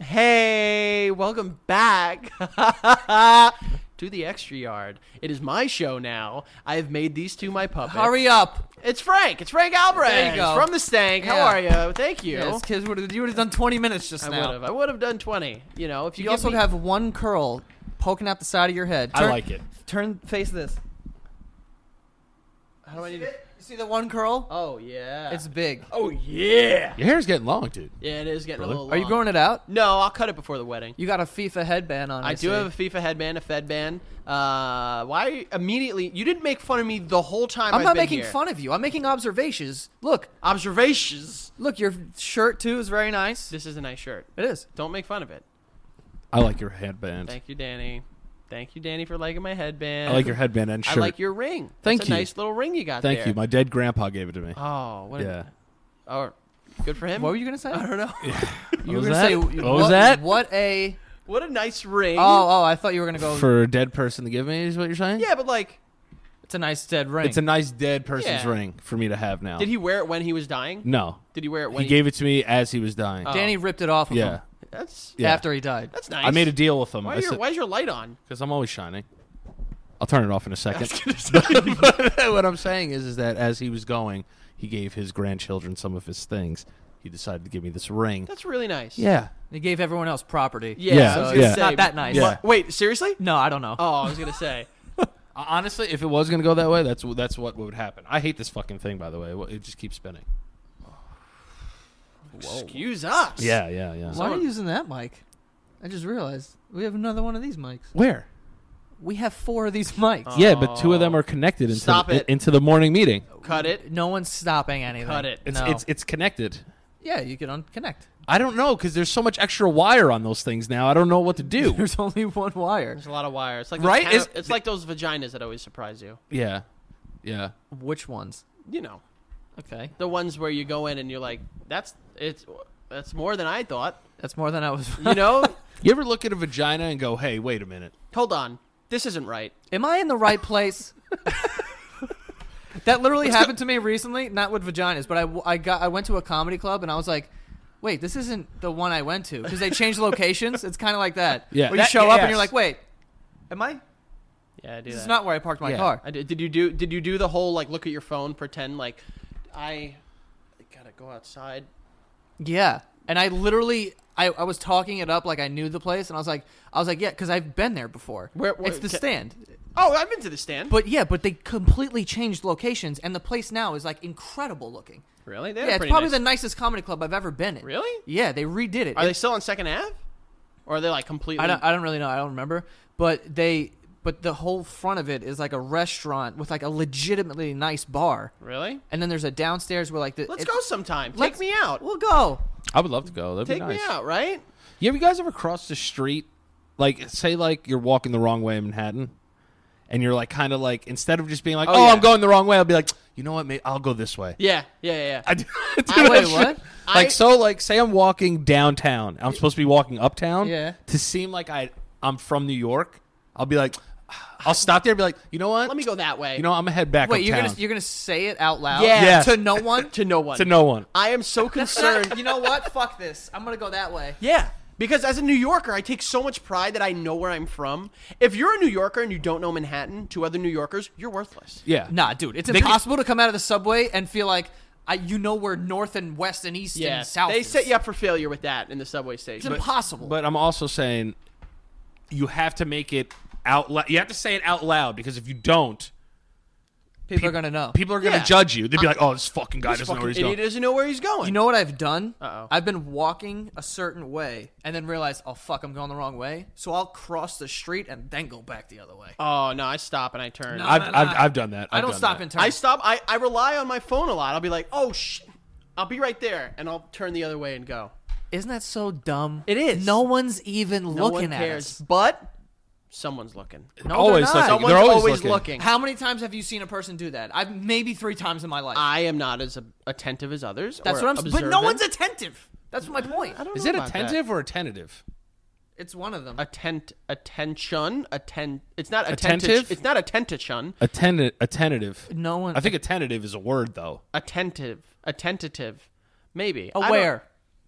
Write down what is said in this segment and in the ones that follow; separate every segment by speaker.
Speaker 1: Hey, welcome back to the extra yard. It is my show now. I have made these two my puppets.
Speaker 2: Hurry up.
Speaker 1: It's Frank. It's Frank Albrecht
Speaker 2: There you go.
Speaker 1: from the Stank. How
Speaker 2: Yeah.
Speaker 1: are you? Thank you.
Speaker 2: Yes, kids would have, you would have done 20 minutes just
Speaker 1: I would
Speaker 2: now.
Speaker 1: have. I would have done twenty. You know, if you,
Speaker 2: You,
Speaker 1: give
Speaker 2: also
Speaker 1: me-
Speaker 2: have one curl poking out the side of your head.
Speaker 3: I like it.
Speaker 2: Turn face this. How do I need to? You see the one curl?
Speaker 1: Oh yeah.
Speaker 2: It's big.
Speaker 1: oh yeah.
Speaker 3: Your hair's getting long, dude.
Speaker 1: Yeah, it is getting
Speaker 3: Really?
Speaker 1: a little.
Speaker 2: Are you
Speaker 1: long.
Speaker 2: growing it out?
Speaker 1: No, I'll cut it before the wedding.
Speaker 2: You got a FIFA headband on.
Speaker 1: I
Speaker 2: I,
Speaker 1: do
Speaker 2: see.
Speaker 1: have a FIFA headband, a Fed band. Uh, why immediately? You didn't make fun of me the whole time.
Speaker 2: I'm
Speaker 1: I've
Speaker 2: not
Speaker 1: been
Speaker 2: making
Speaker 1: here.
Speaker 2: fun of you. I'm making observations. Look,
Speaker 1: Observations.
Speaker 2: look, your shirt too is very nice.
Speaker 1: This is a nice shirt.
Speaker 2: It is.
Speaker 1: Don't make fun of it.
Speaker 3: I like your headband.
Speaker 1: Thank you, Danny. Thank you, Danny, for liking my headband.
Speaker 3: I like your headband and
Speaker 1: I
Speaker 3: shirt.
Speaker 1: like your ring.
Speaker 3: Thank
Speaker 1: That's
Speaker 3: you.
Speaker 1: A nice little ring you got
Speaker 3: Thank
Speaker 1: there.
Speaker 3: you. My dead grandpa gave it to me.
Speaker 1: oh, what?
Speaker 3: yeah.
Speaker 1: A, oh, good for him.
Speaker 2: What were you gonna say?
Speaker 1: I don't know.
Speaker 2: You
Speaker 3: was
Speaker 2: were gonna
Speaker 3: that?
Speaker 2: say
Speaker 3: What
Speaker 2: you-
Speaker 3: was that?
Speaker 2: What a
Speaker 1: what a nice ring.
Speaker 2: oh oh! I thought you were gonna go.
Speaker 3: For a dead person to give me is what you're saying?
Speaker 1: yeah, but like,
Speaker 2: it's a nice dead ring.
Speaker 3: It's a nice dead person's
Speaker 1: Yeah.
Speaker 3: ring for me to have now.
Speaker 1: did he wear it when he was dying?
Speaker 3: No.
Speaker 1: Did he wear it
Speaker 3: He,
Speaker 1: when
Speaker 3: gave it to me as he was dying.
Speaker 2: Danny ripped it off. Of
Speaker 3: yeah.
Speaker 2: him
Speaker 1: That's
Speaker 3: Yeah.
Speaker 2: After he died.
Speaker 1: that's nice.
Speaker 3: I made a deal with him.
Speaker 1: Why,
Speaker 3: I
Speaker 1: are your,
Speaker 3: said-
Speaker 1: why is your light on?
Speaker 3: Because I'm always shining. I'll turn it off in a second. what I'm saying is, is that as he was going, he gave his grandchildren some of his things. He decided to give me this ring.
Speaker 1: That's really nice.
Speaker 3: Yeah.
Speaker 2: They gave everyone else property.
Speaker 1: Yeah.
Speaker 3: Yeah,
Speaker 1: I was
Speaker 2: so
Speaker 1: gonna
Speaker 3: yeah.
Speaker 2: it's
Speaker 1: say,
Speaker 2: not that nice.
Speaker 3: Yeah.
Speaker 1: Wait, seriously?
Speaker 2: No, I don't know.
Speaker 1: Oh, I was gonna say.
Speaker 3: Uh, Honestly, if it was going to go that way, that's that's what would happen. I hate this fucking thing, by the way. It just keeps spinning.
Speaker 1: Excuse us.
Speaker 3: Yeah, yeah, yeah.
Speaker 2: Why are
Speaker 1: someone-
Speaker 2: you using that mic? I just realized we have another one of these mics. Uh,
Speaker 3: Where?
Speaker 2: We have four of these mics.
Speaker 3: Yeah, but two of them are connected into
Speaker 1: Stop
Speaker 3: the,
Speaker 1: it.
Speaker 3: into the morning meeting.
Speaker 1: Cut it.
Speaker 2: No one's stopping anything.
Speaker 1: Cut it.
Speaker 3: It's
Speaker 2: no.
Speaker 3: it's it's connected.
Speaker 2: yeah, you can unconnect.
Speaker 3: I don't know because there's so much extra wire on those things now. I don't know what to do.
Speaker 2: There's only one wire.
Speaker 1: There's a lot of wires. Like those
Speaker 3: Right?
Speaker 1: Kind of-
Speaker 3: Is-
Speaker 1: it's like those vaginas that always surprise you.
Speaker 3: yeah, yeah.
Speaker 2: Which ones?
Speaker 1: You know,
Speaker 2: Okay,
Speaker 1: the ones where you go in and you're like, that's it's that's more than I thought.
Speaker 2: that's more than I was.
Speaker 1: You know,
Speaker 3: You ever look at a vagina and go, "Hey, wait a minute."
Speaker 1: hold on, this isn't right.
Speaker 2: Am I in the right place? that literally happened to me recently, not with vaginas, but I, I got I went to a comedy club and I was like, wait, this isn't the one I went to because they changed locations. It's kind of like that.
Speaker 3: Yeah.
Speaker 2: where you
Speaker 3: That-
Speaker 2: show up and you're
Speaker 3: yes.
Speaker 2: like, wait, am I?
Speaker 1: Yeah, I do
Speaker 2: This is
Speaker 1: that.
Speaker 2: not where I parked my
Speaker 3: Yeah.
Speaker 2: car.
Speaker 1: I did, did you do? Did you do the whole like look at your phone, pretend like I gotta go outside?
Speaker 2: Yeah, and I literally. I, I was talking it up like I knew the place, and I was like, I was like, yeah, because I've been there before.
Speaker 1: Where- where-
Speaker 2: it's the
Speaker 1: ca-
Speaker 2: stand,
Speaker 1: Oh, I've been to the stand.
Speaker 2: but yeah, but they completely changed locations, and the place now is like incredible looking.
Speaker 1: really?
Speaker 2: Yeah, it's probably the nicest comedy club I've ever been in.
Speaker 1: Really?
Speaker 2: Yeah, they redid it.
Speaker 1: Are they still on Second Ave? Or are they like completely?
Speaker 2: I don't, I don't really know. I don't remember. But they, but the whole front of it is like a restaurant with like a legitimately nice bar,
Speaker 1: really?
Speaker 2: and then there's a downstairs where like the.
Speaker 1: Let's
Speaker 2: it-
Speaker 1: go sometime. Take
Speaker 2: let's-
Speaker 1: me out.
Speaker 2: We'll go.
Speaker 3: I would love to go. That'd
Speaker 1: Take
Speaker 3: be nice.
Speaker 1: me out, right?
Speaker 3: You ever you guys ever cross the street? Like, say, like you're walking the wrong way in Manhattan, and you're like, kind of like, instead of just being like, "Oh,
Speaker 1: yeah.
Speaker 3: I'm going the wrong way," I'll be like, "You know what? Mate, I'll go this way."
Speaker 1: Yeah, yeah, yeah. yeah.
Speaker 3: I do, I do
Speaker 2: Ah,
Speaker 3: that
Speaker 2: wait,
Speaker 3: shit.
Speaker 2: what?
Speaker 1: I-
Speaker 3: Like so, like say I'm walking downtown. I'm supposed to be walking uptown.
Speaker 2: Yeah.
Speaker 3: To seem like I I'm from New York, I'll be like, I'll stop there and be like, you know what?
Speaker 1: Let me go that way.
Speaker 3: You know, I'm gonna head back.
Speaker 2: Wait, you're
Speaker 3: uptown.
Speaker 2: gonna you're gonna say it out loud?
Speaker 1: Yeah.
Speaker 3: Yeah.
Speaker 2: To no one.
Speaker 1: to no one.
Speaker 3: to no one.
Speaker 1: I am so concerned.
Speaker 2: you know what? Fuck this. I'm gonna go that way.
Speaker 1: yeah. Because as a New Yorker, I take so much pride that I know where I'm from. If you're a New Yorker and you don't know Manhattan to other New Yorkers, you're worthless.
Speaker 3: Yeah.
Speaker 2: Nah, dude, it's
Speaker 3: They-
Speaker 2: impossible to come out of the subway and feel like I, you know where north and west and east
Speaker 1: Yeah.
Speaker 2: and south.
Speaker 1: they
Speaker 2: is.
Speaker 1: set you up for failure with that in the subway
Speaker 2: It's
Speaker 1: station.
Speaker 2: impossible.
Speaker 3: But I'm also saying, you have to make it out. loud. you have to say it out loud because if you don't,
Speaker 2: people, are gonna know.
Speaker 3: people are gonna
Speaker 1: Yeah.
Speaker 3: judge you. They'd be like, "Oh, this fucking guy doesn't know
Speaker 1: Fucking
Speaker 3: where he's
Speaker 1: idiot
Speaker 3: going."
Speaker 1: doesn't know where he's going.
Speaker 2: You know what I've done?
Speaker 1: Uh-oh.
Speaker 2: I've been walking a certain way and then realized, oh fuck, I'm going the wrong way. So I'll cross the street and then go back the other way.
Speaker 1: oh no, I stop and I turn.
Speaker 2: No,
Speaker 1: I,
Speaker 3: I've,
Speaker 2: no, no.
Speaker 3: I've, I've done that.
Speaker 2: I
Speaker 3: I've
Speaker 2: don't
Speaker 3: done
Speaker 2: stop
Speaker 3: that.
Speaker 2: and turn.
Speaker 1: I stop. I, I rely on my phone a lot. I'll be like, oh shit, I'll be right there, and I'll turn the other way and go.
Speaker 2: Isn't that so dumb?
Speaker 1: It is.
Speaker 2: No one's even
Speaker 1: No
Speaker 2: looking
Speaker 1: one
Speaker 2: at
Speaker 1: cares,
Speaker 2: us.
Speaker 1: but someone's looking.
Speaker 2: No,
Speaker 3: Always
Speaker 2: they're not.
Speaker 3: looking.
Speaker 1: Someone's
Speaker 3: They're always,
Speaker 1: always
Speaker 3: looking.
Speaker 1: looking.
Speaker 2: How many times have you seen a person do that? I've maybe three times in my life.
Speaker 1: I am not as attentive as others.
Speaker 2: That's
Speaker 1: or
Speaker 2: what I'm. But no
Speaker 1: observant.
Speaker 2: one's attentive. That's my point.
Speaker 1: I don't
Speaker 3: Is
Speaker 1: know
Speaker 3: it
Speaker 1: about that.
Speaker 3: attentive or attentive?
Speaker 2: It's one of them.
Speaker 1: attent attention attend it's not attentive
Speaker 3: Attentive?
Speaker 1: it's not attention
Speaker 3: Attentive. Attentive.
Speaker 2: no one.
Speaker 3: I think attentive is a word though.
Speaker 1: attentive attentative maybe I don't-
Speaker 2: aware.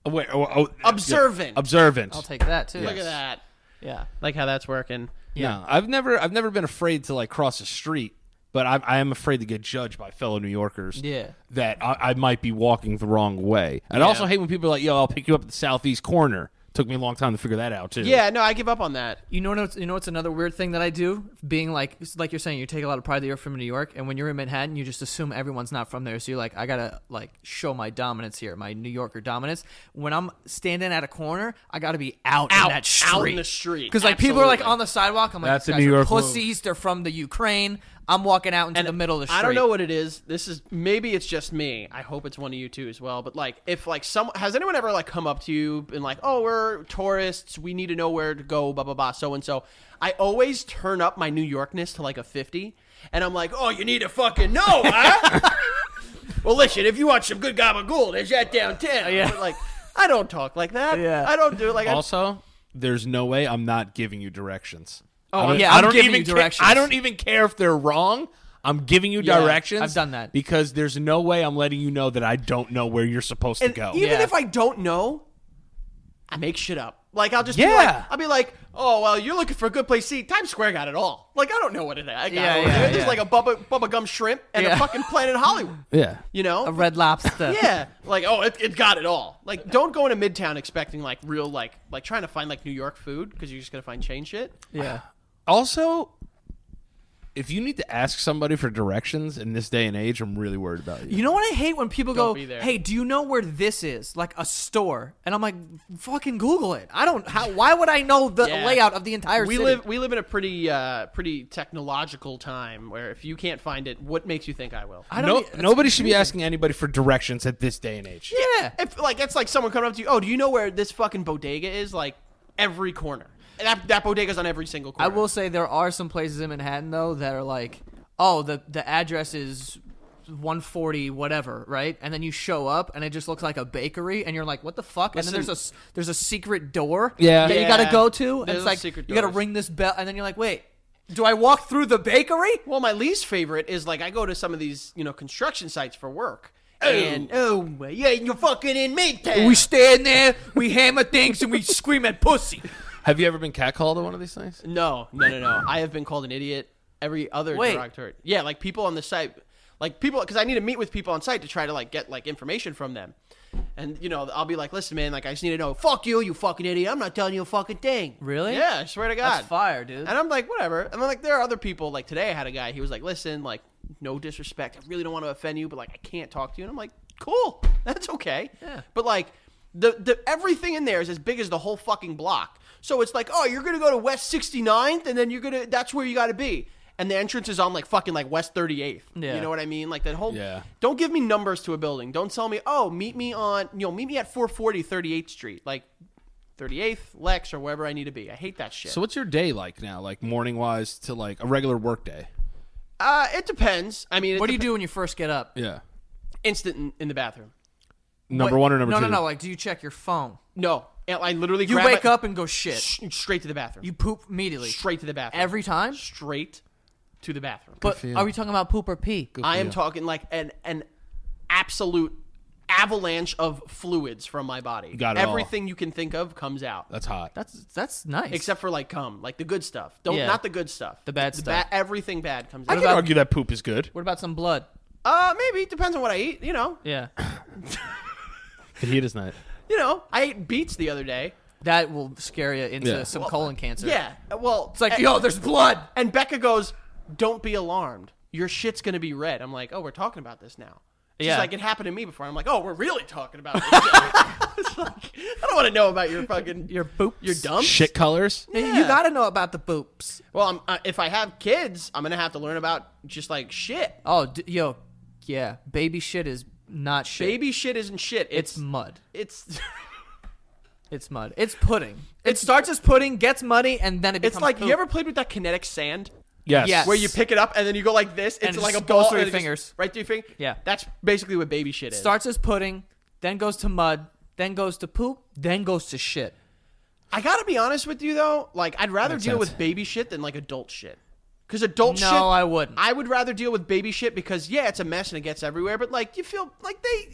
Speaker 3: Oh, wait, oh, oh, yeah,
Speaker 1: Observant.
Speaker 3: yeah. Observant.
Speaker 2: I'll take that too.
Speaker 1: Look at that.
Speaker 2: Yeah.
Speaker 1: Like how that's working.
Speaker 3: Yeah, I've never I've never been afraid to like cross a street, but I, I am afraid to get judged by fellow New Yorkers.
Speaker 2: Yeah.
Speaker 3: that I, I might be walking the wrong way, and I also hate when people are like, "Yo, I'll pick you up at the southeast corner." Took me a long time to figure that out too.
Speaker 1: Yeah, no, I give up on that.
Speaker 2: You know what's you know what's another weird thing that I do? Being like like you're saying, you take a lot of pride that you're from New York, and when you're in Manhattan, you just assume everyone's not from there. So you're like, I gotta like show my dominance here, my New Yorker dominance. When I'm standing at a corner, I gotta be out,
Speaker 1: Out-
Speaker 2: in that street.
Speaker 1: out in the street.
Speaker 2: Because like people are like
Speaker 1: Absolutely.
Speaker 2: on the sidewalk. I'm like,
Speaker 3: That's
Speaker 2: That's
Speaker 3: a
Speaker 2: guys
Speaker 3: New
Speaker 2: are
Speaker 3: York move.
Speaker 2: pussies. They're from the Ukraine. I'm walking out into the middle of the street.
Speaker 1: I don't know what it is. This is maybe it's just me. I hope it's one of you two as well. But like, if like some has anyone ever like come up to you and like, oh, we're tourists. We need to know where to go. Blah blah blah. So and so. I always turn up my New Yorkness to like a fifty, and I'm like, oh, you need to fucking know, huh? well, listen, if you want some good gabagool, there's that downtown.
Speaker 2: Yeah.
Speaker 1: But, like, I don't talk like that.
Speaker 2: Yeah.
Speaker 1: I don't do it like. I,
Speaker 3: Also, there's no way I'm not giving you directions. Oh
Speaker 2: yeah, I'm giving you directions.
Speaker 3: I don't even care if they're wrong. I'm giving you
Speaker 2: Yeah,
Speaker 3: directions.
Speaker 2: I've done that.
Speaker 3: because there's no way I'm letting you know that I don't know where you're supposed
Speaker 1: and
Speaker 3: to go.
Speaker 1: even
Speaker 2: Yeah.
Speaker 1: if I don't know, I make shit up. Like I'll just be
Speaker 3: Yeah.
Speaker 1: like, I'll be like, oh well, you're looking for a good place to eat. Times Square got it all. Like I don't know what it is. I got
Speaker 2: Yeah,
Speaker 1: over
Speaker 2: yeah,
Speaker 1: there. There's
Speaker 2: yeah.
Speaker 1: like a bubba, bubba gum shrimp and a
Speaker 2: Yeah.
Speaker 1: fucking Planet Hollywood.
Speaker 3: yeah,
Speaker 1: You know,
Speaker 2: A red lobster.
Speaker 1: yeah, like oh, it, it got it all. Like don't go into Midtown expecting like real like like trying to find like New York food because you're just gonna find chain shit.
Speaker 2: Yeah.
Speaker 3: Also, if you need to ask somebody for directions in this day and age, I'm really worried about you.
Speaker 2: You know what I hate when people
Speaker 1: Don't
Speaker 2: go,
Speaker 1: be there.
Speaker 2: "Hey, do you know where this is?" Like a store, and I'm like, "Fucking Google it." I don't. How? Why would I know the
Speaker 1: Yeah.
Speaker 2: layout of the entire
Speaker 1: We
Speaker 2: city?
Speaker 1: live we live in a pretty uh pretty technological time where if you can't find it, what makes you think I will?
Speaker 2: I
Speaker 3: No,
Speaker 2: don't. e-, that's
Speaker 3: nobody should be asking anybody for directions at this day and age.
Speaker 2: Yeah.
Speaker 1: If like it's like someone coming up to you, oh, do you know where this fucking bodega is? Like every corner. And That that bodega's on every single
Speaker 2: I
Speaker 1: corner.
Speaker 2: will say there are some places in Manhattan though that are like, "Oh, the the address is 140 whatever," right? And then you show up and it just looks like a bakery, and you're like, "What the fuck?" And then
Speaker 1: Listen-
Speaker 2: there's a s- there's a secret door
Speaker 3: Yeah.
Speaker 2: that
Speaker 1: Yeah.
Speaker 2: you gotta go to, and
Speaker 1: There's
Speaker 2: it's like
Speaker 1: secret
Speaker 2: you gotta
Speaker 1: doors.
Speaker 2: ring this bell, and then you're like, "Wait, do I walk through the bakery?"
Speaker 1: Well, my least favorite is like I go to some of these you know construction sites for work. And oh yeah, you're fucking in Midtown.
Speaker 2: We stand there, we hammer things, and we scream at pussy.
Speaker 3: Have you ever been catcalled at one of these things?
Speaker 1: no, no, no, no. I have been called an idiot every other
Speaker 2: Wait.
Speaker 1: derogatory. Yeah, like people on the site, like people, because I need to meet with people on site to try to like get like information from them. And you know, I'll be like, listen, man, like I just need to know. Fuck you, you fucking idiot. I'm not telling you a fucking thing.
Speaker 2: Really?
Speaker 1: Yeah, I swear to God.
Speaker 2: That's fire, dude.
Speaker 1: And I'm like, whatever. And then like there are other people. Like today, I had a guy. He was like, listen, like no disrespect. I really don't want to offend you, but like I can't talk to you. And I'm like, cool, that's okay.
Speaker 2: Yeah.
Speaker 1: But like the the everything in there is as big as the whole fucking block. So it's like, oh, you're gonna go to West 69th, and then you're gonna that's where you got to be. And the entrance is on like fucking like West 38th.
Speaker 2: Yeah.
Speaker 1: You know what I mean? Like that whole.
Speaker 3: Yeah.
Speaker 1: Don't give me numbers to a building. Don't tell me, oh, meet me on you know meet me at 440 38th Street, like 38th Lex or wherever I need to be. I hate that shit.
Speaker 3: So what's your day like now, like morning wise to like a regular work day?
Speaker 1: Uh, it depends. I mean, it
Speaker 2: What do you
Speaker 1: dep-
Speaker 2: do when you first get up?
Speaker 3: Yeah.
Speaker 1: Instant in, in the bathroom.
Speaker 3: Number
Speaker 2: What-
Speaker 3: one or number
Speaker 2: no,
Speaker 3: two?
Speaker 2: No, no, Like, do you check your phone?
Speaker 1: No, I I literally
Speaker 2: You
Speaker 1: grab
Speaker 2: wake
Speaker 1: my-
Speaker 2: up and go shit.
Speaker 1: sh- straight to the bathroom.
Speaker 2: You poop immediately.
Speaker 1: straight to the bathroom
Speaker 2: Every time?
Speaker 1: Straight to the bathroom.
Speaker 2: But
Speaker 3: for you.
Speaker 2: are we talking about poop or pee?
Speaker 1: I am
Speaker 3: Yeah.
Speaker 1: talking like an an absolute avalanche of fluids from my body.
Speaker 3: got it all.
Speaker 1: Everything you can think of comes out.
Speaker 3: That's hot.
Speaker 2: That's that's nice.
Speaker 1: Except for like cum, like the good stuff. Don't
Speaker 2: Yeah.
Speaker 1: not the good stuff.
Speaker 2: The bad stuff.
Speaker 1: everything bad comes
Speaker 3: I
Speaker 1: out.
Speaker 3: can argue that poop is good.
Speaker 2: what about some blood?
Speaker 1: uh, maybe depends on what I eat. You know,
Speaker 2: Yeah,
Speaker 3: The heat is not.
Speaker 1: you know. I ate beets the other day.
Speaker 2: that will scare you into
Speaker 3: Yeah.
Speaker 2: some colon cancer.
Speaker 1: Yeah. Well, eh,
Speaker 2: it's like yo, there's blood.
Speaker 1: And Becca goes, "Don't be alarmed. Your shit's gonna be red." I'm like, "Oh, we're talking about this now." She's
Speaker 2: Yeah.
Speaker 1: like, "It happened to me before." I'm like, "Oh, we're really talking about this." It's like, I don't want to know about your fucking your
Speaker 2: boops.
Speaker 1: your dump.
Speaker 3: Shit colors.
Speaker 2: You gotta know about the boops.
Speaker 1: Well, I'm, uh, if I have kids, I'm gonna have to learn about just like shit.
Speaker 2: Oh, d- yo, yeah, baby shit is not shit.
Speaker 1: Baby shit isn't shit.
Speaker 2: it's
Speaker 1: It's
Speaker 2: mud.
Speaker 1: it's it's,
Speaker 2: It's mud. It's pudding. It starts as pudding, gets muddy, and then it becomes.
Speaker 1: like
Speaker 2: poop.
Speaker 1: you ever played with that kinetic sand?
Speaker 3: Yes.
Speaker 2: Yes.
Speaker 1: Where you pick it up and then you go like this, it's
Speaker 2: it
Speaker 1: like a
Speaker 2: just goes
Speaker 1: ball
Speaker 2: through
Speaker 1: and it
Speaker 2: your
Speaker 1: just-
Speaker 2: fingers.
Speaker 1: right through your finger.
Speaker 2: Yeah.
Speaker 1: that's basically what baby shit is.
Speaker 2: starts as pudding, then goes to mud, then goes to poop, then goes to shit.
Speaker 1: I gotta be honest with you though, like I'd rather
Speaker 3: Makes
Speaker 1: deal
Speaker 3: sense.
Speaker 1: with baby shit than like adult shit. Because adult
Speaker 2: No,
Speaker 1: shit,
Speaker 2: Oh, I wouldn't.
Speaker 1: I would rather deal with baby shit because yeah, it's a mess and it gets everywhere. But like, you feel like they,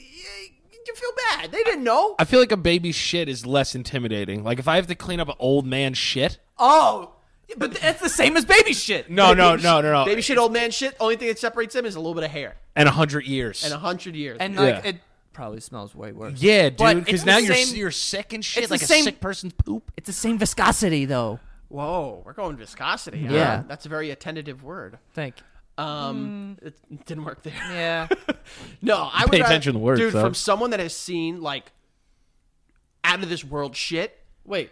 Speaker 1: you feel bad. They didn't know.
Speaker 3: I feel like a baby's shit is less intimidating. Like if I have to clean up an old man's shit.
Speaker 2: Oh, but that's the same as baby shit.
Speaker 3: No, no, no, no, no.
Speaker 1: Baby shit, old man shit. Only thing that separates them is a little bit of hair
Speaker 3: and a hundred years.
Speaker 1: and a hundred years.
Speaker 2: And like
Speaker 3: Yeah.
Speaker 2: it probably smells way worse.
Speaker 3: yeah,
Speaker 2: But
Speaker 3: dude.
Speaker 2: it's
Speaker 3: Because now
Speaker 2: the
Speaker 3: you're
Speaker 2: same-
Speaker 3: you're sick and shit,
Speaker 2: it's the
Speaker 3: like a
Speaker 2: same-
Speaker 3: sick person's poop.
Speaker 2: It's the same viscosity though.
Speaker 1: whoa, we're going viscosity. huh?
Speaker 2: Yeah.
Speaker 1: that's a very attentive word.
Speaker 2: Think.
Speaker 1: Um, it didn't work there.
Speaker 2: Yeah.
Speaker 1: No, I would
Speaker 3: Mm. pay
Speaker 1: rather-
Speaker 3: attention to words,
Speaker 1: dude.
Speaker 3: though.
Speaker 1: From someone that has seen like out of this world shit. Wait,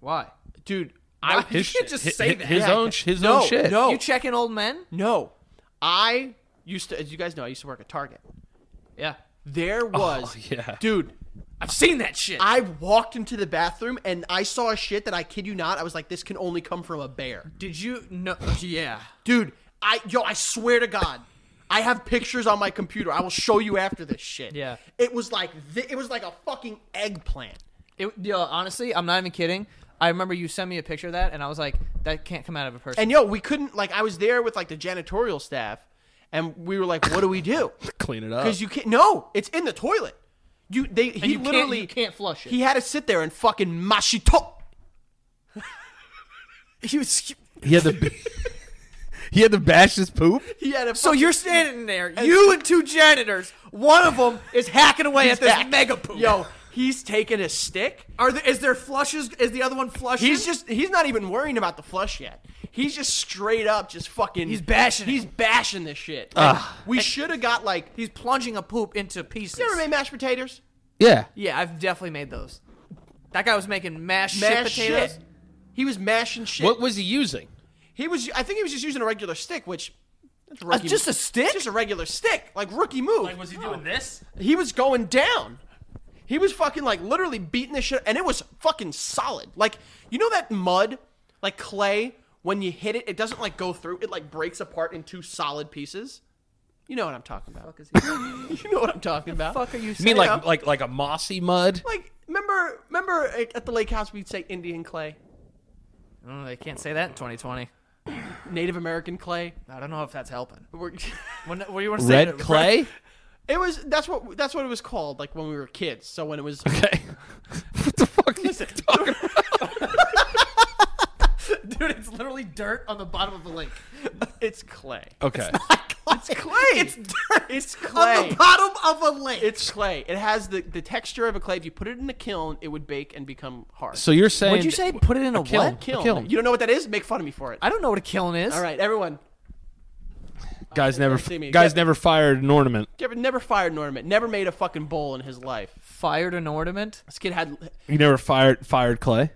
Speaker 2: Why?
Speaker 1: dude, I
Speaker 2: Why? You can't just
Speaker 3: his,
Speaker 2: say
Speaker 3: his-
Speaker 2: that.
Speaker 3: His
Speaker 2: Yeah,
Speaker 3: own, sh- his
Speaker 1: no,
Speaker 3: own shit.
Speaker 1: no,
Speaker 2: You checking old men?
Speaker 1: no. I used to, as you guys know, I used to work at Target.
Speaker 2: Yeah.
Speaker 1: There
Speaker 2: Oh,
Speaker 1: was,
Speaker 3: yeah.
Speaker 1: dude.
Speaker 2: I've seen that shit.
Speaker 1: I walked into the bathroom and I saw a shit that I kid you not. I was like, this can only come from a bear,
Speaker 2: Did you know? Yeah.
Speaker 1: dude. I yo, I swear to God, I have pictures on my computer. I will show you after this shit.
Speaker 2: Yeah.
Speaker 1: it was like thi- it was like a fucking eggplant.
Speaker 2: It, yeah, honestly, I'm not even kidding. I remember you sent me a picture of that, and I was like, that can't come out of a person.
Speaker 1: And yo, we couldn't like I was there with like the janitorial staff, and we were like, "What do we do?"
Speaker 2: Oh.
Speaker 3: Clean it up.
Speaker 1: Because you can't. No, it's in the toilet. You they he
Speaker 2: you can't-
Speaker 1: literally
Speaker 2: you can't flush it.
Speaker 1: He had to sit there and fucking mashito.
Speaker 2: he was.
Speaker 3: He had to. he had to bash his poop.
Speaker 1: He had to.
Speaker 2: So you're standing there, you and two janitors. One of them is hacking away at this
Speaker 1: back.
Speaker 2: mega poop.
Speaker 1: yo, he's taking a stick.
Speaker 2: are there, is there flushes? Is the other one flushing?
Speaker 1: He's just he's not even worrying about the flush yet. He's just straight up just fucking.
Speaker 2: He's bashing it.
Speaker 1: He's bashing this shit. Like, we should have got like.
Speaker 2: he's plunging a poop into pieces.
Speaker 1: You ever made mashed potatoes?
Speaker 3: Yeah.
Speaker 2: yeah, I've definitely made those. That guy was making mashed,
Speaker 1: Mashed
Speaker 2: shit potatoes.
Speaker 1: shit. He was mashing shit.
Speaker 3: What was he using?
Speaker 1: He was. I think he was just using a regular stick, which. That's
Speaker 2: Uh,
Speaker 1: rookie
Speaker 2: just a stick?
Speaker 1: Just a regular stick, like rookie move.
Speaker 2: he doing this?
Speaker 1: he was going down. He was fucking like literally beating this shit, and it was fucking solid. Like you know that mud, like clay, when you hit it, it doesn't like go through. It like breaks apart into solid pieces. You know what I'm talking about. you know what I'm talking about.
Speaker 2: Fuck are you
Speaker 3: You
Speaker 2: saying?
Speaker 3: mean like
Speaker 1: up.
Speaker 3: like like a mossy mud?
Speaker 1: Like remember, remember at at the lake house we'd say Indian clay,
Speaker 2: Mm, they can't say that in 2020.
Speaker 1: Native American clay.
Speaker 2: I don't know if that's helping.
Speaker 1: We're-
Speaker 2: When, what do you want to say?
Speaker 3: Red clay?
Speaker 1: it was that's what that's what it was called. Like when we were kids. So when it was
Speaker 3: Okay. what the fuck? Is it?
Speaker 2: Dude, it's literally dirt on the bottom of a lake.
Speaker 1: it's clay.
Speaker 3: Okay.
Speaker 2: it's clay. It's dirt
Speaker 1: It's clay.
Speaker 2: on the bottom of a lake.
Speaker 1: It's clay. It has the, the texture of a clay. If you put it in a kiln, it would bake and become hard.
Speaker 3: So you're saying?
Speaker 2: What'd you say? Put it in a,
Speaker 3: kiln.
Speaker 2: what?
Speaker 1: kiln.
Speaker 3: kiln.
Speaker 1: You don't know what that is? Make fun of me for it.
Speaker 2: I don't know what a kiln is.
Speaker 1: All right, everyone.
Speaker 3: Guys never
Speaker 1: see me.
Speaker 3: guys
Speaker 1: Yeah.
Speaker 3: never fired an ornament.
Speaker 1: Never, never fired an ornament. Never made a fucking bowl in his life.
Speaker 2: Fired an ornament?
Speaker 1: This kid had.
Speaker 3: You never fired fired clay.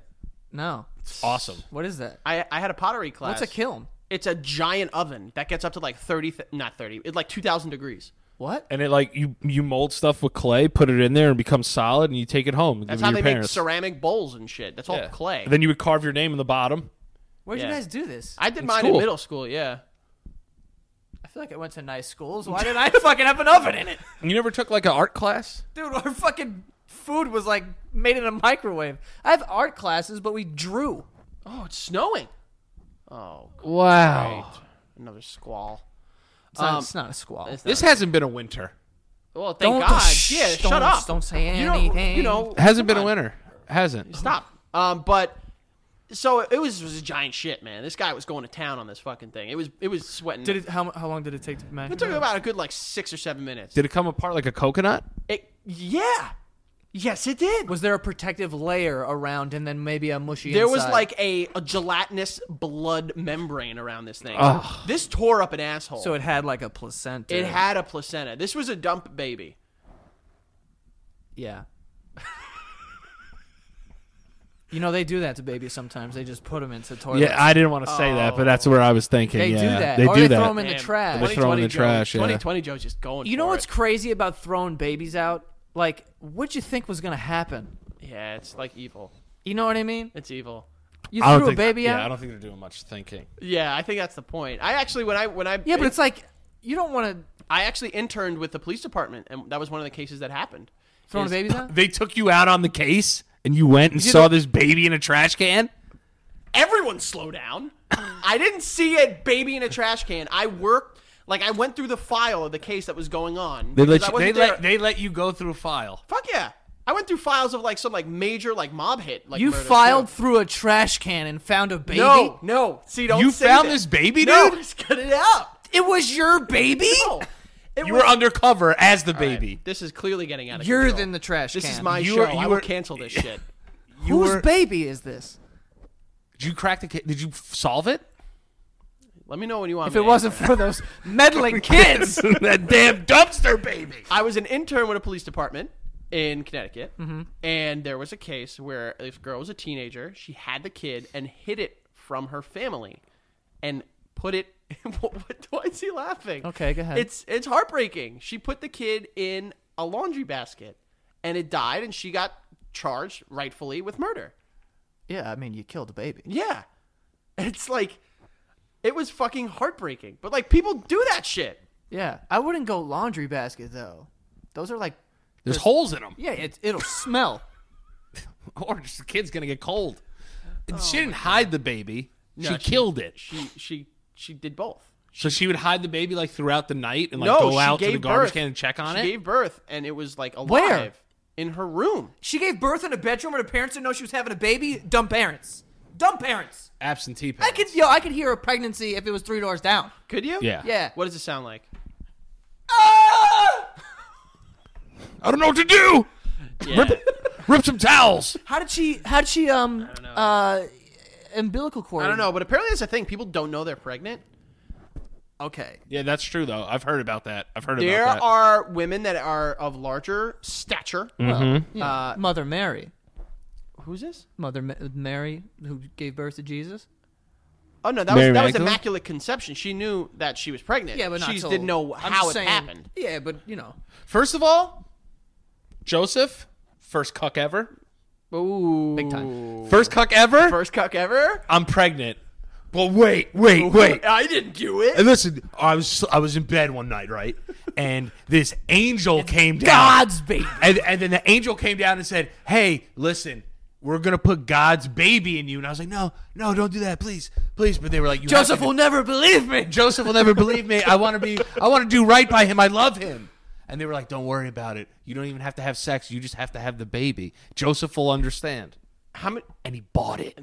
Speaker 2: No.
Speaker 3: Awesome.
Speaker 2: What is that?
Speaker 1: I, I had a pottery class.
Speaker 2: What's a kiln?
Speaker 1: It's a giant oven that gets up to like thirty, th- not thirty, it's like two thousand degrees.
Speaker 2: What?
Speaker 3: And it like you you mold stuff with clay, put it in there, and becomes solid, and you take it home. and
Speaker 1: That's
Speaker 3: give it
Speaker 1: how
Speaker 3: to
Speaker 1: they
Speaker 3: your
Speaker 1: make
Speaker 3: parents.
Speaker 1: ceramic bowls and shit. That's all
Speaker 3: Yeah.
Speaker 1: clay.
Speaker 3: And then you would carve your name in the bottom.
Speaker 2: Where'd
Speaker 1: Yeah.
Speaker 2: you guys do this? I,
Speaker 1: I did mine in
Speaker 3: school.
Speaker 1: middle school. Yeah.
Speaker 2: feel like I went to nice schools. Why did I fucking have an oven in it?
Speaker 3: You never took like an art class?
Speaker 2: Dude, our fucking food was like made in a microwave. I have art classes, but we drew.
Speaker 1: Oh, it's snowing. Oh,
Speaker 3: Wow.
Speaker 1: great. Another squall.
Speaker 2: It's not,
Speaker 1: Um,
Speaker 2: Uh, it's not a squall.
Speaker 1: It's
Speaker 3: This hasn't been a winter.
Speaker 1: Well, thank
Speaker 2: Don't-
Speaker 1: God.
Speaker 2: shh,
Speaker 1: yeah,
Speaker 2: don't-
Speaker 1: shut up.
Speaker 2: don't say
Speaker 1: You know-
Speaker 2: anything.
Speaker 1: You know,
Speaker 3: It hasn't been
Speaker 1: come
Speaker 3: a
Speaker 1: on.
Speaker 3: winter. Hasn't.
Speaker 1: Stop. Um, but so it was it was a giant shit, man. This guy was going to town on this fucking thing. It was it was sweating.
Speaker 2: Did it? How, how long did it take to mash?
Speaker 1: It took about a good like six or seven minutes.
Speaker 3: Did it come apart like a coconut?
Speaker 1: it? Yeah. Yes, it did.
Speaker 2: Was there a protective layer around, and then maybe a mushy?
Speaker 1: there was
Speaker 2: inside?
Speaker 1: like a, a gelatinous blood membrane around this thing.
Speaker 3: Ugh.
Speaker 1: This tore up an asshole.
Speaker 2: so it had like a placenta.
Speaker 1: it had a placenta. This was a dump baby.
Speaker 2: yeah. you know they do that to babies sometimes. They just put them into toilets.
Speaker 3: Yeah, I didn't want to say that, but that's where I was thinking.
Speaker 2: They do
Speaker 3: yeah,
Speaker 2: that.
Speaker 3: They
Speaker 2: Or
Speaker 3: do
Speaker 2: they
Speaker 3: that.
Speaker 2: throw 'em in the
Speaker 1: Damn,
Speaker 2: trash.
Speaker 3: They throw 'em in
Speaker 1: 2020
Speaker 3: the
Speaker 1: Joe-
Speaker 3: trash, yeah.
Speaker 1: 2020 Joe's just going.
Speaker 2: you know
Speaker 1: for
Speaker 2: what's
Speaker 1: it.
Speaker 2: crazy about throwing babies out? Like, what'd you think was gonna happen?
Speaker 1: Yeah, it's like evil.
Speaker 2: You know what I mean?
Speaker 1: It's evil.
Speaker 2: You
Speaker 3: I don't
Speaker 2: threw a
Speaker 3: think,
Speaker 2: baby
Speaker 3: yeah,
Speaker 2: out.
Speaker 3: I don't think they're doing much thinking.
Speaker 1: Yeah, I think that's the point. I actually when I when I
Speaker 2: yeah, but it's like you don't want to
Speaker 1: I actually interned with the police department, and that was one of the cases that happened.
Speaker 2: throw
Speaker 1: Is-
Speaker 2: babies out.
Speaker 3: They took you out on the case, and you went and saw this baby in a trash can.
Speaker 1: Everyone slow down. I didn't see a baby in a trash can. I worked. Like I went through the file of the case that was going on.
Speaker 3: They
Speaker 1: because
Speaker 3: let
Speaker 1: I
Speaker 3: you, they
Speaker 1: wasn't there-
Speaker 3: let they let you go through file.
Speaker 1: Fuck yeah. I went through files of like some like major like mob hit. Like
Speaker 2: You
Speaker 1: murder,
Speaker 2: filed
Speaker 1: too.
Speaker 2: through a trash can and found a baby.
Speaker 1: No, no. See, don't
Speaker 3: You
Speaker 1: say
Speaker 3: found
Speaker 1: that.
Speaker 3: this baby,
Speaker 1: no,
Speaker 3: dude?
Speaker 1: Just cut it out.
Speaker 2: it was your baby.
Speaker 1: No. It
Speaker 3: You
Speaker 1: was-
Speaker 3: were undercover as the baby.
Speaker 1: This is clearly getting out of
Speaker 2: You're
Speaker 1: control.
Speaker 2: in the trash
Speaker 1: This
Speaker 2: can.
Speaker 1: is my
Speaker 3: You
Speaker 1: show.
Speaker 3: were-
Speaker 1: I
Speaker 3: you
Speaker 1: will
Speaker 3: were-
Speaker 1: cancel this shit.
Speaker 3: You
Speaker 2: Whose
Speaker 3: were-
Speaker 2: baby is this?
Speaker 3: Did you crack the case? Did you f- solve it?
Speaker 1: Let me know when you want.
Speaker 2: If
Speaker 1: me
Speaker 2: it
Speaker 1: to
Speaker 2: wasn't for those meddling kids,
Speaker 3: that damn dumpster baby.
Speaker 1: I was an intern with a police department in Connecticut, and there was a case where this girl was a teenager. She had the kid and hid it from her family, and put it. what, what, why is he laughing?
Speaker 2: Okay, go ahead.
Speaker 1: It's it's heartbreaking. She put the kid in a laundry basket, and it died, and she got charged rightfully with murder.
Speaker 2: yeah, I mean, you killed a baby.
Speaker 1: Yeah, it's like it was fucking heartbreaking. But like people do that shit.
Speaker 2: Yeah, I wouldn't go laundry basket though. Those are like,
Speaker 3: There's holes in them.
Speaker 2: yeah, it, it'll smell.
Speaker 3: Or just the kid's gonna get cold. she didn't hide the baby. she,
Speaker 1: she-
Speaker 3: killed it.
Speaker 1: She she she did both.
Speaker 3: So she would hide the baby like throughout the night and like
Speaker 1: no,
Speaker 3: go
Speaker 1: she
Speaker 3: out to
Speaker 1: gave
Speaker 3: the garbage
Speaker 1: birth.
Speaker 3: can and check on
Speaker 1: she
Speaker 3: it.
Speaker 1: Gave birth, and it was like alive
Speaker 2: Where?
Speaker 1: in her room.
Speaker 2: She gave birth in a bedroom, and her parents didn't know she was having a baby. Dumb parents. Dumb parents.
Speaker 3: Absentee
Speaker 2: I
Speaker 3: parents.
Speaker 2: could, yo, I could hear a pregnancy if it was three doors down.
Speaker 1: Could you?
Speaker 3: Yeah.
Speaker 2: Yeah.
Speaker 1: What does it sound like?
Speaker 2: Ah!
Speaker 3: I don't know what to do.
Speaker 1: Yeah.
Speaker 3: Rip some towels.
Speaker 2: How did she? How did she? Um, uh, umbilical cord.
Speaker 1: I don't know, but apparently that's a thing. People don't know they're pregnant.
Speaker 2: Okay.
Speaker 3: Yeah, that's true though. I've heard about that. I've heard
Speaker 1: There
Speaker 3: about that.
Speaker 1: are women that are of larger stature.
Speaker 3: Mm.
Speaker 2: Uh, Mother Mary.
Speaker 1: Who's this?
Speaker 2: Mother Ma- Mary, who gave birth to Jesus.
Speaker 1: Oh no, that
Speaker 3: Mary
Speaker 1: was that was
Speaker 3: Magdalene?
Speaker 1: immaculate conception. She knew that she was pregnant.
Speaker 2: Yeah, but not
Speaker 1: she just
Speaker 2: till-
Speaker 1: didn't know
Speaker 2: I'm
Speaker 1: how
Speaker 2: just
Speaker 1: it
Speaker 2: saying-
Speaker 1: happened.
Speaker 2: Yeah, but you know,
Speaker 3: First of all, Joseph, first cuck ever.
Speaker 1: Ooh,
Speaker 2: big time.
Speaker 3: First cuck ever.
Speaker 1: First cuck ever.
Speaker 3: I'm pregnant. Well, wait, wait, wait.
Speaker 1: I didn't do it.
Speaker 3: And listen, I was I was in bed one night, right? And this angel came down.
Speaker 2: God's baby.
Speaker 3: And, and then the angel came down and said, "Hey, listen, we're gonna put God's baby in you." And I was like, "No, no, don't do that, please, please." But they were like, you have
Speaker 2: Joseph
Speaker 3: to do-
Speaker 2: will never believe me.
Speaker 3: Joseph will never believe me. I want to be. I want to do right by him. I love him." And they were like, "Don't worry about it. You don't even have to have sex. You just have to have the baby. Joseph will understand."
Speaker 1: How many?
Speaker 3: And he bought it.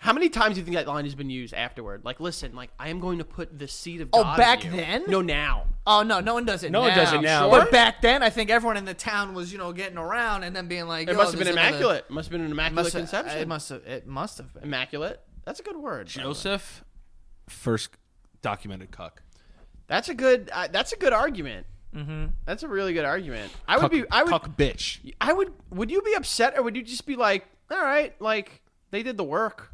Speaker 1: How many times do you think that line has been used afterward? Like, listen, like I am going to put the seed of
Speaker 2: Oh,
Speaker 1: God in
Speaker 2: back
Speaker 1: you.
Speaker 2: then?
Speaker 1: No, now.
Speaker 2: Oh no, no one does it.
Speaker 3: No one does it now.
Speaker 2: But
Speaker 1: Sure?
Speaker 2: back then, I think everyone in the town was, you know, getting around and then being like,
Speaker 1: It
Speaker 2: yo,
Speaker 1: must have been
Speaker 2: this is another-
Speaker 1: immaculate. It must have been an immaculate
Speaker 2: Must have-
Speaker 1: conception.
Speaker 2: It must have. It must have been.
Speaker 1: immaculate. That's a good word. by the way.
Speaker 3: Joseph, first documented cuck.
Speaker 1: That's a good. Uh, that's a good argument. Mm-hmm. That's a really good argument. I would
Speaker 3: Cuck,
Speaker 1: be. I would.
Speaker 3: cuck bitch.
Speaker 1: I would. Would you be upset, or would you just be like, all right, like they did the work.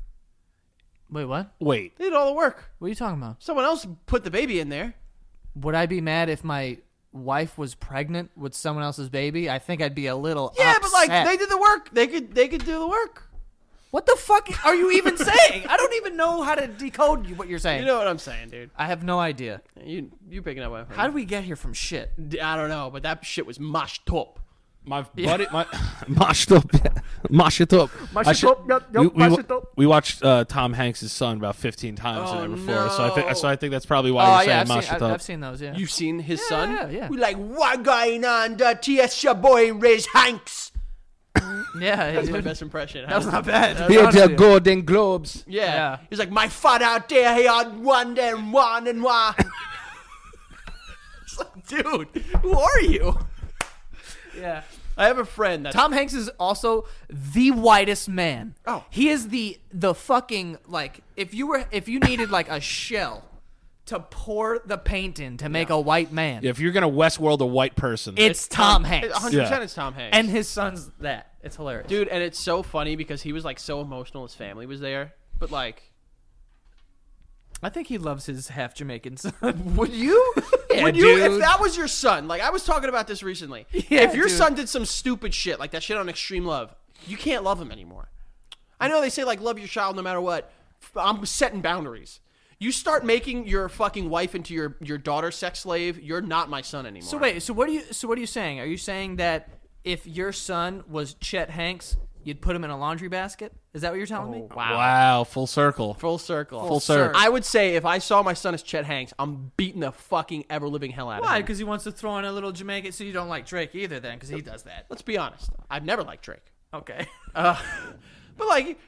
Speaker 2: Wait, what?
Speaker 3: Wait,
Speaker 1: They did all the work.
Speaker 2: What are you talking about?
Speaker 1: Someone else put the baby in there.
Speaker 2: Would I be mad if my wife was pregnant with someone else's baby? I think I'd be a little.
Speaker 1: Yeah, but like
Speaker 2: upset.
Speaker 1: they did the work. They could. They could do the work.
Speaker 2: What the fuck are you even saying? I don't even know how to decode you- what you're saying.
Speaker 1: You know what I'm saying, dude?
Speaker 2: I have no idea.
Speaker 1: You you picking up my?
Speaker 2: How did we get here from shit?
Speaker 1: I don't know, but that shit was mashed up.
Speaker 3: My buddy, my mashed up, mashed it up,
Speaker 1: Mash
Speaker 3: I
Speaker 1: it
Speaker 3: should-
Speaker 1: up, yup, yup,
Speaker 3: we- we
Speaker 1: mash
Speaker 3: wa-
Speaker 1: it up.
Speaker 3: We watched uh, Tom Hanks' son about fifteen times the
Speaker 1: Oh,
Speaker 3: night before, so I
Speaker 1: no.
Speaker 3: think so. I think that's probably why
Speaker 2: Oh
Speaker 3: you're
Speaker 2: yeah,
Speaker 3: saying
Speaker 2: I've
Speaker 3: mash
Speaker 2: seen,
Speaker 3: it
Speaker 2: I've,
Speaker 3: up.
Speaker 2: I've seen those. Yeah.
Speaker 1: You've seen his son?
Speaker 2: yeah, yeah.
Speaker 1: We like what going on? The TS boy Riz Hanks.
Speaker 2: yeah,
Speaker 1: That's my
Speaker 2: dude.
Speaker 1: best impression.
Speaker 2: That was not bad. to be
Speaker 3: Here
Speaker 2: honest
Speaker 3: the
Speaker 2: with you.
Speaker 3: Golden Globes.
Speaker 1: Yeah.
Speaker 2: Yeah.
Speaker 1: He's like, my father out there, he had one and one and one. It's like, Dude, who are you?
Speaker 2: Yeah.
Speaker 1: I have a friend that's
Speaker 2: Tom Hanks is also the whitest man.
Speaker 1: Oh.
Speaker 2: he is the the fucking like if you were if you needed like a shell to pour the paint in to make a white man,
Speaker 3: If you're gonna Westworld a white person,
Speaker 2: it's, Tom, Hanks
Speaker 1: 100%
Speaker 3: Yeah.
Speaker 1: it's Tom Hanks.
Speaker 2: and his son's that. It's hilarious.
Speaker 1: dude, and it's so funny because he was like so emotional his family was there. But like,
Speaker 2: I think he loves his half Jamaican son.
Speaker 1: would you?
Speaker 2: Yeah,
Speaker 1: would you? If
Speaker 2: dude.
Speaker 1: that was your son, like I was talking about this recently.
Speaker 2: Yeah,
Speaker 1: if your
Speaker 2: dude.
Speaker 1: son did some stupid shit, like that shit on Extreme Love, you can't love him anymore. I know they say like love your child no matter what. F- I'm setting boundaries. You start making your fucking wife into your your daughter sex slave. You're not my son anymore.
Speaker 2: so wait, so what are you? So what are you saying? Are you saying that if your son was Chet Hanks, you'd put him in a laundry basket? Is that what you're telling me?
Speaker 1: Wow.
Speaker 3: Wow, full circle.
Speaker 1: Full circle.
Speaker 3: Full circle.
Speaker 1: I would say if I saw my son as Chet Hanks, I'm beating the fucking ever living hell out
Speaker 2: Why?
Speaker 1: of him.
Speaker 2: Because he wants to throw in a little Jamaican. So you don't like Drake either, then, because he does that.
Speaker 1: Let's be honest. I've never liked Drake.
Speaker 2: Okay.
Speaker 1: Uh, but like,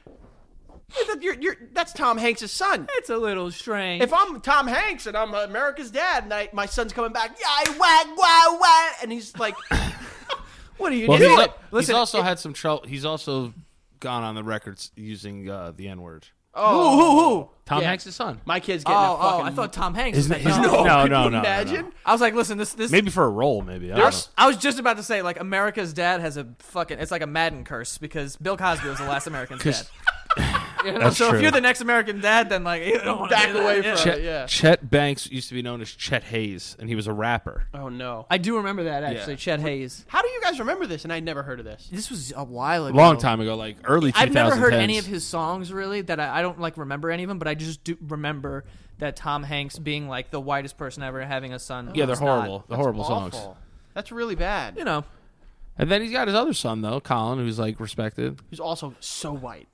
Speaker 1: you're, you're, that's Tom Hanks' son.
Speaker 2: It's a little strange.
Speaker 1: If I'm Tom Hanks and I'm America's dad, and I, my son's coming back, yeah, wag, wag, wag, and he's like, "What are you
Speaker 3: Well,
Speaker 1: doing?"
Speaker 3: he's, al-
Speaker 2: Listen,
Speaker 3: he's also had some trouble. He's also gone on the records using uh, the N word.
Speaker 1: oh,
Speaker 3: Tom
Speaker 1: Yeah.
Speaker 3: Hanks' son.
Speaker 1: my kid's
Speaker 2: oh,
Speaker 1: getting a
Speaker 2: oh,
Speaker 1: fucking.
Speaker 2: I thought Tom Hanks.
Speaker 3: Isn't
Speaker 2: was
Speaker 3: it-
Speaker 2: making-
Speaker 3: isn't
Speaker 1: no,
Speaker 3: it- No,
Speaker 1: could
Speaker 3: no,
Speaker 1: you
Speaker 3: no, no, no.
Speaker 1: Imagine
Speaker 2: I was like, listen, this this.
Speaker 3: Maybe for a role, maybe. I don't
Speaker 1: there's
Speaker 3: know.
Speaker 2: I was just about to say, like, America's Dad has a fucking. It's like a Madden curse because Bill Cosby was the last American dad.
Speaker 3: 'Cause-
Speaker 2: You know?
Speaker 3: That's
Speaker 2: so
Speaker 3: true.
Speaker 2: if you're the next American dad, then like you don't wanna
Speaker 1: back
Speaker 2: do that,
Speaker 1: away
Speaker 2: Uh, yeah.
Speaker 1: from
Speaker 3: Chet,
Speaker 1: it. Yeah.
Speaker 3: Chet Banks used to be known as Chet Hayes, and he was a rapper.
Speaker 1: Oh no!
Speaker 2: I do remember that actually,
Speaker 3: Yeah.
Speaker 2: Chet Hayes.
Speaker 1: How do you guys remember this? And I'd never heard of this.
Speaker 2: This was a while
Speaker 3: A
Speaker 2: ago.
Speaker 3: long time ago, like early 2010s.
Speaker 2: I've never heard any of his songs really. That I, I don't like remember any of them, but I just do remember that Tom Hanks being like the whitest person ever, having a son.
Speaker 3: Yeah, they're
Speaker 2: who's not.
Speaker 3: horrible. They're horrible
Speaker 1: Awful.
Speaker 3: songs.
Speaker 1: That's really bad.
Speaker 2: You know,
Speaker 3: And then he's got his other son though, Colin, who's like respected.
Speaker 1: Who's also so white.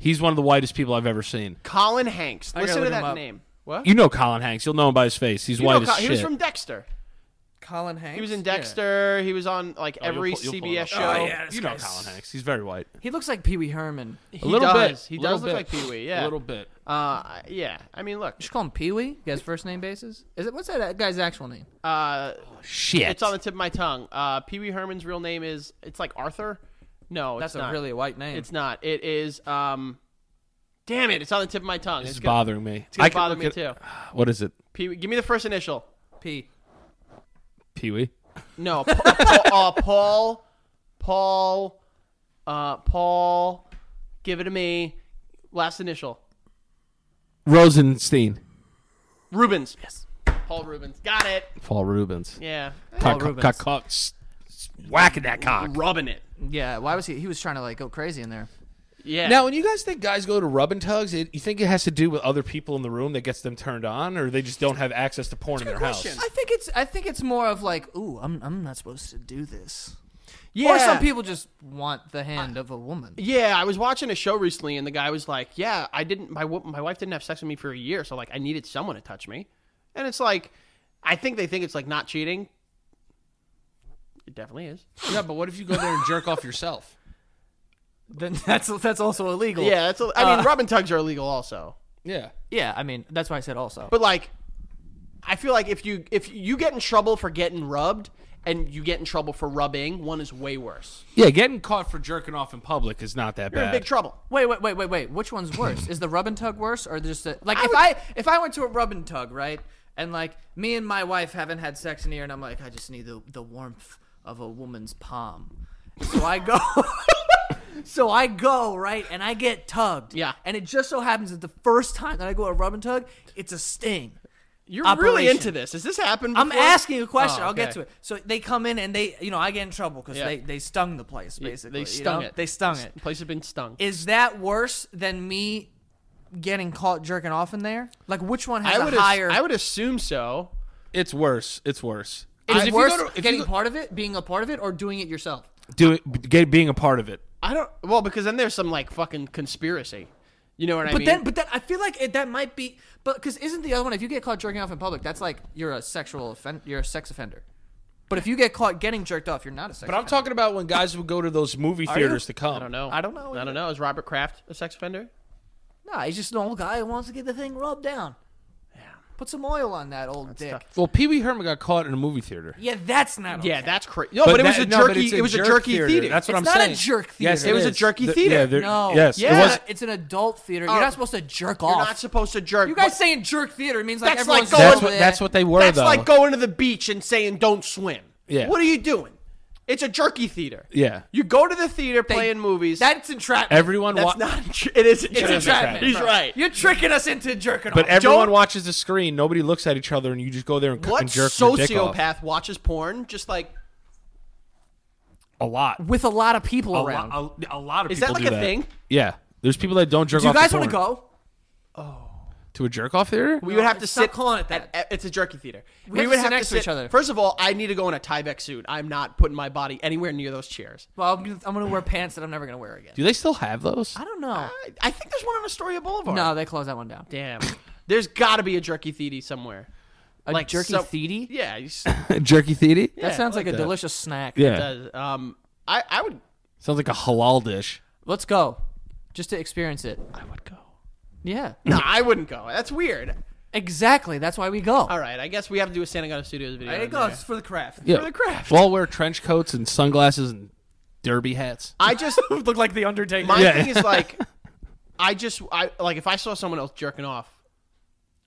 Speaker 3: He's one of the whitest people I've ever seen.
Speaker 1: Colin Hanks.
Speaker 2: gotta
Speaker 1: Listen to
Speaker 2: look him
Speaker 1: that
Speaker 2: up.
Speaker 1: name. What?
Speaker 3: You know Colin Hanks. You'll know him by his face. He's
Speaker 1: You know
Speaker 3: white as
Speaker 1: Col-
Speaker 3: shit.
Speaker 1: he was from Dexter.
Speaker 2: Colin Hanks.
Speaker 1: He was in
Speaker 2: Yeah.
Speaker 1: Dexter. He was on like
Speaker 3: Oh, you'll
Speaker 1: every
Speaker 3: pull- you'll pull it
Speaker 1: CBS
Speaker 3: up.
Speaker 1: show.
Speaker 2: Oh, yeah, this
Speaker 3: you know
Speaker 2: guy's-
Speaker 3: Colin Hanks. He's very white.
Speaker 2: He looks like Pee Wee Herman. You
Speaker 1: He
Speaker 3: A little
Speaker 1: does.
Speaker 3: bit.
Speaker 1: He
Speaker 3: Little
Speaker 1: does look
Speaker 3: bit.
Speaker 1: like Pee Wee. Yeah.
Speaker 3: A little bit.
Speaker 1: Uh, yeah. I mean, look.
Speaker 2: should call him Pee Wee. You guys, first name basis. Is it what's that guy's actual name?
Speaker 1: Uh,
Speaker 3: Shit.
Speaker 1: it's on the tip of my tongue. Uh, Pee Wee Herman's real name is it's like Arthur. No, it's
Speaker 2: That's
Speaker 1: not.
Speaker 2: a really white name.
Speaker 1: It's not. It is. Um, damn it! It's on the tip of my tongue.
Speaker 3: this
Speaker 1: it's
Speaker 3: is
Speaker 1: gonna,
Speaker 3: bothering me.
Speaker 1: It's gonna
Speaker 3: I can
Speaker 1: bother
Speaker 3: look
Speaker 1: me
Speaker 3: at-
Speaker 1: too.
Speaker 3: What is it?
Speaker 1: Pee Wee. Give me the first initial.
Speaker 2: Pete.
Speaker 3: Pee Wee.
Speaker 1: No, Pa- uh, Paul, Paul, uh, Paul. Give it to me. Last initial.
Speaker 3: Rosenstein.
Speaker 1: Rubens. Yes. Paul Rubens. Got it.
Speaker 3: Paul Rubens.
Speaker 1: Yeah.
Speaker 3: Cock,
Speaker 2: Paul Rubens.
Speaker 3: cock, cock, s- s- Whacking that cock.
Speaker 1: Rubbing it.
Speaker 2: Yeah, why was he? He was trying to like go crazy in there.
Speaker 1: Yeah.
Speaker 3: Now, when you guys think guys go to rub and tugs, it, you think it has to do with other people in the room that gets them turned on, or they just don't have access to porn in their
Speaker 1: question.
Speaker 3: house?
Speaker 2: I think it's I think it's more of like, ooh, I'm I'm not supposed to do this.
Speaker 1: yeah.
Speaker 2: Or some people just want the hand of a woman.
Speaker 1: Yeah, I was watching a show recently, and the guy was like, "Yeah, I didn't. My wo- my wife didn't have sex with me for a year, so like I needed someone to touch me." And it's like, I think they think it's like not cheating. It definitely is.
Speaker 3: Yeah, but what if you go there and jerk off yourself?
Speaker 2: Then that's that's also illegal.
Speaker 1: Yeah, that's. A,
Speaker 2: uh,
Speaker 1: I mean, rub and tugs are illegal also,
Speaker 3: Yeah.
Speaker 2: yeah. I mean, that's why I said also.
Speaker 1: but like, I feel like if you if you get in trouble for getting rubbed and you get in trouble for rubbing, one is way worse.
Speaker 3: Yeah, getting caught for jerking off in public is not that
Speaker 1: You're
Speaker 3: bad.
Speaker 1: in big trouble.
Speaker 2: Wait, wait, wait, wait, wait. Which one's worse? Is the rub and tug worse, or just the, like
Speaker 1: I
Speaker 2: if
Speaker 1: would-
Speaker 2: I if I went to a rub and tug, right? And like me and my wife haven't had sex in a year, and I'm like, I just need the the warmth of a woman's palm. So I go, so I go right, and I get tugged.
Speaker 1: Yeah.
Speaker 2: And it just so happens that the first time that I go to a rub and tug, it's a sting.
Speaker 1: You're really
Speaker 2: Operation.
Speaker 1: into this. Has this happened?
Speaker 2: I'm
Speaker 1: before?
Speaker 2: asking a question.
Speaker 1: Oh,
Speaker 2: I'll get
Speaker 1: okay.
Speaker 2: to it. So they come in and they, you know, I get in trouble because
Speaker 1: Yeah.
Speaker 2: they they stung the place
Speaker 1: They-
Speaker 2: basically.
Speaker 1: they
Speaker 2: you
Speaker 1: stung
Speaker 2: know?
Speaker 1: it.
Speaker 2: They stung it
Speaker 1: The place has been stung.
Speaker 2: is that worse than me getting caught jerking off in there? Like, which one has
Speaker 1: I
Speaker 2: a
Speaker 1: would. ass-
Speaker 2: higher?
Speaker 1: I would assume so.
Speaker 3: It's worse. It's worse.
Speaker 2: is
Speaker 3: 'Cause
Speaker 2: it
Speaker 3: if
Speaker 2: worse
Speaker 3: you go to, if
Speaker 2: getting
Speaker 3: you go,
Speaker 2: part of it, being a part of it, or doing it yourself?
Speaker 3: do it, get, being a part of it.
Speaker 1: I don't. Well, because then there's some like fucking conspiracy. You know what I
Speaker 2: But
Speaker 1: mean?
Speaker 2: then, but then I feel like it, that might be, but because isn't the other one if you get caught jerking off in public, that's like you're a sexual offender, you're a sex offender. But if you get caught getting jerked off, you're not a sex.
Speaker 3: But I'm talking about when guys would go to those movie theaters to come.
Speaker 1: I don't know.
Speaker 2: I don't know
Speaker 1: I
Speaker 2: either.
Speaker 1: don't know. Is Robert Kraft a sex offender?
Speaker 2: Nah, he's just an old guy who wants to get the thing rubbed down. Yeah. Put some oil on that old dick.
Speaker 1: tough.
Speaker 3: Well, Pee Wee Herman got caught in a movie theater.
Speaker 2: Yeah, that's not.
Speaker 1: Yeah,
Speaker 2: okay.
Speaker 1: that's crazy. No, but, it was
Speaker 3: that-
Speaker 1: a
Speaker 3: no, but
Speaker 1: jerky.
Speaker 3: it's
Speaker 1: it was
Speaker 3: jerk
Speaker 1: a jerky theater.
Speaker 3: That's what
Speaker 2: It's
Speaker 3: I'm
Speaker 2: not a
Speaker 3: saying.
Speaker 2: jerk
Speaker 3: Yes,
Speaker 2: theater. It
Speaker 1: was a
Speaker 3: is.
Speaker 1: jerky
Speaker 3: The-
Speaker 1: theater.
Speaker 3: Yeah, there-
Speaker 2: No.
Speaker 3: Yes,
Speaker 1: Yeah.
Speaker 3: it was.
Speaker 2: It's an adult theater.
Speaker 1: Oh.
Speaker 2: You're not supposed to jerk
Speaker 1: You're
Speaker 2: off.
Speaker 1: not supposed to jerk.
Speaker 2: You guys
Speaker 1: What-
Speaker 2: saying jerk theater means like
Speaker 1: That's
Speaker 2: everyone's
Speaker 1: like
Speaker 2: going
Speaker 3: That's
Speaker 1: going-
Speaker 2: over
Speaker 3: what
Speaker 2: there.
Speaker 3: that's what they were
Speaker 1: that's
Speaker 3: though.
Speaker 1: like going to the beach and saying don't swim.
Speaker 3: Yeah.
Speaker 1: What are you doing? It's a jerky theater.
Speaker 3: Yeah.
Speaker 1: You go to the theater playing movies.
Speaker 2: That's entrapment.
Speaker 3: Everyone
Speaker 1: that's
Speaker 3: wa-
Speaker 1: not. It is.
Speaker 2: it's entrapment.
Speaker 1: He's
Speaker 2: bro.
Speaker 1: right.
Speaker 2: You're tricking us into jerking
Speaker 3: But
Speaker 2: off.
Speaker 3: everyone
Speaker 1: Don't-
Speaker 3: watches the screen. Nobody looks at each other, and you just go there and, c-
Speaker 1: What
Speaker 3: and jerk your dick off.
Speaker 1: sociopath watches porn? Just like
Speaker 3: A lot.
Speaker 2: With a lot of people
Speaker 3: A,
Speaker 2: around.
Speaker 3: lo- a, a lot of
Speaker 1: Is that
Speaker 3: people
Speaker 1: like
Speaker 3: do
Speaker 1: a thing?
Speaker 3: Yeah. There's people that don't jerk
Speaker 2: Do you
Speaker 3: off.
Speaker 2: guys want
Speaker 3: want
Speaker 2: to go?
Speaker 3: to a jerk off theater?
Speaker 1: We would have to
Speaker 2: stop
Speaker 1: sit.
Speaker 2: calling it
Speaker 1: at- it's a jerky theater. We,
Speaker 2: have to
Speaker 1: would
Speaker 2: sit
Speaker 1: have
Speaker 2: next
Speaker 1: to
Speaker 2: to
Speaker 1: sit,
Speaker 2: each other.
Speaker 1: First of all, I need to go in a Tyvek suit. I'm not putting my body anywhere near those chairs.
Speaker 2: Well, I'm gonna, I'm gonna wear pants that I'm never gonna wear again.
Speaker 3: Do they still have those?
Speaker 2: I don't know.
Speaker 1: I, I think there's one on Astoria Boulevard.
Speaker 2: no, they closed that one down.
Speaker 1: damn. There's got to be a jerky theater somewhere.
Speaker 2: A
Speaker 1: Like
Speaker 2: jerky
Speaker 1: some-
Speaker 2: theedy?
Speaker 1: Yeah, you s-
Speaker 3: jerky theater?
Speaker 1: yeah,
Speaker 2: that sounds
Speaker 1: I
Speaker 2: like,
Speaker 1: like
Speaker 2: a
Speaker 1: that.
Speaker 2: delicious snack.
Speaker 3: Yeah.
Speaker 1: does. Um, I I would
Speaker 3: Sounds like a halal dish.
Speaker 2: Let's go, just to experience it.
Speaker 1: I would go.
Speaker 2: Yeah,
Speaker 1: No, I wouldn't go. That's weird.
Speaker 2: exactly. That's why we go.
Speaker 1: All right, I guess we have to do a Santa Gato Studios video.
Speaker 2: There
Speaker 1: in
Speaker 2: you go.
Speaker 1: there.
Speaker 2: It's for the craft.
Speaker 3: Yeah.
Speaker 1: For the craft.
Speaker 3: We'll all wear trench coats and sunglasses and derby hats.
Speaker 1: I just
Speaker 2: Look like the Undertaker.
Speaker 1: my
Speaker 3: Yeah.
Speaker 1: thing is like, I just I like if I saw someone else jerking off,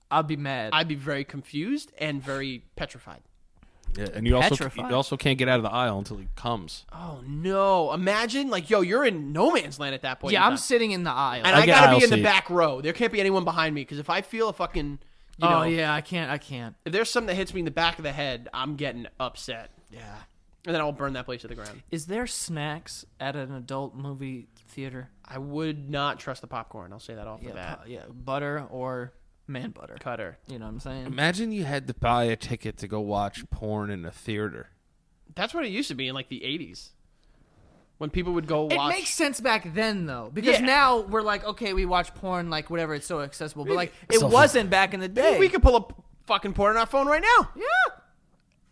Speaker 2: I'd be mad.
Speaker 1: I'd be very confused and very petrified.
Speaker 3: Yeah, and you also
Speaker 2: Petrified.
Speaker 3: you also can't get out of the aisle until he comes.
Speaker 1: Oh no! Imagine like, yo, you're in no man's land at that point. in
Speaker 2: yeah, I'm
Speaker 1: time.
Speaker 2: sitting in the aisle.
Speaker 1: and
Speaker 3: I
Speaker 1: I,
Speaker 3: get
Speaker 1: gotta
Speaker 3: aisle
Speaker 1: be in the
Speaker 3: seat.
Speaker 1: back row. There can't be anyone behind me because if I feel a fucking, you
Speaker 2: oh
Speaker 1: know,
Speaker 2: yeah, I can't. I can't.
Speaker 1: if there's something that hits me in the back of the head, I'm getting upset,
Speaker 2: Yeah.
Speaker 1: and then I'll burn that place to the ground.
Speaker 2: Is there snacks at an adult movie theater?
Speaker 1: I would not trust the popcorn. I'll say that off the
Speaker 2: Yeah,
Speaker 1: bat.
Speaker 2: po- yeah, butter or man butter.
Speaker 1: Cutter.
Speaker 2: You know what I'm saying?
Speaker 3: Imagine you had to buy a ticket to go watch porn in a theater.
Speaker 1: That's what it used to be in like the '80s, when people would go
Speaker 2: It
Speaker 1: watch.
Speaker 2: makes sense back then though, because
Speaker 1: Yeah.
Speaker 2: now we're like, okay, we watch porn, like whatever, it's so accessible. But like, it
Speaker 3: So-
Speaker 2: wasn't back in the day.
Speaker 1: We could pull up fucking porn on our phone right now.
Speaker 2: yeah,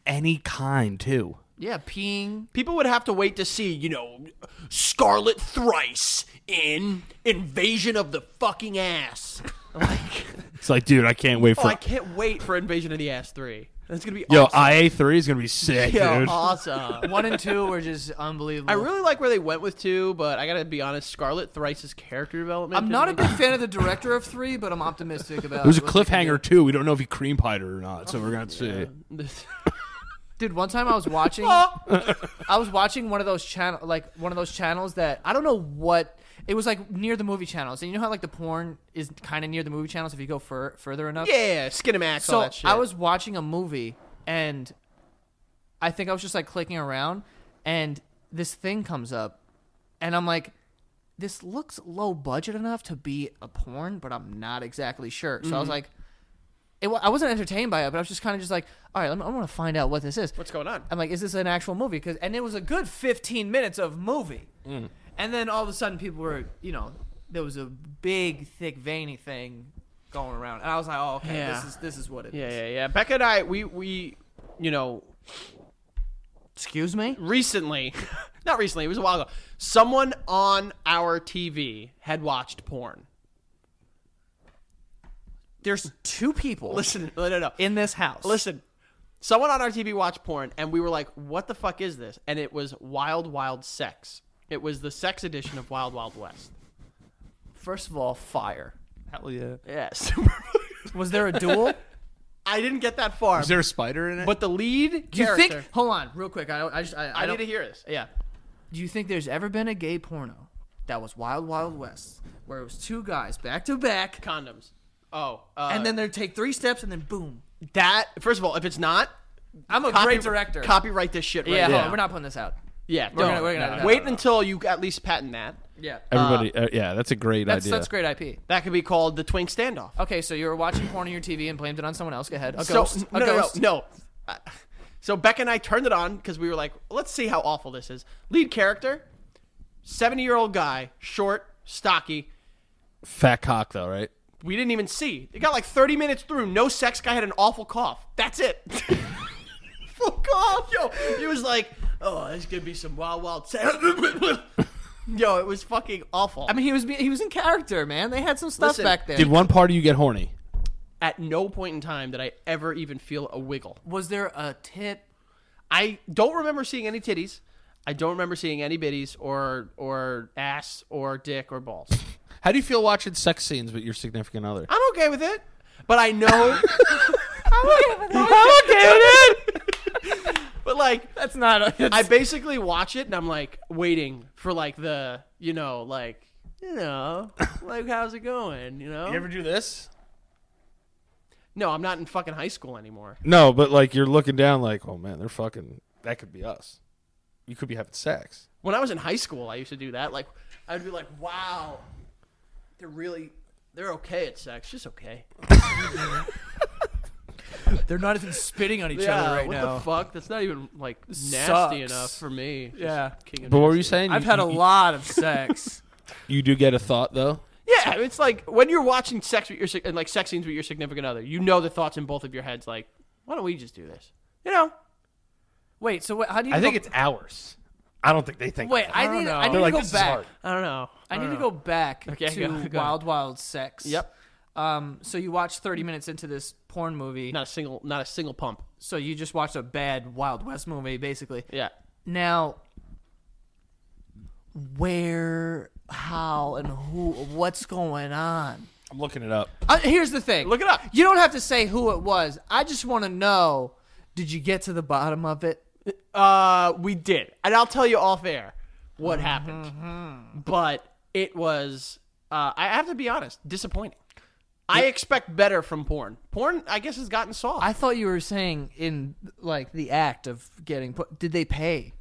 Speaker 3: Any kind too.
Speaker 2: yeah, peeing.
Speaker 1: People would have to wait to see, you know, Scarlet Thrice in Invasion of the Fucking Ass. Like,
Speaker 3: It's like, dude, I can't wait
Speaker 1: oh,
Speaker 3: for
Speaker 1: I can't wait for Invasion of the Ass three. That's gonna be
Speaker 3: Yo,
Speaker 1: awesome.
Speaker 3: IA three is gonna be sick,
Speaker 1: Yo,
Speaker 3: dude.
Speaker 2: oh,
Speaker 1: awesome.
Speaker 2: One and two were just unbelievable.
Speaker 1: I really like where they went with two, but I gotta be honest, Scarlet Thrice's character development.
Speaker 2: I'm
Speaker 1: didn't
Speaker 2: not a
Speaker 1: make-
Speaker 2: big fan of the director of three, but I'm optimistic about.
Speaker 3: It was a
Speaker 2: what they can do.
Speaker 3: cliffhanger too. We don't know if he cream pied her or not, so we're gonna see.
Speaker 2: Dude, one time I was watching,
Speaker 1: Oh.
Speaker 2: I was watching one of those channel, like one of those channels that I don't know what it was like near the movie channels, and you know how like the porn is kind of near the movie channels if you go fur- further enough.
Speaker 1: yeah, Skinamax, all
Speaker 2: So
Speaker 1: that shit.
Speaker 2: I was watching a movie, and I think I was just like clicking around, and this thing comes up, and I'm like, this looks low budget enough to be a porn, but I'm not exactly sure. So I was
Speaker 1: Mm-hmm.
Speaker 2: like. It, wa- I wasn't entertained by it, but I was just kind of just like, all right, I'm, I want to find out what this is.
Speaker 1: What's going on?
Speaker 2: I'm like, is this an actual movie? Cause, and it was a good 15 minutes of movie.
Speaker 1: Mm-hmm.
Speaker 2: And then all of a sudden, people were, you know, there was a big, thick, veiny thing going around, and I was like, oh, okay,
Speaker 1: Yeah.
Speaker 2: this is this is what it is.
Speaker 1: Yeah, yeah, yeah. Becca and I, we we, you know,
Speaker 2: Excuse me.
Speaker 1: recently, not recently, it was a while ago. Someone on our TV had watched porn.
Speaker 2: There's two people
Speaker 1: Listen, no, no, no.
Speaker 2: in this house.
Speaker 1: Listen, someone on our TV watched porn, and we were like, "What the fuck is this?" And it was Wild Wild Sex. It was the sex edition of Wild Wild West.
Speaker 2: First of all, fire.
Speaker 3: Hell yeah.
Speaker 1: Yes.
Speaker 2: Was there a duel?
Speaker 1: I didn't get that far,
Speaker 3: Is there a spider in it?
Speaker 1: but the lead
Speaker 2: Do you
Speaker 1: character.
Speaker 2: think? Hold on, real quick. I I just I, I,
Speaker 1: I
Speaker 2: don't,
Speaker 1: need to hear this.
Speaker 2: Yeah. Do you think there's ever been a gay porno that was Wild Wild West, where it was two guys back to back,
Speaker 1: Condoms. Oh, uh,
Speaker 2: and then they take three steps, and then boom.
Speaker 1: that. First of all, if it's not.
Speaker 2: I'm a
Speaker 1: Copy,
Speaker 2: great director.
Speaker 1: Copyright this shit right
Speaker 2: Yeah,
Speaker 1: now.
Speaker 2: hold on, we're not putting this out.
Speaker 1: Yeah,
Speaker 2: We're gonna-
Speaker 1: don't.
Speaker 2: we're gonna-
Speaker 1: No,
Speaker 2: no,
Speaker 1: wait
Speaker 2: no, no.
Speaker 1: until you at least patent that.
Speaker 2: Yeah.
Speaker 3: Everybody, uh, yeah, that's a great
Speaker 2: That's
Speaker 3: idea.
Speaker 2: that's great IP.
Speaker 1: That could be called the twink standoff.
Speaker 2: Okay, so you were watching porn on your TV and blamed it on someone else. Go ahead. A
Speaker 1: so
Speaker 2: ghost.
Speaker 1: no,
Speaker 2: a
Speaker 1: no, no,
Speaker 2: ghost.
Speaker 1: no. Uh, So Beck and I turned it on because we were like, let's see how awful this is. Lead character, seventy-year-old guy, short, stocky.
Speaker 3: Fat cock though, right?
Speaker 1: We didn't even see. It got like thirty minutes through. No sex. Guy had an awful cough. That's it. Full cough, yo. He was like, oh, there's gonna be some wild, wild sex. yo, it was fucking awful.
Speaker 2: I mean, he was be- he was in character, man. They had some stuff
Speaker 1: Listen,
Speaker 2: back there.
Speaker 3: Did one part of you get horny?
Speaker 1: at no point in time did I ever even feel a wiggle.
Speaker 2: was there a tit?
Speaker 1: I don't remember seeing any titties. I don't remember seeing any bitties or or ass or dick or balls.
Speaker 3: How do you feel watching sex scenes with your significant other?
Speaker 1: I'm okay with it, but I know.
Speaker 2: I'm okay with it.
Speaker 1: but like,
Speaker 2: That's not. A,
Speaker 1: I basically watch it and I'm like waiting for like the you know like you know like how's it going you know.
Speaker 3: do this?
Speaker 1: no, I'm not in fucking high school anymore.
Speaker 3: No, but like you're looking down, like, oh man, they're fucking. That could be us. You could be having sex.
Speaker 1: When I was in high school, I used to do that. Like, I'd be like, wow, they're really They're okay at sex, just okay.
Speaker 2: They're not even spitting on each
Speaker 1: yeah,
Speaker 2: other right
Speaker 1: what
Speaker 2: now.
Speaker 1: the fuck? That's not even like nasty
Speaker 2: Sucks.
Speaker 1: enough for me. Just
Speaker 2: Yeah.
Speaker 1: king of
Speaker 3: But what were you
Speaker 1: nasty.
Speaker 3: saying?
Speaker 2: I've
Speaker 3: You-
Speaker 2: had a
Speaker 3: you-
Speaker 2: lot of sex.
Speaker 3: You do get a thought though.
Speaker 1: Yeah, it's like when you're watching sex with your sig- and like sex scenes with your significant other, you know the thoughts in both of your heads. Like, why don't we just do this? You know,
Speaker 2: Wait, so what, how do you?
Speaker 4: I think
Speaker 2: go-
Speaker 4: it's ours. I don't think they think.
Speaker 2: Wait, I, Uh,
Speaker 1: don't
Speaker 2: need.
Speaker 1: know.
Speaker 2: I need
Speaker 1: They're
Speaker 2: to
Speaker 4: like,
Speaker 2: go
Speaker 4: this is
Speaker 2: back.
Speaker 4: hard.
Speaker 1: I don't know.
Speaker 2: I need to go back
Speaker 1: Okay,
Speaker 2: to
Speaker 1: go- go.
Speaker 2: Wild Wild Sex.
Speaker 1: Yep.
Speaker 2: Um. So you watch 30 minutes into this porn movie.
Speaker 1: Not a single, not a single pump.
Speaker 2: So you just watched a bad Wild West movie, basically.
Speaker 1: Yeah.
Speaker 2: Now, where, how, and who? What's going on?
Speaker 3: I'm looking it up.
Speaker 2: Uh, here's the thing.
Speaker 1: Look it up.
Speaker 2: You don't have to say who it was. I just want to know. Did you get to the bottom of it?
Speaker 1: Uh, we did, and I'll tell you off air what
Speaker 2: Mm-hmm,
Speaker 1: happened. But it was, uh, I have to be honest, disappointing. I expect better from porn. Porn, I guess, has gotten soft.
Speaker 2: I thought you were saying in like the act of getting put. Did they pay?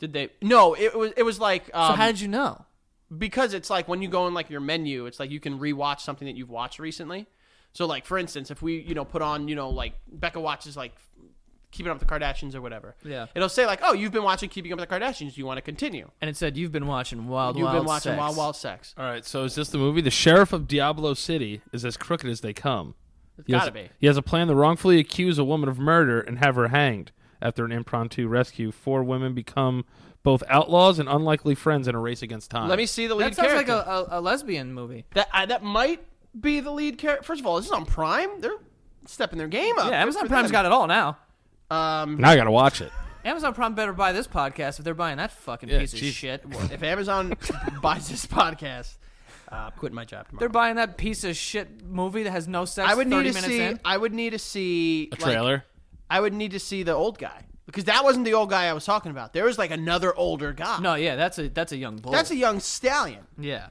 Speaker 1: did they? No, it was, it was like um,
Speaker 2: So how did you know?
Speaker 1: because it's like when you go in like your menu, it's like you can rewatch something that you've watched recently. So like for instance, if we you know put on you know like Becca watches like Keeping Up with the Kardashians or whatever,
Speaker 2: Yeah.
Speaker 1: it'll say like oh you've been watching Keeping Up with the Kardashians, do you want to continue?
Speaker 2: And it said you've been watching Wild
Speaker 1: You've
Speaker 2: Wild
Speaker 1: been watching
Speaker 2: Sex."
Speaker 1: Wild Wild Sex.
Speaker 3: All right, so is this the movie? The sheriff of Diablo City is as crooked as they come. It's
Speaker 1: gotta be.
Speaker 3: He has a plan to wrongfully accuse a woman of murder and have her hanged. After an impromptu rescue, four women become both outlaws and unlikely friends in a race against time.
Speaker 1: Let me see the lead
Speaker 2: That sounds
Speaker 1: character.
Speaker 2: like a, a, a lesbian movie.
Speaker 1: that I, that might be the lead character. First of all, this is on Prime. They're stepping their game up.
Speaker 2: Yeah, Amazon Prime's got it all now.
Speaker 1: got um.
Speaker 3: now I gotta watch it.
Speaker 2: Amazon Prime better buy this podcast if they're buying that fucking piece of
Speaker 3: jeez.
Speaker 2: shit.
Speaker 1: If Amazon buys this podcast, uh, I'm quitting my job tomorrow.
Speaker 2: They're buying that piece of shit movie that has no sex.
Speaker 1: I would need
Speaker 2: 30
Speaker 1: to
Speaker 2: minutes
Speaker 1: see.
Speaker 2: in.
Speaker 1: I would need to see
Speaker 3: A
Speaker 1: like,
Speaker 3: trailer.
Speaker 1: I would need to see the old guy because that wasn't the old guy I was talking about. There was like another older guy.
Speaker 2: No, yeah, that's a that's a young bull.
Speaker 1: that's a young stallion,
Speaker 2: yeah.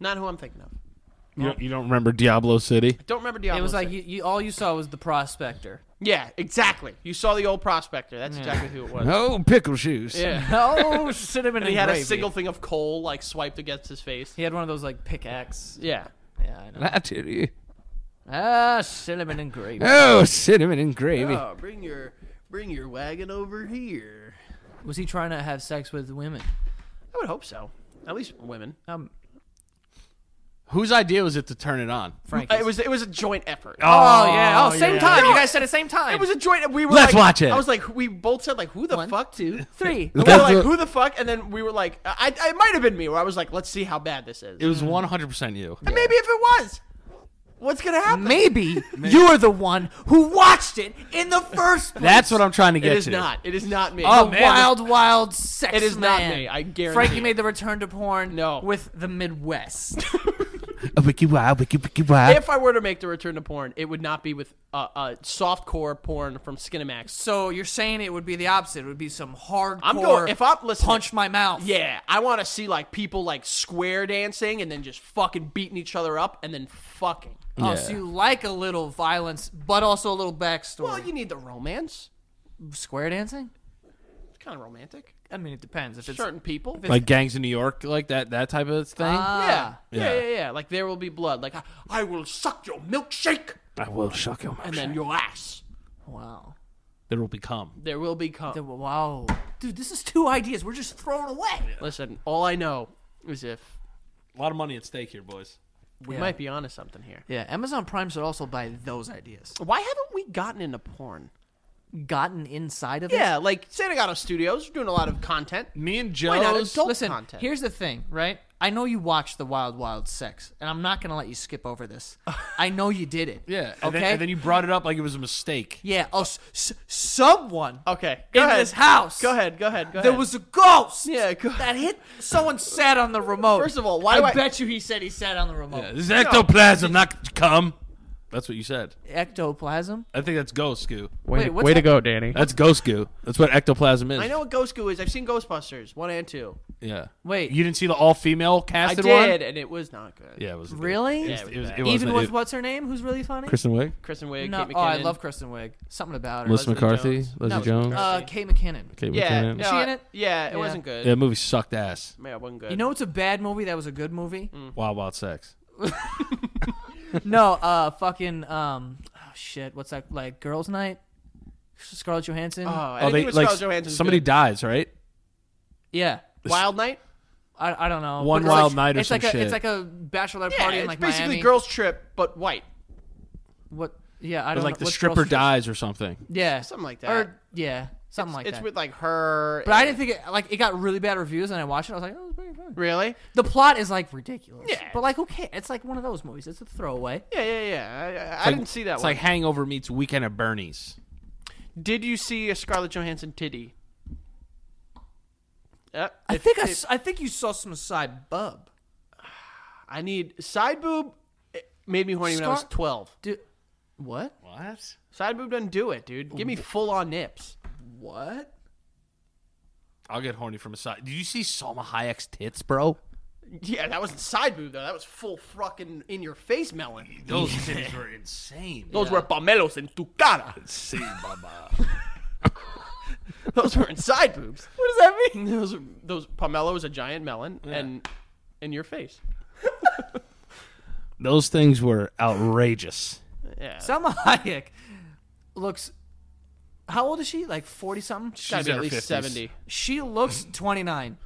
Speaker 1: not who I'm thinking of.
Speaker 3: you, don't, you don't remember Diablo City?
Speaker 1: Don't remember Diablo.
Speaker 2: It was like
Speaker 1: City.
Speaker 2: you, you, all you saw was the prospector.
Speaker 1: yeah, exactly. You saw the old prospector. That's exactly who it was.
Speaker 3: Oh, pickle shoes.
Speaker 1: Yeah,
Speaker 2: Oh, cinnamon and
Speaker 1: he had a
Speaker 2: gravy.
Speaker 1: single thing of coal like swiped against his face.
Speaker 2: He had one of those like pickaxe.
Speaker 1: Yeah,
Speaker 2: Yeah, I know.
Speaker 3: Latte.
Speaker 2: Ah, cinnamon and gravy.
Speaker 3: Oh, cinnamon and gravy.
Speaker 1: Oh, bring your bring your wagon over here.
Speaker 2: Was he trying to have sex with women?
Speaker 1: I would hope so. At least women.
Speaker 2: Um,
Speaker 3: Whose idea was it to turn it on?
Speaker 2: Frank.
Speaker 1: Uh, It was it was a joint effort.
Speaker 2: Oh, yeah. Oh, same
Speaker 3: yeah.
Speaker 2: time. You guys said it same time.
Speaker 1: It was a joint. We were
Speaker 3: Let's
Speaker 1: like-
Speaker 3: watch it.
Speaker 1: I was like, we both said like, who the
Speaker 2: One,
Speaker 1: fuck, dude? And
Speaker 2: three.
Speaker 1: we were
Speaker 3: That's
Speaker 1: like,
Speaker 3: what-
Speaker 1: who the fuck? And then we were like, I, I it might have been me where I was like, let's see how bad this is.
Speaker 3: It was 100% you.
Speaker 1: and maybe if it was, what's gonna happen?
Speaker 2: Maybe you are the one who watched it in the first place.
Speaker 3: That's what I'm trying to
Speaker 1: It
Speaker 3: get
Speaker 1: is
Speaker 3: to.
Speaker 1: not. It is not me.
Speaker 2: the
Speaker 3: Oh, man.
Speaker 2: wild, wild sex.
Speaker 1: It is not
Speaker 2: man.
Speaker 1: me, I guarantee
Speaker 2: Frankie
Speaker 1: it.
Speaker 2: made the return to porn.
Speaker 1: No.
Speaker 2: with the Midwest.
Speaker 3: A wiki wow, wiki wiki wow.
Speaker 1: if I were to make the return to porn, it would not be with uh, uh, softcore porn from Skinemax.
Speaker 2: so you're saying it would be the opposite. It would be some hardcore.
Speaker 1: I'm going. If I'm listening,
Speaker 2: punch my mouth.
Speaker 1: Yeah, I want to see like people like square dancing and then just fucking beating each other up and then fucking.
Speaker 2: Oh,
Speaker 3: Yeah.
Speaker 2: so you like a little violence, but also a little backstory.
Speaker 1: Well, you need the romance.
Speaker 2: Square dancing?
Speaker 1: It's kind of romantic.
Speaker 2: I mean, it depends. If it's
Speaker 1: Certain people.
Speaker 3: Like gangs in New York, like that that type of thing.
Speaker 1: yeah. Ah. yeah,
Speaker 3: Yeah.
Speaker 1: yeah, yeah, Like there will be blood. Like I, I will suck your milkshake
Speaker 3: I will shock him.
Speaker 1: and then your ass.
Speaker 2: wow,
Speaker 3: There will become.
Speaker 1: There will be cum.
Speaker 2: The- wow, dude, this is two ideas we're just throwing away.
Speaker 1: Listen, all I know is if
Speaker 3: A lot of money at stake here, boys.
Speaker 1: we
Speaker 2: Yeah.
Speaker 1: might be onto something here.
Speaker 2: Yeah, Amazon Prime should also buy those ideas.
Speaker 1: Why haven't we gotten into porn?
Speaker 2: Gotten inside of it.
Speaker 1: Yeah, like Santa Gato Studios are doing a lot of content.
Speaker 3: Me and
Speaker 1: Why not
Speaker 3: Joe's.
Speaker 1: adult
Speaker 2: Listen,
Speaker 1: content?
Speaker 2: here's the thing, right? I know you watched the Wild Wild Sex, and I'm not gonna let you skip over this. I know you did it.
Speaker 3: Yeah. And,
Speaker 2: Okay.
Speaker 3: then, and then you brought it up like it was a mistake.
Speaker 2: yeah. Oh, s- s- someone
Speaker 1: okay, go
Speaker 2: in
Speaker 1: ahead.
Speaker 2: this house.
Speaker 1: Go ahead, go ahead, Oh, go
Speaker 2: There
Speaker 1: ahead.
Speaker 2: was a ghost.
Speaker 1: Yeah, go-
Speaker 2: That hit. Someone sat on the remote.
Speaker 1: First of all, why do
Speaker 2: I
Speaker 1: I-
Speaker 2: bet you he said he sat on the remote.
Speaker 3: This is ectoplasm, not cum. That's what you said.
Speaker 2: Ectoplasm.
Speaker 3: I think that's ghost goo.
Speaker 1: Way,
Speaker 2: Wait, what's way to that?
Speaker 1: go, Danny.
Speaker 3: That's ghost goo. That's what ectoplasm is.
Speaker 1: I know what Ghost Goo is. I've seen Ghostbusters one and two.
Speaker 3: Yeah.
Speaker 2: Wait.
Speaker 3: You didn't see the all female
Speaker 1: I
Speaker 3: casted
Speaker 1: did,
Speaker 3: one?
Speaker 1: and it was not good.
Speaker 3: Yeah, it was
Speaker 2: Really?
Speaker 3: It was,
Speaker 1: Yeah,
Speaker 3: it was, it
Speaker 2: Even
Speaker 3: wasn't-
Speaker 2: with
Speaker 3: it-
Speaker 2: what's her name? Who's really funny?
Speaker 3: Kristen Wiig,
Speaker 1: Kristen Wiig,
Speaker 2: no.
Speaker 1: Kate McKinnon.
Speaker 2: Oh, I love Kristen Wiig. Something about her.
Speaker 3: Liz
Speaker 1: Leslie
Speaker 3: McCarthy,
Speaker 1: Jones.
Speaker 3: Leslie
Speaker 2: no,
Speaker 3: Jones,
Speaker 2: Uh, Kate McKinnon.
Speaker 3: Kate
Speaker 1: Yeah,
Speaker 3: McKinnon.
Speaker 1: no,
Speaker 2: Is she in it?
Speaker 1: Yeah, it
Speaker 2: Yeah.
Speaker 1: wasn't good.
Speaker 3: Yeah, that movie sucked ass.
Speaker 1: Yeah, it wasn't good. Mm.
Speaker 2: You know, it's a bad movie that was a good movie.
Speaker 3: Wild Wild Sex.
Speaker 2: no, uh, fucking, um, oh shit, what's that like? Girls' night, Scarlett Johansson.
Speaker 1: Oh, I think it was Scarlett Johansson's
Speaker 3: somebody
Speaker 1: good.
Speaker 3: dies, right?
Speaker 2: yeah,
Speaker 1: Wild Night.
Speaker 2: I, I don't know.
Speaker 3: One
Speaker 2: But it's like-
Speaker 3: Wild Night or
Speaker 2: it's like
Speaker 3: some
Speaker 2: a,
Speaker 3: shit.
Speaker 2: It's like a bachelorette
Speaker 1: Yeah,
Speaker 2: party in
Speaker 1: it's
Speaker 2: like
Speaker 1: basically
Speaker 2: Miami.
Speaker 1: Girls Trip, but white.
Speaker 2: What? Yeah, I
Speaker 3: But
Speaker 2: don't
Speaker 3: like
Speaker 2: know.
Speaker 3: the
Speaker 2: what
Speaker 3: stripper
Speaker 2: girls-
Speaker 3: dies or something.
Speaker 2: Yeah,
Speaker 1: Something like that.
Speaker 2: Or yeah, something like
Speaker 1: it's
Speaker 2: that.
Speaker 1: with like her.
Speaker 2: but I didn't think it like it got really bad reviews, and I watched it. I was like, oh, it's pretty fun.
Speaker 1: really.
Speaker 2: The plot is like ridiculous.
Speaker 1: Yeah.
Speaker 2: but like okay, it's like one of those movies. It's a throwaway.
Speaker 1: Yeah, yeah, yeah. I, I, I
Speaker 3: Like-
Speaker 1: didn't see that
Speaker 3: It's
Speaker 1: one.
Speaker 3: like Hangover meets Weekend at Bernie's.
Speaker 1: Did you see a Scarlett Johansson titty? Uh,
Speaker 2: I
Speaker 1: if-
Speaker 2: think I,
Speaker 1: if-
Speaker 2: s- I think you saw some side bub.
Speaker 1: I need side boob. It made me horny when I was
Speaker 2: Scar-
Speaker 1: twelve.
Speaker 2: Dude, what?
Speaker 3: What?
Speaker 1: Side boob doesn't do it, dude. Give me full on nips.
Speaker 2: What?
Speaker 3: I'll get horny from a side. Did you see Salma Hayek's tits, bro?
Speaker 1: Yeah, that wasn't side boob though. That was full fucking in your face melon.
Speaker 3: Those titties were insane.
Speaker 1: Those were pamelos en tu cara.
Speaker 3: See, Baba.
Speaker 1: Those were inside boobs.
Speaker 2: What does that mean?
Speaker 1: Those are, those pomelo is a giant melon and in your face.
Speaker 3: Those things were outrageous.
Speaker 1: Yeah.
Speaker 2: Selma Hayek looks. How old is she? Like forty something.
Speaker 1: Gotta
Speaker 3: She's
Speaker 1: be at
Speaker 3: in her
Speaker 1: least
Speaker 3: 50s.
Speaker 1: seventy.
Speaker 2: She looks twenty nine.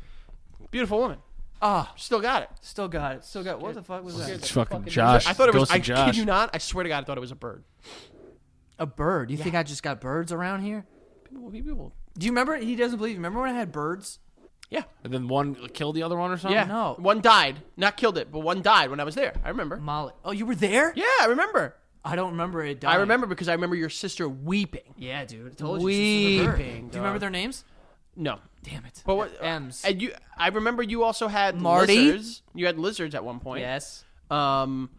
Speaker 1: Beautiful woman.
Speaker 2: Ah,
Speaker 1: Still got it.
Speaker 2: still got it. Still got. What the fuck was that?
Speaker 3: It's fucking, Josh.
Speaker 1: I thought it was.
Speaker 3: Goes to
Speaker 1: I
Speaker 3: Josh.
Speaker 1: kid you not. I swear to God, I thought it was a bird.
Speaker 2: A bird. You think I just got birds around here?
Speaker 1: People, people.
Speaker 2: Do you remember? He doesn't believe. Remember when I had birds?
Speaker 1: Yeah.
Speaker 3: And then one killed the other one or something.
Speaker 1: Yeah.
Speaker 2: no.
Speaker 1: One died. Not killed it, but one died when I was there. I remember.
Speaker 2: Molly. Oh, you were there?
Speaker 1: Yeah, I remember.
Speaker 2: I don't remember it.
Speaker 1: I
Speaker 2: dying.
Speaker 1: remember because I remember your sister weeping.
Speaker 2: Yeah, dude. I told you.
Speaker 1: Weeping.
Speaker 2: sisters are bird. Do you remember their names?
Speaker 1: No.
Speaker 2: Damn it.
Speaker 1: But what?
Speaker 2: M's.
Speaker 1: And you, I remember you also had
Speaker 2: Marty?
Speaker 1: lizards. You had lizards at one point.
Speaker 2: yes.
Speaker 1: Um,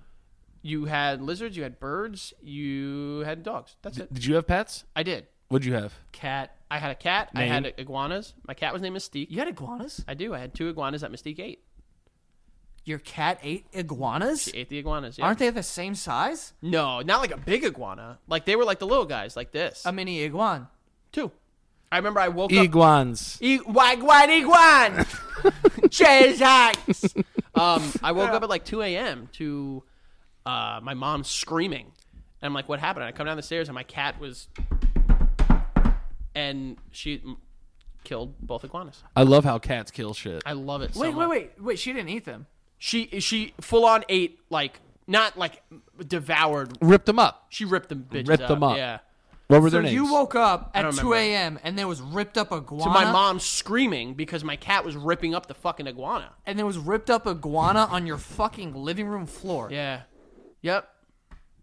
Speaker 1: you had lizards. You had birds. You had dogs. That's it.
Speaker 3: Did you have pets?
Speaker 1: I did.
Speaker 3: What'd you have?
Speaker 2: Cat.
Speaker 1: I had a cat.
Speaker 3: Name?
Speaker 1: I had iguanas. My cat was named Mystique.
Speaker 2: You had iguanas?
Speaker 1: I do. I had two iguanas that Mystique ate.
Speaker 2: Your cat ate iguanas?
Speaker 1: She ate the iguanas. Yeah.
Speaker 2: Aren't they the same size?
Speaker 1: No, not like a big iguana. Like they were like the little guys, like this.
Speaker 2: A mini iguan.
Speaker 1: two. I remember I woke up.
Speaker 3: Iguans.
Speaker 1: I- Wagwan iguan. Jesus. Um, I woke up at like 2 a.m. to uh, my mom screaming, and I'm like, "What happened?" And I come down the stairs, and my cat was, and she m- killed both iguanas.
Speaker 3: I love how cats kill shit.
Speaker 1: I love it. so
Speaker 2: Wait,
Speaker 1: much.
Speaker 2: wait, wait, wait. She didn't eat them.
Speaker 1: She she full on ate like not like devoured.
Speaker 3: Ripped them up.
Speaker 1: She ripped them bitches
Speaker 3: Ripped
Speaker 1: up.
Speaker 3: them up.
Speaker 1: Yeah.
Speaker 3: What were
Speaker 2: So
Speaker 3: their names?
Speaker 2: you woke up at
Speaker 1: don't
Speaker 2: 2
Speaker 1: remember.
Speaker 2: a.m. and there was ripped up iguana.
Speaker 1: to my
Speaker 3: Uh-huh.
Speaker 1: mom screaming because my cat was ripping up the fucking iguana.
Speaker 2: And there was ripped up iguana on your fucking living room floor.
Speaker 1: Yeah. Yep.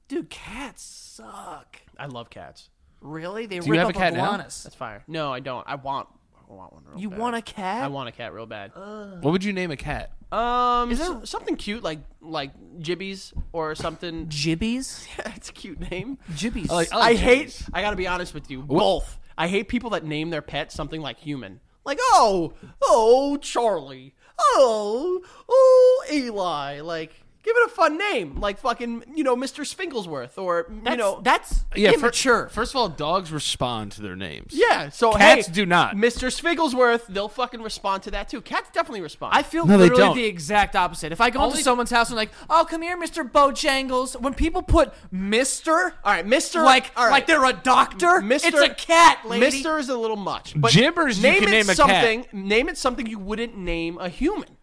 Speaker 2: Dude, cats suck.
Speaker 1: I love cats.
Speaker 2: Really? They
Speaker 3: you
Speaker 2: rip
Speaker 3: have a
Speaker 2: up
Speaker 3: cat now?
Speaker 2: iguanas.
Speaker 1: That's fire. No, I don't. I want I want one real
Speaker 2: You
Speaker 1: bad.
Speaker 2: want a cat?
Speaker 1: I want a cat real bad.
Speaker 3: what would you name a cat?
Speaker 1: um, is
Speaker 2: there-
Speaker 1: there something cute like like Jibbies or something?
Speaker 2: Jibbies?
Speaker 1: That's a cute name.
Speaker 2: Jibbies.
Speaker 3: I like-
Speaker 1: I
Speaker 3: Jibbies.
Speaker 1: hate. I gotta be honest with you. Both. I hate people that name their pet something like human. Like oh oh Charlie oh oh Eli. Like give it a fun name. Like fucking you know Mr. Spinklesworth or
Speaker 2: that's,
Speaker 1: you know
Speaker 2: that's
Speaker 3: fir-
Speaker 2: immature.
Speaker 3: first of all, dogs respond to their names.
Speaker 1: Yeah, so
Speaker 3: Cats
Speaker 1: hey,
Speaker 3: do not.
Speaker 1: Mr. Spigglesworth, they'll fucking respond to that too. Cats definitely respond.
Speaker 2: I feel
Speaker 3: No, they
Speaker 2: literally
Speaker 3: don't.
Speaker 2: the exact opposite. If I go into
Speaker 1: Only-
Speaker 2: someone's house and like, oh, come here, Mister Bojangles. When people put Mister,
Speaker 1: all right, Mr.
Speaker 2: like
Speaker 1: all right,
Speaker 2: like they're a doctor,
Speaker 1: Mr.
Speaker 2: it's a cat, lady.
Speaker 1: Mr. is a little much. But
Speaker 3: Gibbers you
Speaker 1: name
Speaker 3: can
Speaker 1: it
Speaker 3: name a cat.
Speaker 1: something. Name it something you wouldn't name a human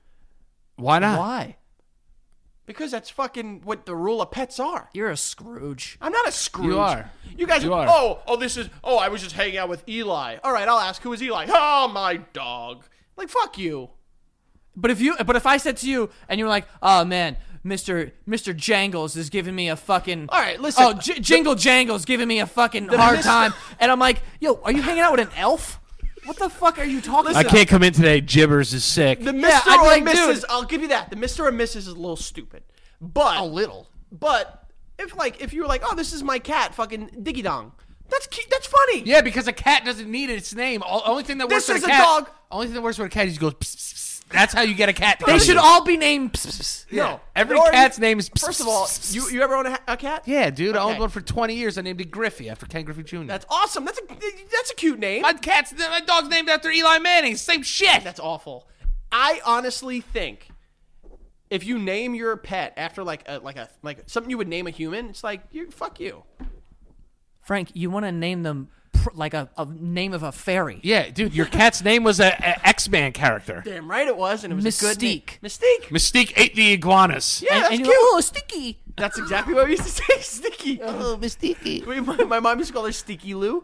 Speaker 3: Why not?
Speaker 2: Why?
Speaker 1: because that's fucking what the rule of pets are.
Speaker 2: You're a Scrooge.
Speaker 1: I'm not a Scrooge.
Speaker 3: You are.
Speaker 1: You guys
Speaker 3: You are.
Speaker 1: Oh, oh, this is. Oh, I was just hanging out with Eli. All right, I'll ask who is Eli. Oh, my dog. Like fuck you.
Speaker 2: But if you, but if I said to you, and you're like, oh man, Mister Mister Jangles is giving me a fucking.
Speaker 1: All right, listen.
Speaker 2: Oh, J- Jingle Jangles giving me a fucking hard
Speaker 1: Mr.
Speaker 2: time, and I'm like, yo, are you hanging out with an elf? What the fuck are you talking?
Speaker 3: I
Speaker 2: about?
Speaker 3: can't come in today. Gibbers is sick.
Speaker 1: The Mr.
Speaker 2: Yeah, I'd
Speaker 1: or
Speaker 2: like,
Speaker 1: Mrs.
Speaker 2: dude-
Speaker 1: I'll give you that. The Mr. or Mrs. is a little stupid, but
Speaker 2: a little.
Speaker 1: But if like if you were like, oh, this is my cat, fucking Diggy Dong, that's cute. That's funny.
Speaker 3: yeah, because a cat doesn't need its name. O- only thing that
Speaker 1: This
Speaker 3: works
Speaker 1: is
Speaker 3: with a
Speaker 1: a
Speaker 3: cat.
Speaker 1: dog.
Speaker 3: Only thing that works with a cat is you go. Pss, pss, pss. That's how you get a cat. to
Speaker 2: They
Speaker 3: come
Speaker 2: should
Speaker 3: in.
Speaker 2: all be named. Pss, pss.
Speaker 1: No.
Speaker 3: Every
Speaker 1: Or you-
Speaker 3: cat's name is.
Speaker 1: First of all, you you ever own a, ha- a cat?
Speaker 3: Yeah, dude. I owned
Speaker 1: Okay.
Speaker 3: one for 20 years. I named it Griffey after Ken Griffey Jr.
Speaker 1: That's awesome. That's a that's a cute name.
Speaker 3: my cat's my dog's named after Eli Manning. Same shit.
Speaker 1: that's awful. I honestly think If you name your pet after like a like a like something you would name a human, it's like you fuck you.
Speaker 2: Frank, you want to name them pr- like a, a name of a fairy.
Speaker 3: Yeah, dude, your cat's name was a, a X Man character.
Speaker 1: Damn right it was, and it was a good name.
Speaker 2: Mystique.
Speaker 1: Mystique.
Speaker 3: Mystique ate the iguanas.
Speaker 1: Yeah, that's
Speaker 2: and, and
Speaker 1: cute.
Speaker 2: you're like, oh, sticky.
Speaker 1: That's exactly what we used to say, Sticky. Oh, Miss Sticky. My, my mom used to call her Sticky Lou,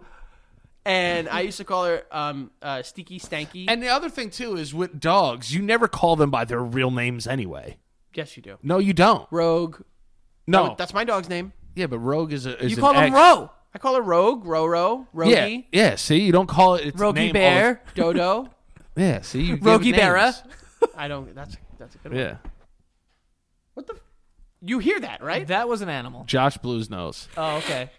Speaker 1: and I used to call her um, uh, Sticky Stanky.
Speaker 3: And the other thing too is with dogs, you never call them by their real names anyway.
Speaker 1: yes, you do.
Speaker 3: No, you don't.
Speaker 1: Rogue.
Speaker 3: No,
Speaker 1: Oh, that's my dog's name.
Speaker 3: yeah, but Rogue is a. Is
Speaker 2: You
Speaker 3: an
Speaker 2: call them
Speaker 3: ex-
Speaker 2: Ro.
Speaker 1: I call her Rogue, Roro,
Speaker 3: Yeah,
Speaker 1: Rogie,
Speaker 3: yeah. See, you don't call it. Its name
Speaker 2: Rogie
Speaker 3: all
Speaker 2: Bear.
Speaker 1: Dodo.
Speaker 3: the- yeah, see, you give it
Speaker 2: Rogie
Speaker 3: names.
Speaker 2: Berra.
Speaker 1: I don't. That's that's a good one.
Speaker 3: Yeah,
Speaker 1: What the? F- you hear that right?
Speaker 2: That was an animal.
Speaker 3: Josh Blue's nose.
Speaker 2: Oh, okay.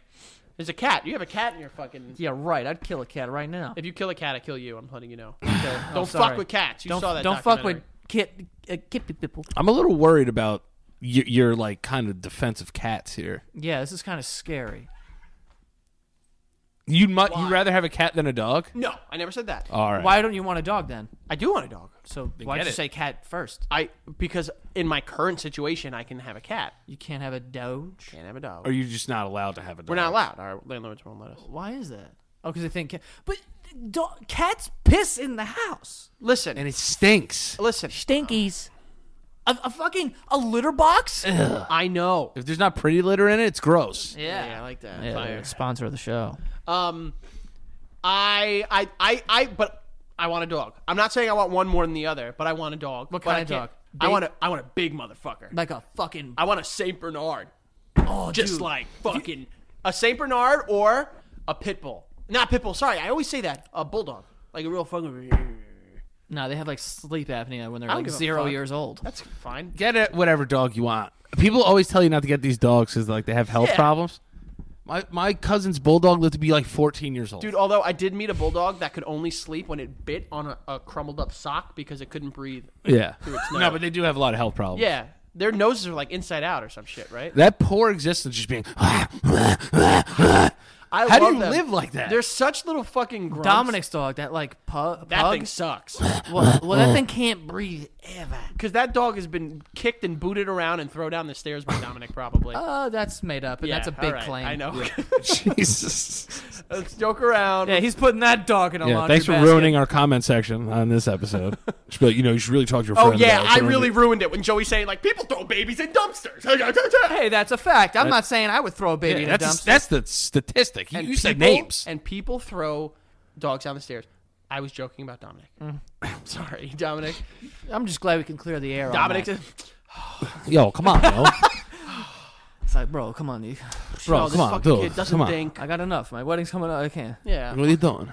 Speaker 1: There's a cat. You have a cat in your fucking.
Speaker 2: Yeah, right. I'd kill a cat right now.
Speaker 1: If you kill a cat, I kill you. I'm letting you know. don't fuck
Speaker 2: Oh, sorry.
Speaker 1: with cats. You
Speaker 2: don't
Speaker 1: saw that.
Speaker 2: don't fuck with
Speaker 1: documentary.
Speaker 2: kit uh, kit people.
Speaker 3: I'm a little worried about your, your like kind of defensive cats here.
Speaker 2: Yeah, this is kind of scary.
Speaker 3: You might
Speaker 1: Why?
Speaker 3: you rather have a cat than a dog?
Speaker 1: No, I never said that.
Speaker 3: All right.
Speaker 2: Why don't you want a dog then?
Speaker 1: I do want a dog.
Speaker 2: So why'd
Speaker 3: get
Speaker 2: you
Speaker 3: it.
Speaker 2: say cat first?
Speaker 1: I because in my current situation, I can have a cat.
Speaker 2: You can't have a doge.
Speaker 1: Can't have a dog.
Speaker 3: Are you just not allowed to have a dog?
Speaker 1: We're not allowed. Our landlords won't let us.
Speaker 2: Why is that? Oh, because they think cat. But dog, cats piss in the house.
Speaker 1: Listen,
Speaker 3: And it stinks.
Speaker 1: listen.
Speaker 2: Stinkies. A, a fucking a litter box. Yeah,
Speaker 1: I know.
Speaker 3: If there's not pretty litter in it, it's gross.
Speaker 1: Yeah, I like that.
Speaker 2: Yeah,
Speaker 1: Fire.
Speaker 2: sponsor of the show.
Speaker 1: Um, I, I, I, I, but I want a dog. I'm not saying I want one more than the other, but I want a dog. What
Speaker 2: kind of dog?
Speaker 1: I want a, I want a big motherfucker.
Speaker 2: Like a fucking
Speaker 1: I want a Saint Bernard,
Speaker 2: oh,
Speaker 1: just
Speaker 2: dude.
Speaker 1: like fucking a Saint Bernard or a pit bull. Not pit bull. Sorry, I always say that. A bulldog, like a real fucking.
Speaker 2: No, they have like sleep apnea when they're
Speaker 1: don't
Speaker 2: like
Speaker 1: give a
Speaker 2: zero
Speaker 1: fuck.
Speaker 2: years old.
Speaker 1: That's fine.
Speaker 3: Get it whatever dog you want. People always tell you not to get these dogs because like they have health
Speaker 1: Yeah.
Speaker 3: problems. My my cousin's bulldog lived to be like 14 years old.
Speaker 1: Dude, although I did meet a bulldog that could only sleep when it bit on a, a crumbled up sock because it couldn't breathe.
Speaker 3: yeah.
Speaker 1: its
Speaker 3: No,
Speaker 1: nose.
Speaker 3: but they do have a lot of health problems.
Speaker 1: Yeah, their noses are like inside out or some shit, right?
Speaker 3: That poor existence just being.
Speaker 1: I
Speaker 3: How do
Speaker 1: love
Speaker 3: you
Speaker 1: them.
Speaker 3: live like that?
Speaker 1: They're such little fucking grunts.
Speaker 2: Dominic's dog, that like pug.
Speaker 1: that
Speaker 2: pug?
Speaker 1: thing sucks
Speaker 2: Well, well, that thing can't breathe ever.
Speaker 1: because that dog has been kicked and booted around and thrown down the stairs by Dominic probably.
Speaker 3: Uh,
Speaker 2: Oh, that's made up, and
Speaker 1: Yeah,
Speaker 2: that's a big
Speaker 1: alright,
Speaker 2: claim.
Speaker 1: I know.
Speaker 3: Jesus.
Speaker 1: Let's joke around.
Speaker 2: Yeah, he's putting that dog in a
Speaker 3: Yeah,
Speaker 2: laundry
Speaker 3: thanks for
Speaker 2: basket.
Speaker 3: ruining our comment section on this episode. Just be like, you know, you should really talk to your
Speaker 1: Oh
Speaker 3: friend.
Speaker 1: yeah,
Speaker 3: about it.
Speaker 1: I really ruined it when Joey saying like people throw babies in dumpsters.
Speaker 2: Hey, that's a fact. I'm not saying I would throw a baby
Speaker 3: Yeah,
Speaker 2: in a
Speaker 3: that's,
Speaker 2: dumpster.
Speaker 3: that's the statistic. You, you said names.
Speaker 1: and people throw dogs down the stairs. I was joking about Dominic. I'm sorry, Dominic.
Speaker 2: I'm just glad we can clear the air. on
Speaker 1: Dominic,
Speaker 2: that.
Speaker 3: Yo, come on, yo.
Speaker 2: it's like, bro, come on, you-
Speaker 3: Bro,
Speaker 1: no, this
Speaker 3: come on,
Speaker 1: fucking
Speaker 3: dude.
Speaker 1: kid doesn't
Speaker 3: come on.
Speaker 1: think.
Speaker 2: I got enough. My wedding's coming up. I can't.
Speaker 1: Yeah,
Speaker 3: What are you doing?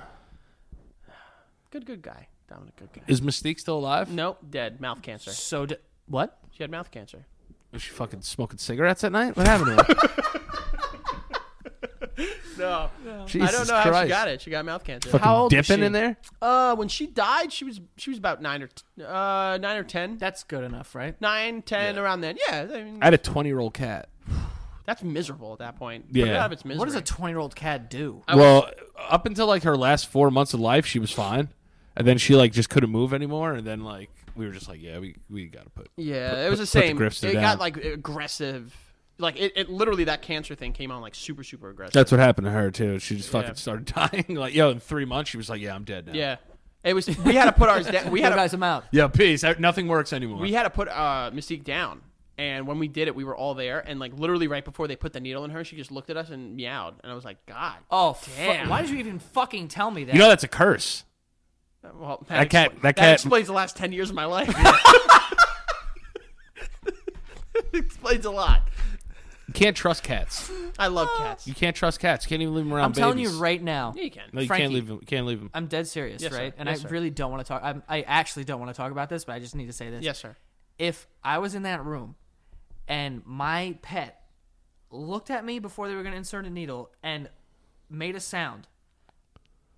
Speaker 1: good, good guy, Dominic. Good guy.
Speaker 3: Is Mystique still alive?
Speaker 1: Nope, dead. Mouth cancer.
Speaker 2: So d- what?
Speaker 1: She had mouth cancer.
Speaker 3: Was she fucking smoking cigarettes at night? What happened to her?
Speaker 1: No,
Speaker 3: Jesus
Speaker 1: I don't know
Speaker 3: Christ.
Speaker 1: how she got it. She got mouth cancer.
Speaker 3: Fucking
Speaker 2: How old was
Speaker 3: dipping
Speaker 2: she?
Speaker 3: in there?
Speaker 1: Uh, when she died, she was she was about nine or t- uh nine or ten.
Speaker 2: That's good enough, right?
Speaker 1: Nine, ten, around then. Yeah, I mean,
Speaker 3: I had a 20 year old cat.
Speaker 1: that's miserable at that point. Put
Speaker 3: Yeah.
Speaker 1: it out of its misery.
Speaker 2: What does a 20 year old cat do?
Speaker 3: well, up until like her last four months of life, she was fine. And then she like just couldn't move anymore. And then like we were just like, yeah, we, we got to put.
Speaker 1: yeah,
Speaker 3: put-
Speaker 1: it was the
Speaker 3: put- put the
Speaker 1: same.
Speaker 3: grifts
Speaker 1: it
Speaker 3: down.
Speaker 1: got like aggressive. Like it, it literally that cancer thing came on like super super aggressive.
Speaker 3: That's what happened to her too. She just fucking started dying. Like, yo, in three months, she was like, yeah, I'm dead now.
Speaker 1: yeah, it was. We had to put ours down. We
Speaker 2: You
Speaker 1: had
Speaker 2: guys,
Speaker 1: to,
Speaker 2: I'm out.
Speaker 3: Yeah, peace. I- Nothing works anymore.
Speaker 1: we had to put uh Mystique down. And when we did it, we were all there. And like literally right before they put the needle in her, she just looked at us and meowed. And I was like, God.
Speaker 2: Oh,
Speaker 1: Damn.
Speaker 2: Fu- why did you even fucking tell me that?
Speaker 3: you know that's a curse.
Speaker 1: Well,
Speaker 3: That cat- that cat-
Speaker 1: explains the last ten years of my life. explains a lot.
Speaker 3: You can't trust cats.
Speaker 1: I love cats.
Speaker 3: You can't trust cats. You can't even leave them around.
Speaker 2: I'm telling you
Speaker 3: babies.
Speaker 2: right now.
Speaker 1: Yeah, you can.
Speaker 3: No, you
Speaker 2: Frankie.
Speaker 3: can't leave them. You can't leave them.
Speaker 2: I'm dead serious,
Speaker 1: Yes, sir.
Speaker 2: right? And
Speaker 1: Yes,
Speaker 2: I
Speaker 1: sir.
Speaker 2: really don't want to talk. I'm, I actually don't want to talk about this, but I just need to say this.
Speaker 1: Yes, sir.
Speaker 2: If I was in that room and my pet looked at me before they were going to insert a needle and made a sound,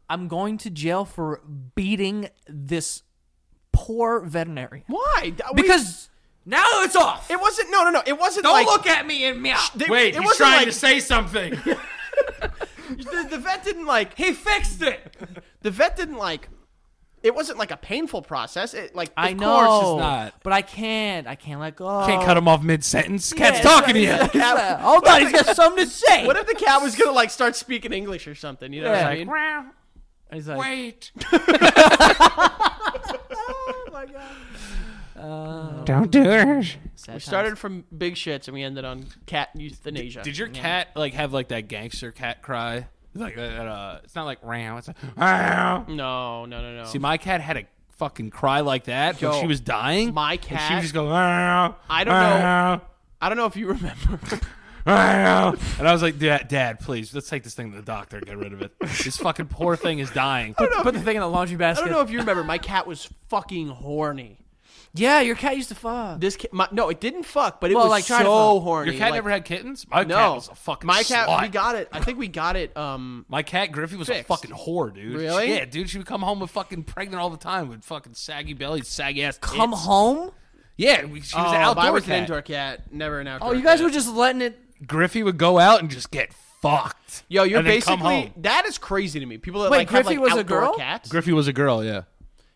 Speaker 2: I'm going to jail for beating this poor veterinarian.
Speaker 1: Why? Th- we-
Speaker 2: Because now it's off.
Speaker 1: it wasn't. No, no, no. It wasn't.
Speaker 2: don't
Speaker 1: like,
Speaker 2: look at me and meow.
Speaker 1: They, it
Speaker 3: he's
Speaker 1: wasn't like,
Speaker 3: say something.
Speaker 1: the, the vet didn't like.
Speaker 2: He fixed it.
Speaker 1: The vet didn't like It wasn't like a painful process. It like
Speaker 2: I
Speaker 1: of
Speaker 2: know,
Speaker 1: course it's
Speaker 3: not.
Speaker 2: but I can't. I can't let go.
Speaker 1: Oh.
Speaker 4: Can't cut him off mid sentence. Cat's
Speaker 2: Yeah,
Speaker 4: talking to you.
Speaker 2: it's like- it's like, Hold on, he's got something to say.
Speaker 1: What if the cat was gonna like start speaking English or something? You know what I mean?
Speaker 2: He's like,
Speaker 3: Wait. Oh
Speaker 1: Uh,
Speaker 4: Don't do it.
Speaker 1: We started from big shits and we ended on cat euthanasia.
Speaker 3: Did your cat like have like that gangster cat cry? Like that? Uh, it's not like ram. It's like, "Meow."
Speaker 1: No, no, no, no.
Speaker 3: see, my cat had a fucking cry like that
Speaker 1: Yo,
Speaker 3: when she was dying.
Speaker 1: my
Speaker 3: and she
Speaker 1: cat-
Speaker 3: would just go. I
Speaker 1: I don't know. I don't know if you remember.
Speaker 3: know. And I was like, Dad, Dad, please, let's take this thing to the doctor. and Get rid of it. this fucking poor thing is dying.
Speaker 2: Put the thing in the laundry
Speaker 1: I
Speaker 2: basket.
Speaker 1: don't know if you remember. My cat was fucking horny.
Speaker 2: Yeah, your cat used to fuck.
Speaker 1: This cat, my, no, it didn't fuck, but it
Speaker 2: Well,
Speaker 1: was
Speaker 2: like, try to
Speaker 1: so
Speaker 2: fuck.
Speaker 1: horny.
Speaker 3: Your cat
Speaker 1: like-
Speaker 3: never had kittens. My
Speaker 1: no.
Speaker 3: cat was a fucking.
Speaker 1: my cat.
Speaker 3: slut.
Speaker 1: We got it. I think we got it. Um,
Speaker 3: My cat Griffey was a
Speaker 1: Fixed.
Speaker 3: fucking whore, dude.
Speaker 1: Really?
Speaker 3: Yeah, dude. She would come home with fucking pregnant all the time with fucking saggy belly, saggy ass.
Speaker 2: Come
Speaker 3: tits.
Speaker 2: home?
Speaker 3: Yeah, we, she was
Speaker 1: oh,
Speaker 3: an
Speaker 1: but I
Speaker 3: outdoor
Speaker 1: was
Speaker 3: cat.
Speaker 1: an indoor cat, never an outdoor.
Speaker 2: Oh, you guys
Speaker 1: cat.
Speaker 2: were just letting it.
Speaker 3: Griffey would go out and just get fucked.
Speaker 1: Yo, you're
Speaker 3: and then come
Speaker 1: basically
Speaker 3: home.
Speaker 1: that is crazy to me. People that
Speaker 2: Wait,
Speaker 1: like have,
Speaker 2: Griffey
Speaker 1: like,
Speaker 2: was a
Speaker 1: outdoor
Speaker 2: girl?
Speaker 1: Cats.
Speaker 3: Griffey was a girl, yeah.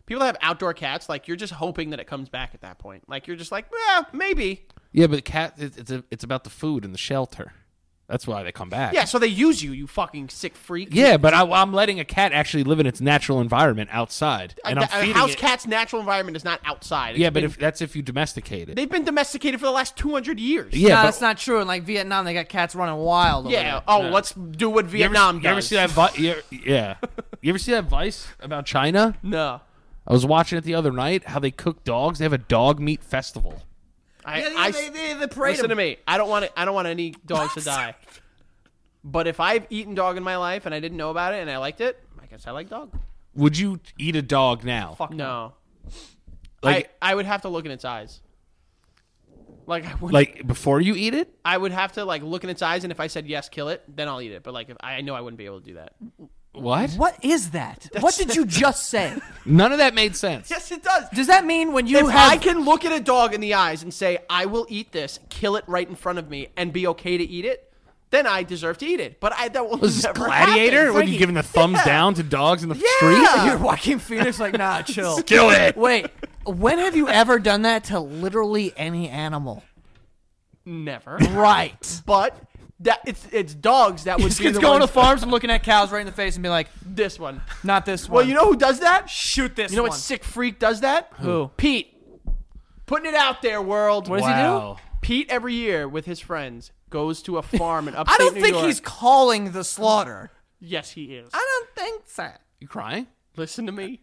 Speaker 1: People that have outdoor cats, like you're just hoping that it comes back at that point. Like you're just like, well, maybe.
Speaker 3: Yeah, but cat, it, it's a, it's about the food and the shelter. That's why they come back.
Speaker 1: Yeah, so they use you, you fucking sick freak.
Speaker 3: Yeah, but I, I'm letting a cat actually live in its natural environment outside,
Speaker 1: A-
Speaker 3: and
Speaker 1: a,
Speaker 3: I'm feeding
Speaker 1: house
Speaker 3: it.
Speaker 1: cat's natural environment is not outside. It's
Speaker 3: yeah, but
Speaker 1: been-
Speaker 3: if that's if you domesticate it.
Speaker 1: they've been domesticated for the last 200 years.
Speaker 3: yeah,
Speaker 2: no,
Speaker 3: but
Speaker 2: that's not true. In like Vietnam, they got cats running wild. Over
Speaker 1: Yeah.
Speaker 2: there.
Speaker 1: Oh, let's do what
Speaker 3: you ever-
Speaker 1: Vietnam
Speaker 3: You ever
Speaker 1: does.
Speaker 3: see that? Vi- you ever- yeah, you ever see that Vice about China?
Speaker 1: No.
Speaker 3: I was watching it the other night. How they cook dogs? They have a dog meat festival.
Speaker 1: I,
Speaker 2: Yeah, they-
Speaker 1: I-
Speaker 2: they- they- they parade
Speaker 1: listen to
Speaker 2: 'em.
Speaker 1: me. I don't want it. I don't want any dogs to die. But if I've eaten dog in my life and I didn't know about it and I liked it, I guess I like dog.
Speaker 3: Would you eat a dog now?
Speaker 2: Fuck
Speaker 1: No,
Speaker 3: Like,
Speaker 1: I, I would have to look in its eyes. Like I would,
Speaker 3: like before you eat it?
Speaker 1: I would have to like look in its eyes, and if I said yes, kill it, then I'll eat it. But like, if I know I wouldn't be able to do that.
Speaker 3: What?
Speaker 2: What is that? what did you just say?
Speaker 3: None of that made sense.
Speaker 1: Yes, it does.
Speaker 2: Does that mean when you
Speaker 1: If
Speaker 2: have
Speaker 1: I can look at a dog in the eyes and say, I will eat this, kill it right in front of me, and be okay to eat it, then I deserve to eat it. But I that will
Speaker 3: Was this
Speaker 1: never
Speaker 3: Gladiator
Speaker 1: happen.
Speaker 3: when you
Speaker 1: Frankie,
Speaker 3: giving the thumbs down to dogs in the
Speaker 2: Yeah,
Speaker 3: street?
Speaker 2: you're Joaquin Phoenix like, nah, chill.
Speaker 3: Kill it.
Speaker 2: Wait, when have you ever done that to literally any animal?
Speaker 1: never.
Speaker 2: Right.
Speaker 1: But that it's it's dogs that would
Speaker 2: Just
Speaker 1: be
Speaker 2: kids
Speaker 1: the
Speaker 2: going to
Speaker 1: ones-
Speaker 2: farms and looking at cows right in the face and be like,
Speaker 1: this one.
Speaker 2: not this one.
Speaker 1: Well, you know who does that?
Speaker 2: shoot this.
Speaker 1: You know
Speaker 2: one.
Speaker 1: what sick freak does that?
Speaker 2: Who?
Speaker 1: Pete. Putting it out there, world. What
Speaker 2: does he do?
Speaker 3: Wow.
Speaker 1: Pete every year with his friends goes to a farm in upstate
Speaker 2: I don't
Speaker 1: New
Speaker 2: think
Speaker 1: York.
Speaker 2: he's calling the slaughter.
Speaker 1: Yes, he is.
Speaker 2: I don't think so.
Speaker 3: You crying?
Speaker 1: Listen to me.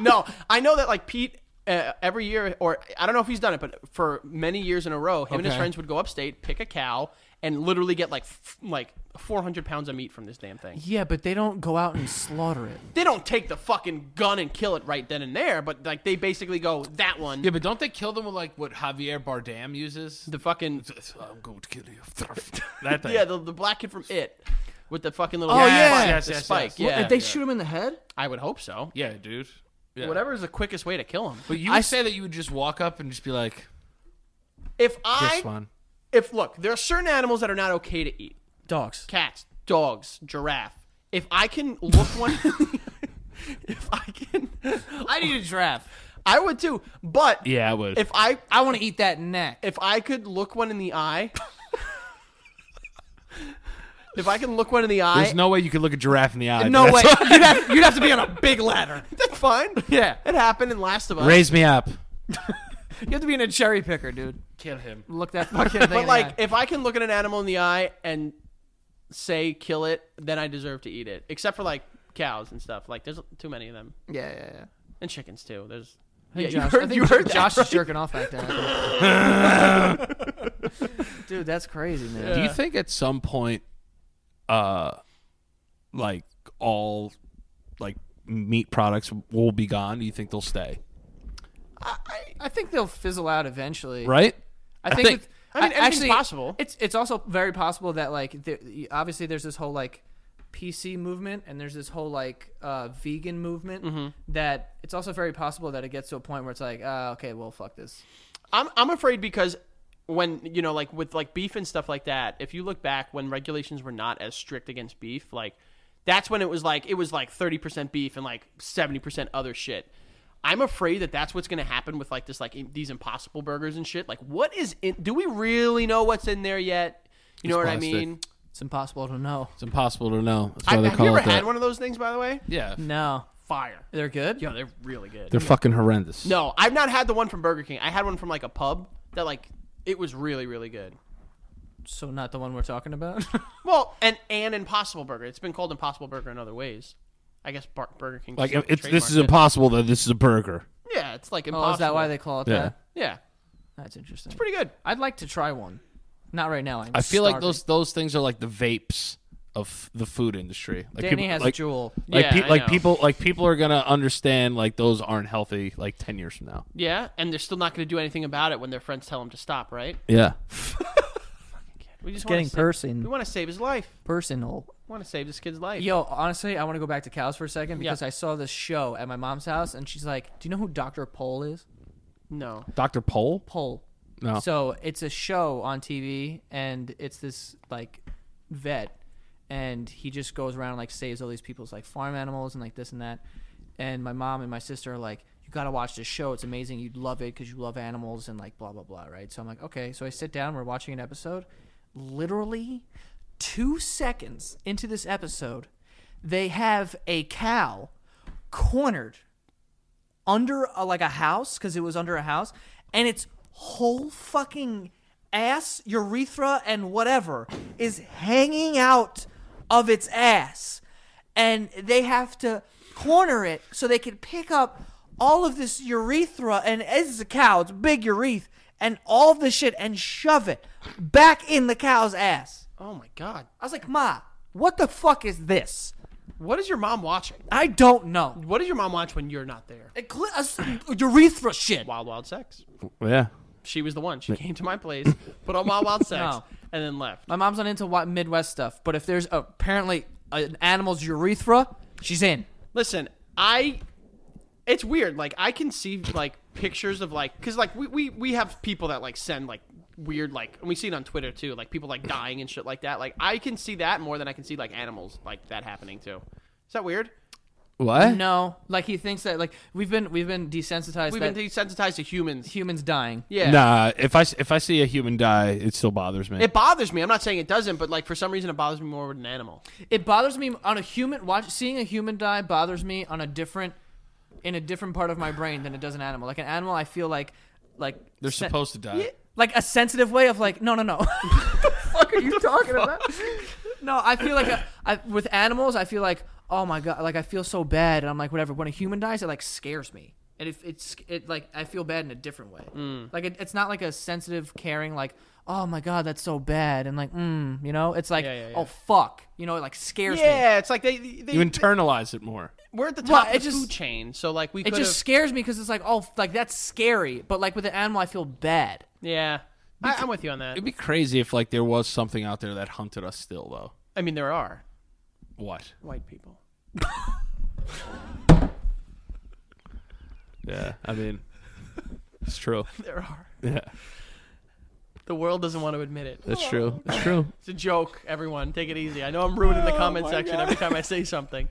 Speaker 1: no, I know that like Pete uh, every year, or I don't know if he's done it, but for many years in a row, him and his
Speaker 3: Okay.
Speaker 1: friends would go upstate, pick a cow, and literally get like f- like 400 pounds of meat from this damn thing.
Speaker 2: Yeah, but they don't go out and slaughter it.
Speaker 1: They don't take the fucking gun and kill it right then and there, but like they basically go that one.
Speaker 3: Yeah, but don't they kill them with like what Javier Bardem uses?
Speaker 1: The fucking
Speaker 3: I'm going to kill you. that thing.
Speaker 1: yeah, the, the black kid from It with the fucking little
Speaker 3: Oh,
Speaker 1: spike,
Speaker 3: yes, yes,
Speaker 1: the
Speaker 3: yes,
Speaker 1: spike.
Speaker 3: yes.
Speaker 1: Yeah,
Speaker 2: Did they shoot him in the head?
Speaker 1: I would hope so.
Speaker 3: yeah, dude. Yeah.
Speaker 1: Whatever is the quickest way to kill him.
Speaker 3: But you would say that you would just walk up and just be like,
Speaker 1: If
Speaker 3: "This
Speaker 1: I
Speaker 3: one."
Speaker 1: if look, there are certain animals that are not okay to eat.
Speaker 2: Dogs.
Speaker 1: Cats, dogs, giraffe. If I can look one if I can
Speaker 2: I need a giraffe.
Speaker 1: I would too. But
Speaker 3: Yeah, I would.
Speaker 1: if I
Speaker 2: I want to eat that neck.
Speaker 1: if I could look one in the eye If I can look one in the eye,
Speaker 3: There's no way you could look a giraffe in the eye.
Speaker 2: no
Speaker 3: That's
Speaker 2: way.
Speaker 3: what-
Speaker 2: You'd have, you'd have to be on a big ladder.
Speaker 1: that's fine.
Speaker 2: Yeah.
Speaker 1: It happened in Last of Us.
Speaker 3: Raise me up.
Speaker 2: You have to be in a cherry picker, dude.
Speaker 3: Kill him.
Speaker 2: Look that fucking thing.
Speaker 1: But like, if I can look at an animal in the eye and say kill it, then I deserve to eat it. Except for like cows and stuff. Like, there's too many of them,
Speaker 2: yeah, yeah, yeah.
Speaker 1: and chickens too. There's yeah,
Speaker 2: Josh,
Speaker 1: you
Speaker 2: I
Speaker 1: heard,
Speaker 2: think
Speaker 1: you heard
Speaker 2: Josh
Speaker 1: that, right?
Speaker 2: is jerking off back there. Dude, that's crazy, man.
Speaker 3: Do you think at some point, uh, like all like meat products will be gone? Do you think they'll stay?
Speaker 2: I think they'll fizzle out eventually.
Speaker 3: Right?
Speaker 2: I think.
Speaker 3: think-
Speaker 2: it's-
Speaker 1: I mean, anything's
Speaker 2: actually,
Speaker 1: possible.
Speaker 2: It's it's also very possible that like the, obviously there's this whole like PC movement and there's this whole like uh, vegan movement
Speaker 1: Mm-hmm.
Speaker 2: that it's also very possible that it gets to a point where it's like uh, okay well fuck this
Speaker 1: I'm I'm afraid because when you know like with like beef and stuff like that, if you look back when regulations were not as strict against beef, like That's when it was like it was like 30% beef and like 70% other shit. I'm afraid that that's what's going to happen with like this like im- these impossible burgers and shit. Like what is in do we really know what's in there yet? You know
Speaker 3: It's
Speaker 1: what
Speaker 3: plastic.
Speaker 1: I mean?
Speaker 2: It's impossible to know.
Speaker 3: It's impossible to know. That's
Speaker 1: I,
Speaker 3: why they
Speaker 1: have you
Speaker 3: call
Speaker 1: ever
Speaker 3: it that.
Speaker 1: had one of those things by the way?
Speaker 3: Yeah,
Speaker 2: No,
Speaker 1: Fire.
Speaker 2: they're good.
Speaker 1: Yo, they're really good.
Speaker 3: they're fucking horrendous.
Speaker 1: No, I've not had the one from Burger King. I had one from like a pub that like it was really really good.
Speaker 2: So not the one we're talking about.
Speaker 1: Well, and an Impossible Burger. It's been called Impossible Burger in other ways. I guess Bar- Burger King.
Speaker 3: like
Speaker 1: just
Speaker 3: it's, this is
Speaker 1: trademarked
Speaker 3: impossible. That this is a burger.
Speaker 1: it. Yeah, it's like impossible.
Speaker 2: oh, is that why they call it
Speaker 3: Yeah.
Speaker 2: that?
Speaker 1: Yeah,
Speaker 2: That's interesting.
Speaker 1: pretty good.
Speaker 2: I'd like to try one. Not right now. I'm
Speaker 3: I feel like
Speaker 2: starving.
Speaker 3: those those things are like the vapes of the food industry. Like
Speaker 2: Danny
Speaker 3: people,
Speaker 2: has
Speaker 3: like,
Speaker 2: a jewel.
Speaker 3: Like,
Speaker 1: Yeah,
Speaker 3: pe-
Speaker 1: I
Speaker 3: like
Speaker 1: know.
Speaker 3: people like people are gonna understand like those aren't healthy like ten years from now.
Speaker 1: Yeah, and they're still not going to do anything about it when their friends tell them to stop. Right?
Speaker 3: Yeah,
Speaker 1: We just
Speaker 5: It's
Speaker 1: wanna
Speaker 5: getting
Speaker 1: sa-
Speaker 5: person.
Speaker 1: We want to save his life.
Speaker 2: Personal.
Speaker 1: We want to save this kid's life.
Speaker 2: Yo, honestly, I want to go back to cows for a second because I saw this show at my mom's house, and she's like, "Do you know who Doctor Pole is?"
Speaker 1: No.
Speaker 3: Doctor Pole.
Speaker 2: Pole.
Speaker 3: No.
Speaker 2: So it's a show on TV, and it's this like vet, and he just goes around and, like saves all these people's like farm animals and like this and that. And my mom and my sister are like, "You gotta watch this show. It's amazing. You'd love it because you love animals and like blah blah blah." Right. So I'm like, okay. So I sit down. We're watching an episode. Literally, two seconds into this episode, they have a cow cornered under a, like a house because it was under a house, and its whole fucking ass, urethra, and whatever is hanging out of its ass, and they have to corner it so they can pick up all of this urethra, and this is a cow, it's a big urethra, and all the shit, and shove it back in the cow's ass.
Speaker 1: Oh my god.
Speaker 2: I was like, Ma, what the fuck is this?
Speaker 1: What is your mom watching?
Speaker 2: I don't know.
Speaker 1: What does your mom watch when you're not there?
Speaker 2: A cl- a s- urethra shit.
Speaker 1: Wild Wild Sex.
Speaker 3: Yeah.
Speaker 1: She was the one. She came to my place, put on Wild Wild Sex,
Speaker 2: No.
Speaker 1: and then left.
Speaker 2: My mom's not into wi- Midwest stuff, but if there's apparently an animal's urethra, she's in.
Speaker 1: Listen, I. It's weird. Like I can see like pictures of like because like we, we we have people that like send like weird like and we see it on Twitter too. Like people like dying and shit like that. Like I can see that more than I can see like animals like that happening too. Is that weird?
Speaker 3: What?
Speaker 2: No, like he thinks that like we've been we've been desensitized
Speaker 1: We've
Speaker 2: that
Speaker 1: been desensitized to humans.
Speaker 2: humans dying.
Speaker 1: Yeah.
Speaker 3: Nah. If I s- if I see a human die, it still bothers me.
Speaker 1: It bothers me. I'm not saying it doesn't, but like for some reason it bothers me more with an animal.
Speaker 2: It bothers me on a human watch seeing a human die bothers me on a different in a different part of my brain than it does an animal. Like an animal, I feel like like
Speaker 3: They're
Speaker 2: sen-
Speaker 3: supposed to die.
Speaker 2: like a sensitive way of like no no no. what the fuck are you talking about? No, I feel like a, I, with animals, I feel like oh my god, like I feel so bad, and I'm like whatever. When a human dies, it like scares me, and if it's it like I feel bad in a different way. Like it, it's not like a sensitive, caring like oh my god, that's so bad, and like mm, you know, it's like
Speaker 1: Yeah, yeah, yeah.
Speaker 2: oh fuck, you know, it like scares me.
Speaker 1: Yeah, it's like they, they,
Speaker 3: You internalize it more.
Speaker 1: we're at the
Speaker 2: Well,
Speaker 1: top of
Speaker 2: it
Speaker 1: the
Speaker 2: just-
Speaker 1: food chain, so like we
Speaker 2: It
Speaker 1: could
Speaker 2: just scares me because it's like oh f- like that's scary, but like with an animal, I feel bad.
Speaker 1: yeah. I, I'm with you on that.
Speaker 3: It'd be crazy if like there was something out there that hunted us still though.
Speaker 1: I mean, there are
Speaker 3: What?
Speaker 1: white people.
Speaker 3: Yeah. I mean, it's true.
Speaker 1: There are.
Speaker 3: Yeah.
Speaker 1: The world doesn't want to admit it.
Speaker 3: That's true. That's true.
Speaker 1: It's a joke, everyone. Take it easy. I know I'm ruining the comment section every time I say something.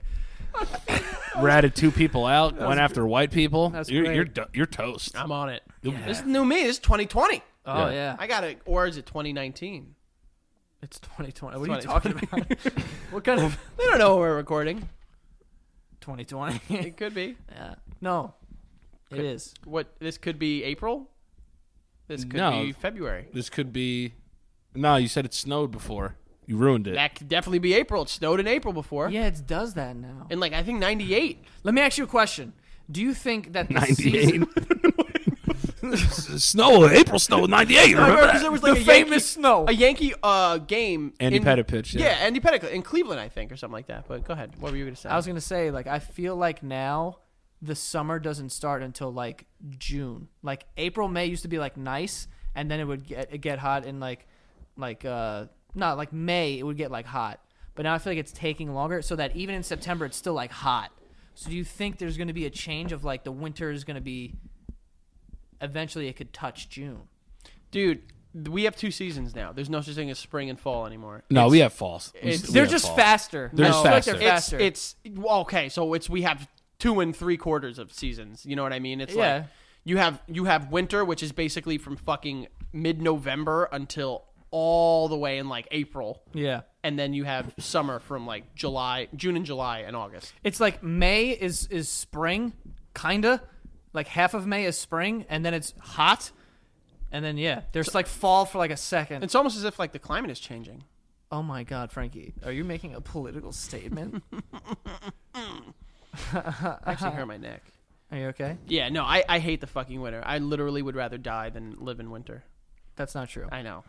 Speaker 3: Ratted two people out. Went after white people.
Speaker 2: That's
Speaker 3: you're
Speaker 2: great.
Speaker 3: you're, do- you're toast.
Speaker 1: I'm on it.
Speaker 3: Yeah.
Speaker 1: This is new me. This is 2020.
Speaker 2: Oh
Speaker 3: Yeah.
Speaker 2: yeah,
Speaker 1: I got it. Or is it 2019?
Speaker 2: it's 2020. What are you
Speaker 1: 2020.
Speaker 2: talking about? what kind of
Speaker 1: They don't know when we're recording.
Speaker 2: 2020?
Speaker 1: It could be.
Speaker 2: Yeah. No. It
Speaker 1: Could-
Speaker 2: is.
Speaker 1: What? This could be April. This could
Speaker 3: No.
Speaker 1: be February.
Speaker 3: This could be. No, you said it snowed before. You ruined it.
Speaker 1: That could definitely be April. It snowed in April before.
Speaker 2: Yeah, it does that now.
Speaker 1: And like I think 98.
Speaker 2: Let me ask you a question. Do you think that the season-
Speaker 3: Ninety-eight. snow, April snow, ninety-eight.
Speaker 1: I
Speaker 3: Remember
Speaker 1: remember 'cause
Speaker 3: that?
Speaker 1: there was like
Speaker 2: The
Speaker 1: a
Speaker 2: famous
Speaker 1: Yankee,
Speaker 2: snow.
Speaker 1: a Yankee uh, game.
Speaker 3: Andy
Speaker 1: in-
Speaker 3: Pettit
Speaker 1: Yeah.
Speaker 3: Yeah.
Speaker 1: Andy Pettit in Cleveland, I think, or something like that. But go ahead. What were you going to say?
Speaker 2: I was going to say like I feel like now the summer doesn't start until like June. Like April, May used to be like nice and then it would get it get hot in like like uh not like May it would get like hot. But now I feel like it's taking longer so that even in September it's still like hot. So do you think there's going to be a change of like the winter is going to be eventually it could touch June?
Speaker 1: Dude, we have two seasons now. There's no such thing as spring and fall anymore.
Speaker 3: No, we have false.
Speaker 1: it's-
Speaker 2: They're just faster.
Speaker 3: They're
Speaker 2: I
Speaker 3: just
Speaker 2: feel like
Speaker 3: faster.
Speaker 2: They're
Speaker 1: It's
Speaker 2: faster.
Speaker 1: it's okay. So it's we have two and three quarters of seasons. You know what I mean? It's like
Speaker 2: Yeah.
Speaker 1: you have you have winter, which is basically from fucking mid November until all the way in like April,
Speaker 2: yeah.
Speaker 1: and then you have summer from like July, June and July and August.
Speaker 2: It's like May is is spring, kinda. Like half of May is spring, and then it's hot, and then yeah, there's like fall for like a second.
Speaker 1: It's almost as if like the climate is changing.
Speaker 2: Oh my God, Frankie, are you making a political statement?
Speaker 1: I actually hurt my neck.
Speaker 2: are you okay?
Speaker 1: Yeah, no, I, I hate the fucking winter. I literally would rather die than live in winter.
Speaker 2: That's not true.
Speaker 1: I know.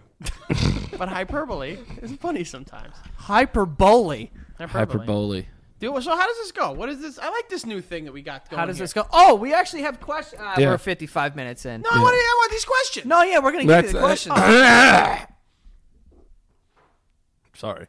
Speaker 1: but hyperbole is funny sometimes.
Speaker 2: Hyperbole.
Speaker 3: hyperbole.
Speaker 1: Dude, so how does this go? What is this? I like this new thing that we got going.
Speaker 2: How does
Speaker 1: here.
Speaker 2: this go? Oh, we actually have questions. Ah,
Speaker 3: Yeah.
Speaker 2: We're 55 minutes in.
Speaker 1: No, I, want, I want these questions.
Speaker 2: No, yeah, we're gonna get to the
Speaker 3: That's- uh,
Speaker 2: questions.
Speaker 3: Sorry.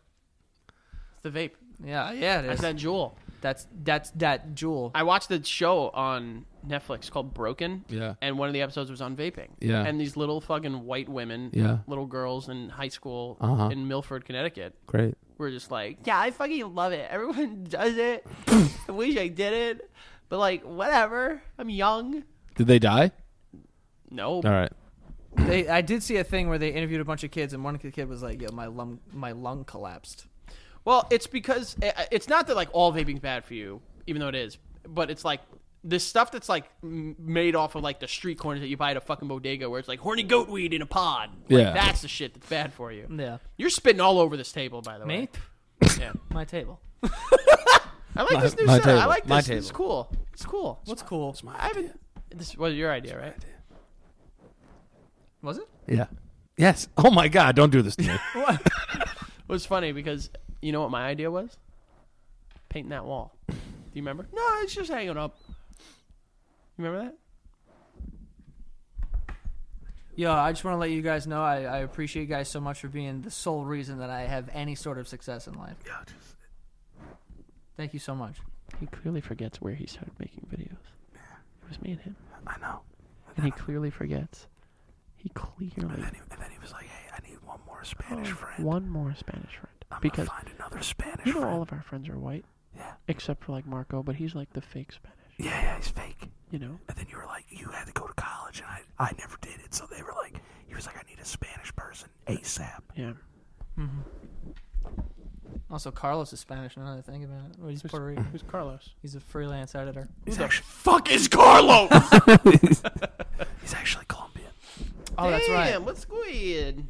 Speaker 1: It's the vape.
Speaker 2: yeah, yeah, it
Speaker 1: It's
Speaker 2: is.
Speaker 1: that jewel.
Speaker 2: that's that's that jewel.
Speaker 1: I watched the show on Netflix called Broken.
Speaker 3: Yeah.
Speaker 1: And one of the episodes was on vaping.
Speaker 3: Yeah.
Speaker 1: And these little fucking white women,
Speaker 3: Yeah.
Speaker 1: little girls in high school
Speaker 3: Uh-huh.
Speaker 1: in Milford, Connecticut,
Speaker 3: Great.
Speaker 1: were just like, yeah, I fucking love it. Everyone does it. I wish I did it. But like, whatever. I'm young.
Speaker 3: Did they die?
Speaker 1: No.
Speaker 3: All right.
Speaker 2: They, I did see a thing where they interviewed a bunch of kids, and one kid was like, "Yo, my lung, my lung collapsed."
Speaker 1: Well, it's because I- it's not that like all vaping's bad for you, even though it is, but it's like this stuff that's like m- made off of like the street corners that you buy at a fucking bodega where it's like horny goat weed in a pod. Like,
Speaker 3: Yeah.
Speaker 1: That's the shit that's bad for you.
Speaker 2: Yeah,
Speaker 1: You're spitting all over this table, by the way.
Speaker 2: me,
Speaker 1: Yeah.
Speaker 2: my table.
Speaker 1: I like this new
Speaker 3: my
Speaker 1: setup. I
Speaker 3: table.
Speaker 1: like this.
Speaker 3: My
Speaker 1: It's
Speaker 3: table.
Speaker 1: cool. It's cool.
Speaker 2: What's cool?
Speaker 1: I haven't. This was your idea, right?
Speaker 2: Was it?
Speaker 3: Yeah. Yes. Oh my God! Don't do this to me.
Speaker 1: It was funny because you know what my idea was? Painting that wall. Do you remember? No, it's just hanging up. You remember that?
Speaker 2: Yo, I just want to let you guys know I, I appreciate you guys so much for being the sole reason that I have any sort of success in life. Thank you so much.
Speaker 1: He clearly forgets where he started making videos. It was me and him.
Speaker 4: I know.
Speaker 1: And he clearly forgets. He clearly
Speaker 4: And, he, and then he was like, hey, I need one more Spanish friend.
Speaker 1: one more Spanish friend.
Speaker 4: I'm
Speaker 1: Oh, because
Speaker 4: gonna find another Spanish
Speaker 1: you know
Speaker 4: friend.
Speaker 1: all of our friends are white.
Speaker 4: Yeah.
Speaker 1: Except for like Marco, but he's like the fake Spanish.
Speaker 4: yeah, yeah, he's fake.
Speaker 1: You know?
Speaker 4: And then you were like, you had to go to college, and I, I never did it. So they were like, he was like, I need a Spanish person ASAP.
Speaker 1: Yeah.
Speaker 2: Also, Carlos is Spanish. Now that I think about it, Well, he's Puerto Rican.
Speaker 1: Who's Carlos?
Speaker 2: He's a freelance editor.
Speaker 4: He's,
Speaker 1: the
Speaker 4: actually,
Speaker 1: Fuck is Carlos!
Speaker 4: he's actually Colombian.
Speaker 2: Oh, that's right.
Speaker 1: what's good?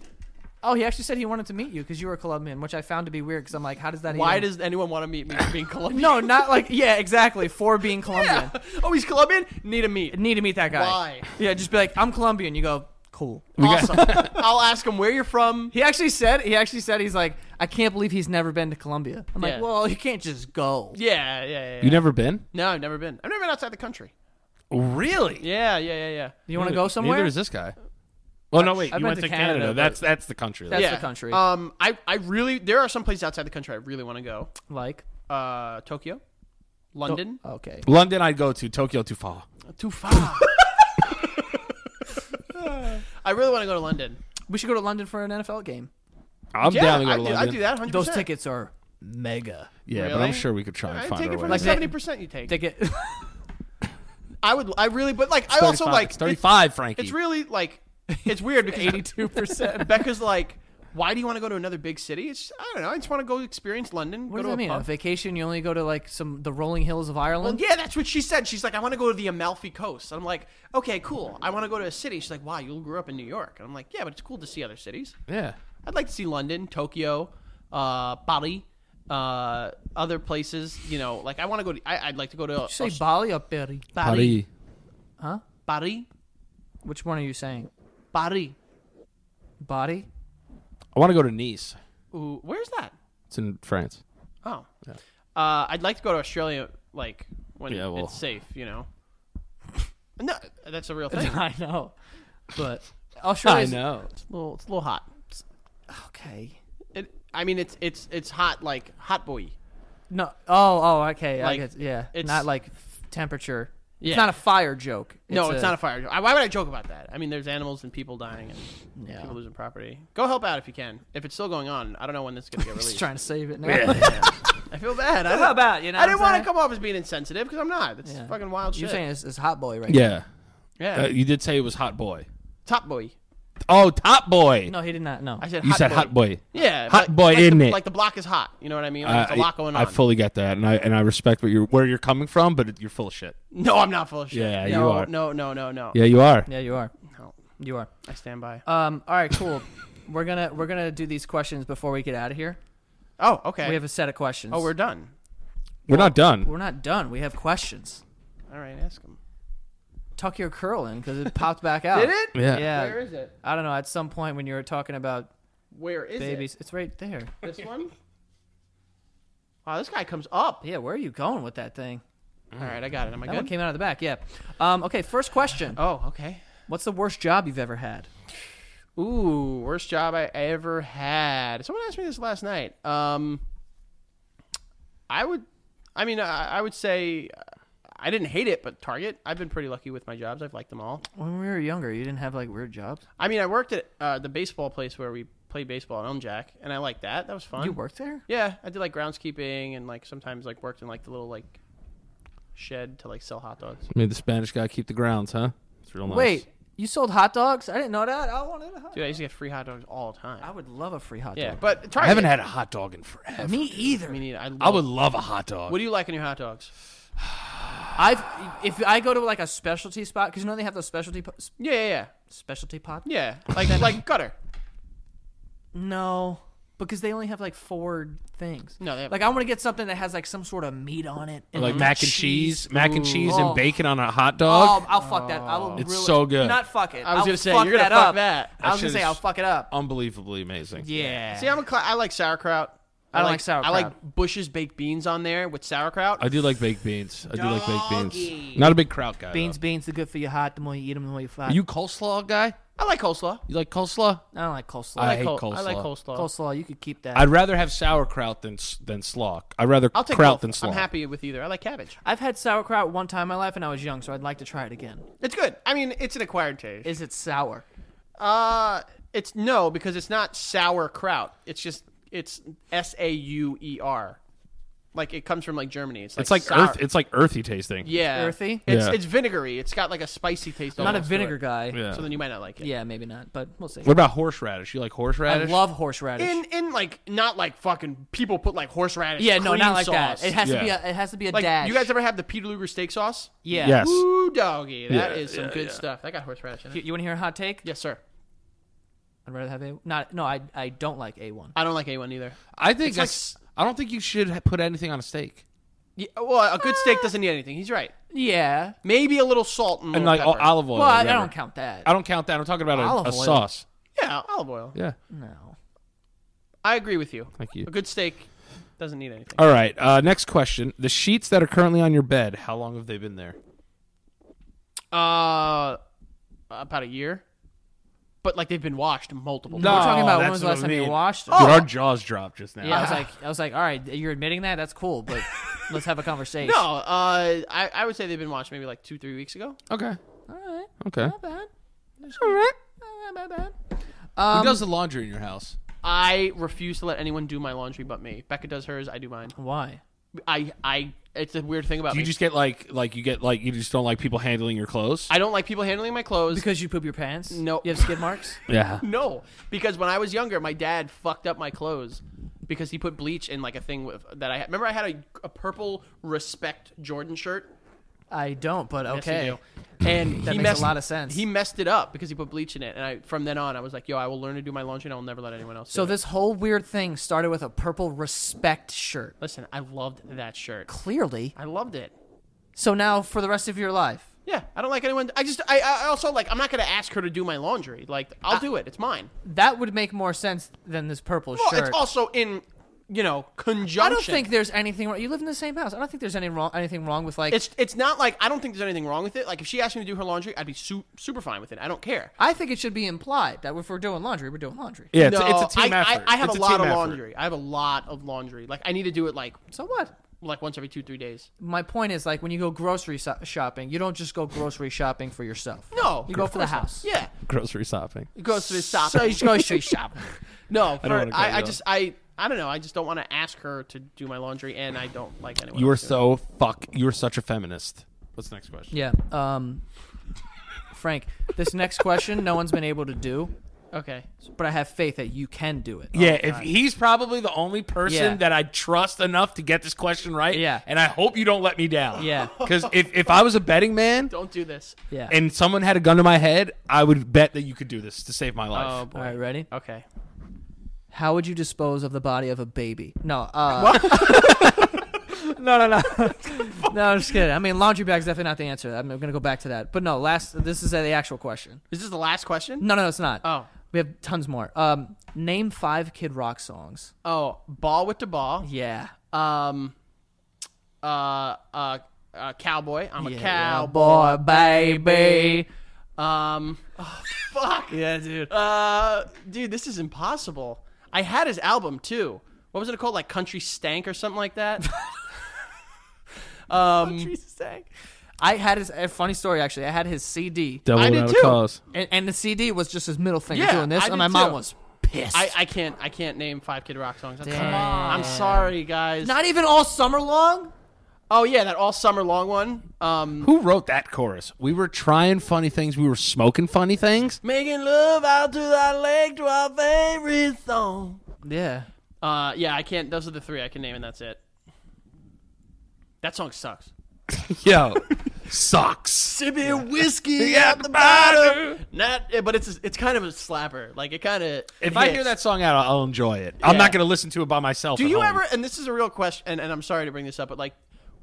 Speaker 2: Oh, he actually said he wanted to meet you because you were a Colombian, which I found to be weird. Because I'm like, how does that?
Speaker 1: Why
Speaker 2: even...
Speaker 1: does anyone want to meet me being Colombian?
Speaker 2: No, not like yeah, exactly. For being Colombian,
Speaker 1: Oh, he's Colombian? Need a meet.
Speaker 2: need to meet that guy.
Speaker 1: Why?
Speaker 2: Yeah, just be like, I'm Colombian. You go, cool.
Speaker 1: Awesome. I'll ask him where you're from.
Speaker 2: He actually said, he actually said, he's like, I can't believe he's never been to Colombia. I'm
Speaker 1: Yeah.
Speaker 2: like, well, you can't just go.
Speaker 1: Yeah, yeah, yeah.
Speaker 3: You never been?
Speaker 1: no, I've never been. I've never been outside the country.
Speaker 3: Really?
Speaker 1: Yeah, yeah, yeah, yeah.
Speaker 2: You want to go somewhere?
Speaker 3: Neither is this guy. Well, no, wait.
Speaker 2: I've
Speaker 3: you
Speaker 2: been
Speaker 3: went
Speaker 2: to
Speaker 3: to Canada.
Speaker 2: Canada, but-
Speaker 3: That's that's the country.
Speaker 2: That's
Speaker 3: though.
Speaker 2: the country.
Speaker 1: Um, I, I really there are some places outside the country I really want to go.
Speaker 2: like,
Speaker 1: Uh, Tokyo, London,
Speaker 2: okay.
Speaker 3: London, I'd go to. Tokyo, too far.
Speaker 1: too far. I really want to go to London.
Speaker 2: We should go to London for an NFL game.
Speaker 3: I'm
Speaker 1: Yeah,
Speaker 3: down to go
Speaker 1: I,
Speaker 3: to
Speaker 1: do,
Speaker 3: London.
Speaker 1: I do that. 100%.
Speaker 2: Those tickets are mega.
Speaker 3: Yeah, but I'm
Speaker 1: Really?
Speaker 3: sure we could try and
Speaker 1: I
Speaker 3: find
Speaker 1: take
Speaker 3: our
Speaker 1: it
Speaker 3: way.
Speaker 1: from the
Speaker 2: that.
Speaker 1: seventy percent you take.
Speaker 2: Ticket.
Speaker 1: I would. I really, but like, I also
Speaker 3: 35.
Speaker 1: like.
Speaker 3: It's
Speaker 1: It's,
Speaker 3: 35, Frankie.
Speaker 1: it's really like, it's weird because eighty-two percent. Becca's like, why do you want to go to another big city? It's I don't know. I just want to go experience London.
Speaker 2: What
Speaker 1: go
Speaker 2: does
Speaker 1: to
Speaker 2: that
Speaker 1: a
Speaker 2: mean? On
Speaker 1: pub.
Speaker 2: vacation, you only go to like some the rolling hills of
Speaker 1: Well,
Speaker 2: Ireland.
Speaker 1: yeah, that's what she said. She's like, I want to go to the Amalfi Coast. I'm like, okay, cool. I want to go to a city. She's like, wow, you grew up in New York. And I'm like, yeah, but it's cool to see other cities.
Speaker 3: yeah.
Speaker 1: I'd like to see London, Tokyo, uh, Bali, uh, other places. You know, like I want to go. To, I, I'd like to go to
Speaker 2: Did you say
Speaker 1: Aus-
Speaker 2: Bali or Perry?
Speaker 3: Paris.
Speaker 1: Paris,
Speaker 2: Which one are you saying?
Speaker 1: Paris.
Speaker 2: Body?
Speaker 3: I want to go to Nice.
Speaker 1: Ooh, where's that?
Speaker 3: It's in France.
Speaker 1: Oh, uh, I'd like to go to Australia, like when
Speaker 3: Yeah, well-
Speaker 1: it's safe. You know, no, that's a real thing.
Speaker 2: I know, but Australia's
Speaker 3: know.
Speaker 1: It's a little, it's a little hot. It's-
Speaker 2: okay.
Speaker 1: It, I mean, it's it's it's hot like hot boy.
Speaker 2: No. Oh. Oh. Okay. I
Speaker 1: Like,
Speaker 2: guess. Yeah.
Speaker 1: it's-
Speaker 2: It's not like f- temperature.
Speaker 1: Yeah.
Speaker 2: It's not a fire joke.
Speaker 1: no, it's not a fire. I- Why would I joke about that? I mean, there's animals and people dying and people losing property. Go help out if you can. If it's still going on, I don't know when this is going to get
Speaker 2: Just
Speaker 1: released.
Speaker 2: trying to save it now.
Speaker 1: I feel bad. I
Speaker 2: How
Speaker 1: don't,
Speaker 2: about you know?
Speaker 1: I didn't
Speaker 2: what I'm
Speaker 1: want to
Speaker 2: saying?
Speaker 1: come off as being insensitive because I'm not. That's
Speaker 2: Yeah.
Speaker 1: fucking wild
Speaker 2: You're
Speaker 1: shit.
Speaker 2: saying it's, it's hot boy right
Speaker 3: Yeah.
Speaker 1: yeah.
Speaker 3: Uh, you did say it was Hot Boy.
Speaker 1: Top boy.
Speaker 3: Oh, Top Boy.
Speaker 2: now. No, he did not. No.
Speaker 1: I said
Speaker 3: you
Speaker 1: hot
Speaker 3: said
Speaker 1: boy.
Speaker 3: Hot Boy.
Speaker 1: Yeah,
Speaker 3: Hot
Speaker 1: like-
Speaker 3: boy,
Speaker 1: like
Speaker 3: isn't
Speaker 1: the,
Speaker 3: it?
Speaker 1: Like the block is hot. You know what I mean? Like,
Speaker 3: Uh,
Speaker 1: There's a lot going on.
Speaker 3: I fully get that, and I and I respect what you're where you're coming from, but it, you're full of shit.
Speaker 1: no, I'm not full of shit. no,
Speaker 3: Yeah, you are.
Speaker 1: No, no, no, no.
Speaker 3: Yeah, you are.
Speaker 2: yeah, you are.
Speaker 1: No.
Speaker 2: You are.
Speaker 1: I stand by.
Speaker 2: Um. All right. Cool. we're gonna we're gonna do these questions before we get out of here.
Speaker 1: Oh, okay.
Speaker 2: We have a set of questions.
Speaker 1: oh, we're done.
Speaker 3: We're not done.
Speaker 2: we're not done. We have questions.
Speaker 1: All right, ask him.
Speaker 2: Tuck your curl in because it popped back out.
Speaker 1: Did it?
Speaker 3: Yeah.
Speaker 2: Oh. Yeah.
Speaker 1: Where is it?
Speaker 2: I don't know. At some point when you were talking about
Speaker 1: Where is
Speaker 2: babies, it's right there.
Speaker 1: it? This one. Wow, this guy comes up.
Speaker 2: Yeah. Where are you going with that thing?
Speaker 1: All right, I got it. Am I
Speaker 2: That one
Speaker 1: good?
Speaker 2: came out of the back. Yeah. Um. Okay. First question.
Speaker 1: Oh, okay.
Speaker 2: What's the worst job you've ever had?
Speaker 1: Ooh, worst job I ever had. Someone asked me this last night. Um, I would, I mean, I, I would say uh, I didn't hate it, but Target. I've been pretty lucky with my jobs. I've liked them all.
Speaker 2: When we were younger, you didn't have like weird jobs.
Speaker 1: I mean, I worked at uh, the baseball place where we played baseball in Elm Jack, and I liked that. That was fun.
Speaker 2: You worked there?
Speaker 1: Yeah, I did like groundskeeping and like sometimes like worked in like the little like shed to like sell hot dogs.
Speaker 3: Made the Spanish guy keep the grounds, huh? It's real nice.
Speaker 2: Wait, you sold hot dogs? I didn't know that. I wanted a hot.
Speaker 1: Dude, I used to get free hot dogs all the time.
Speaker 2: I would love a free hot
Speaker 1: yeah,
Speaker 2: dog.
Speaker 1: but Target.
Speaker 3: I haven't had a hot dog in forever.
Speaker 2: Me either.
Speaker 1: I mean, I, love,
Speaker 3: I would love a hot dog.
Speaker 1: What do you like in your hot dogs?
Speaker 2: I've if I go to like a specialty spot because you know they have those specialty po- s-
Speaker 1: Yeah, yeah, yeah.
Speaker 2: specialty pot.
Speaker 1: Yeah, like like gutter.
Speaker 2: No, because they only have like four things.
Speaker 1: No, they have-
Speaker 2: like I want to get something that has like some sort of meat on it. and
Speaker 3: like mac and cheese, mac and cheese
Speaker 2: Oh.
Speaker 3: and bacon on a hot
Speaker 2: Oh,
Speaker 3: dog?
Speaker 2: I'll fuck that. I will
Speaker 3: It's
Speaker 2: really-
Speaker 3: so good.
Speaker 2: Not fuck it.
Speaker 1: I was
Speaker 2: I'll
Speaker 1: gonna say,
Speaker 2: fuck
Speaker 1: you're gonna
Speaker 2: that
Speaker 1: fuck
Speaker 2: up.
Speaker 1: that.
Speaker 2: I was
Speaker 3: That
Speaker 2: gonna
Speaker 3: shit
Speaker 2: say
Speaker 3: is-
Speaker 2: I'll fuck it
Speaker 1: Oh.
Speaker 2: up.
Speaker 3: Unbelievably amazing.
Speaker 2: Yeah.
Speaker 1: See, I'm a cl- I like sauerkraut.
Speaker 2: I don't like sauerkraut.
Speaker 1: I like Bush's baked beans on there with sauerkraut.
Speaker 3: I do like baked beans. I do like baked
Speaker 1: Doggy.
Speaker 3: beans. Not a big kraut guy.
Speaker 2: beans.
Speaker 3: though.
Speaker 2: Beans are good for your heart. The more you eat them, the more you fat.
Speaker 3: Are you coleslaw guy?
Speaker 1: I like coleslaw.
Speaker 3: You like coleslaw?
Speaker 2: I don't like coleslaw.
Speaker 3: I
Speaker 1: I like
Speaker 3: hate
Speaker 1: I like
Speaker 3: coleslaw.
Speaker 1: coleslaw.
Speaker 2: coleslaw. You could keep that.
Speaker 3: I'd rather have sauerkraut than s- than slaw. I'd rather
Speaker 1: I'll take
Speaker 3: kraut
Speaker 1: both.
Speaker 3: than slaw.
Speaker 1: I'm happy with either. I like cabbage.
Speaker 2: I've had sauerkraut one time in my life, and I was young, so I'd like to try it again.
Speaker 1: It's good. I mean, it's an acquired taste.
Speaker 2: Is it sour?
Speaker 1: Uh, it's no because it's not sauerkraut. It's just it's S A U E R. Like it comes from like Germany. It's like
Speaker 3: It's like
Speaker 1: sour-
Speaker 3: earth. It's like earthy tasting.
Speaker 1: yeah,
Speaker 2: Earthy?
Speaker 1: It's
Speaker 3: Yeah.
Speaker 1: it's vinegary. It's got like a spicy taste.
Speaker 2: I'm not a
Speaker 1: almost to it.
Speaker 2: vinegar guy. Yeah.
Speaker 3: Yeah.
Speaker 1: So then you might not like it.
Speaker 2: maybe not, but we'll see.
Speaker 3: What about horseradish? You like
Speaker 2: I
Speaker 3: horseradish?
Speaker 2: love horseradish.
Speaker 1: In in like not like fucking people put like horseradish.
Speaker 2: yeah, no,
Speaker 1: cream
Speaker 2: not like
Speaker 1: sauce.
Speaker 2: that. It has to be
Speaker 3: Yeah.
Speaker 2: a. It has to be a
Speaker 1: like
Speaker 2: dash.
Speaker 1: you guys ever have the Peter Luger steak sauce?
Speaker 2: Yeah.
Speaker 3: Yes.
Speaker 1: Ooh, doggy, that is
Speaker 3: Yeah,
Speaker 1: some
Speaker 3: yeah,
Speaker 1: good
Speaker 3: yeah.
Speaker 1: stuff. That got horseradish in it.
Speaker 2: You, want to hear a hot take?
Speaker 1: yes, sir.
Speaker 2: I'd rather have a. Not. No, I. I don't like a one.
Speaker 1: I don't like anyone either.
Speaker 3: I think
Speaker 1: It's like
Speaker 3: that's- I don't think you should ha- put anything on a steak.
Speaker 1: Yeah, well, a good steak doesn't need anything. He's right.
Speaker 2: Yeah.
Speaker 1: Maybe a little salt and, a
Speaker 3: And
Speaker 1: little
Speaker 3: like o-
Speaker 1: pepper.
Speaker 3: olive oil.
Speaker 2: Well, I, I
Speaker 3: whatever.
Speaker 2: don't count that.
Speaker 3: I don't count that. I'm talking about
Speaker 2: Olive
Speaker 3: a, a
Speaker 2: oil.
Speaker 3: sauce.
Speaker 1: Yeah, olive oil.
Speaker 3: Yeah.
Speaker 2: no.
Speaker 1: I agree with you.
Speaker 3: Thank you.
Speaker 1: A good steak doesn't need anything.
Speaker 3: All right. Uh, next question. The sheets that are currently on your bed, how long have they been there?
Speaker 1: Uh, about a year, but like they've been washed multiple.
Speaker 2: We're
Speaker 1: times.
Speaker 2: talking about when
Speaker 3: that's
Speaker 2: was the
Speaker 3: what
Speaker 2: last
Speaker 3: I
Speaker 2: time you
Speaker 3: mean. Oh!
Speaker 2: washed?
Speaker 3: Dude, our jaws dropped just now.
Speaker 2: Oh. Yeah. I was like, I was like, all right, you're admitting that. That's cool, but let's have a conversation.
Speaker 1: No, uh, I, I would say they've been washed maybe like two, three weeks ago.
Speaker 3: Okay.
Speaker 2: All right.
Speaker 3: Okay.
Speaker 2: Not bad.
Speaker 3: All right.
Speaker 2: Not bad.
Speaker 3: Who does the laundry in your house?
Speaker 1: I refuse to let anyone do my laundry but me. Becca does hers. I do mine.
Speaker 2: Why?
Speaker 1: I, I, it's a weird thing about
Speaker 3: Do
Speaker 1: me.
Speaker 3: you just get like like you get like you just don't like people handling your clothes?
Speaker 1: I don't like people handling my clothes.
Speaker 2: Because you poop your pants?
Speaker 1: No.
Speaker 2: You have skid marks?
Speaker 3: yeah.
Speaker 1: no, because when I was younger, my dad fucked up my clothes because he put bleach in like a thing with, that I had. Remember, I had a, a purple respect Jordan shirt.
Speaker 2: I don't, but
Speaker 1: Yes, you
Speaker 2: okay.
Speaker 1: do. And
Speaker 2: That
Speaker 1: he
Speaker 2: makes a
Speaker 1: messed,
Speaker 2: lot of sense.
Speaker 1: He messed it up because he put bleach in it, and I from then on I was like, "Yo, I will learn to do my laundry, and I will never let anyone else."
Speaker 2: so
Speaker 1: do it.
Speaker 2: this whole weird thing started with a purple respect shirt.
Speaker 1: listen, I loved that shirt.
Speaker 2: Clearly.
Speaker 1: I loved it.
Speaker 2: So now for the rest of your life.
Speaker 1: Yeah, I don't like anyone. I just, I, I also like. I'm not gonna ask her to do my laundry. Like, I'll do it. It's mine.
Speaker 2: That would make more sense than this purple
Speaker 1: Well,
Speaker 2: shirt.
Speaker 1: it's also in, you know, conjunction.
Speaker 2: I don't think there's anything wrong. You live in the same house. I don't think there's any wrong anything wrong with like
Speaker 1: it's it's not like I don't think there's anything wrong with it. Like if she asked me to do her laundry, I'd be su- super fine with it. I don't care.
Speaker 2: I think it should be implied that if we're doing laundry, we're doing laundry.
Speaker 3: Yeah. It's,
Speaker 1: no,
Speaker 3: it's a team
Speaker 1: I,
Speaker 3: effort.
Speaker 1: I, I have
Speaker 3: It's
Speaker 1: a lot
Speaker 3: team
Speaker 1: of
Speaker 3: effort.
Speaker 1: laundry. I have a lot of laundry. Like I need to do it like
Speaker 2: So what?
Speaker 1: like once every two three days.
Speaker 2: My point is like when you go grocery so- shopping, you don't just go grocery shopping for yourself.
Speaker 1: No,
Speaker 2: you go for the
Speaker 1: of course not.
Speaker 2: house.
Speaker 1: Yeah,
Speaker 3: grocery shopping.
Speaker 1: goes to the shop.
Speaker 2: So you go grocery shopping.
Speaker 1: no, for,
Speaker 3: don't
Speaker 1: I,
Speaker 3: wanna cut
Speaker 1: I,
Speaker 3: you off.
Speaker 1: just I I don't know. I just don't want to ask her to do my laundry, and I don't like anyone.
Speaker 3: You are
Speaker 1: else doing
Speaker 3: so fuck. You are such a feminist. What's the next question?
Speaker 2: Yeah. Um, Frank, this next question no one's been able to do,
Speaker 1: it. okay.
Speaker 2: but I have faith that you can do it.
Speaker 3: Yeah, if he's probably the only person
Speaker 2: Oh, Yeah.
Speaker 3: that I trust enough to get this question right.
Speaker 2: Yeah.
Speaker 3: and I hope you don't let me down.
Speaker 2: Yeah.
Speaker 3: because if, if I was a betting man
Speaker 1: Don't do this.
Speaker 2: Yeah.
Speaker 3: and someone had a gun to my head, I would bet that you could do this to save my life.
Speaker 1: Oh
Speaker 2: All
Speaker 1: boy.
Speaker 2: right, ready?
Speaker 1: Okay.
Speaker 2: How would you dispose of the body of a baby? No. Uh, no, no, no. no, I'm just kidding. I mean, laundry bag's definitely not the answer. I'm going to go back to that. But no, last. This is the actual question.
Speaker 1: Is this the last question?
Speaker 2: No, no, no, it's not.
Speaker 1: Oh.
Speaker 2: We have tons more. Um, name five Kid Rock songs.
Speaker 1: Oh, ball with the ball.
Speaker 2: Yeah.
Speaker 1: Um. Uh. Uh. uh cowboy. I'm a cowboy.
Speaker 2: Cowboy, baby.
Speaker 1: Um. oh, fuck.
Speaker 2: Yeah, dude.
Speaker 1: Uh, dude, this is impossible. I had his album too. What was it called? Like Country Stank or something like that. um,
Speaker 2: I had his a funny story actually. I had his CD,
Speaker 1: I did without a too. cause.
Speaker 2: and, and the CD was just his middle finger
Speaker 1: Yeah,
Speaker 2: doing this,
Speaker 1: I
Speaker 2: and
Speaker 1: did
Speaker 2: my mom
Speaker 1: too.
Speaker 2: was pissed.
Speaker 1: I, I can't I can't name five Kid Rock songs. I'm, sorry.
Speaker 2: Damn.
Speaker 1: I'm sorry, guys.
Speaker 2: Not even all summer long.
Speaker 1: oh yeah, that all summer long one. Um,
Speaker 3: Who wrote that chorus? We were trying funny things. We were smoking funny things.
Speaker 1: making love out to that lake to our favorite song.
Speaker 2: Yeah,
Speaker 1: Uh, yeah, I can't. Those are the three I can name, and that's it. That song sucks.
Speaker 3: Yo, sucks.
Speaker 1: Sipping whiskey
Speaker 3: Yeah,
Speaker 1: at the
Speaker 3: the bottom.
Speaker 1: bottom. Not, eh, but it's it's kind of a slapper. Like it kind of.
Speaker 3: If I hear that song out, I'll enjoy it. I'm
Speaker 1: Yeah.
Speaker 3: not going to listen to it by myself.
Speaker 1: Do
Speaker 3: at
Speaker 1: you
Speaker 3: home.
Speaker 1: ever? And this is a real question, and, and I'm sorry to bring this up, but like,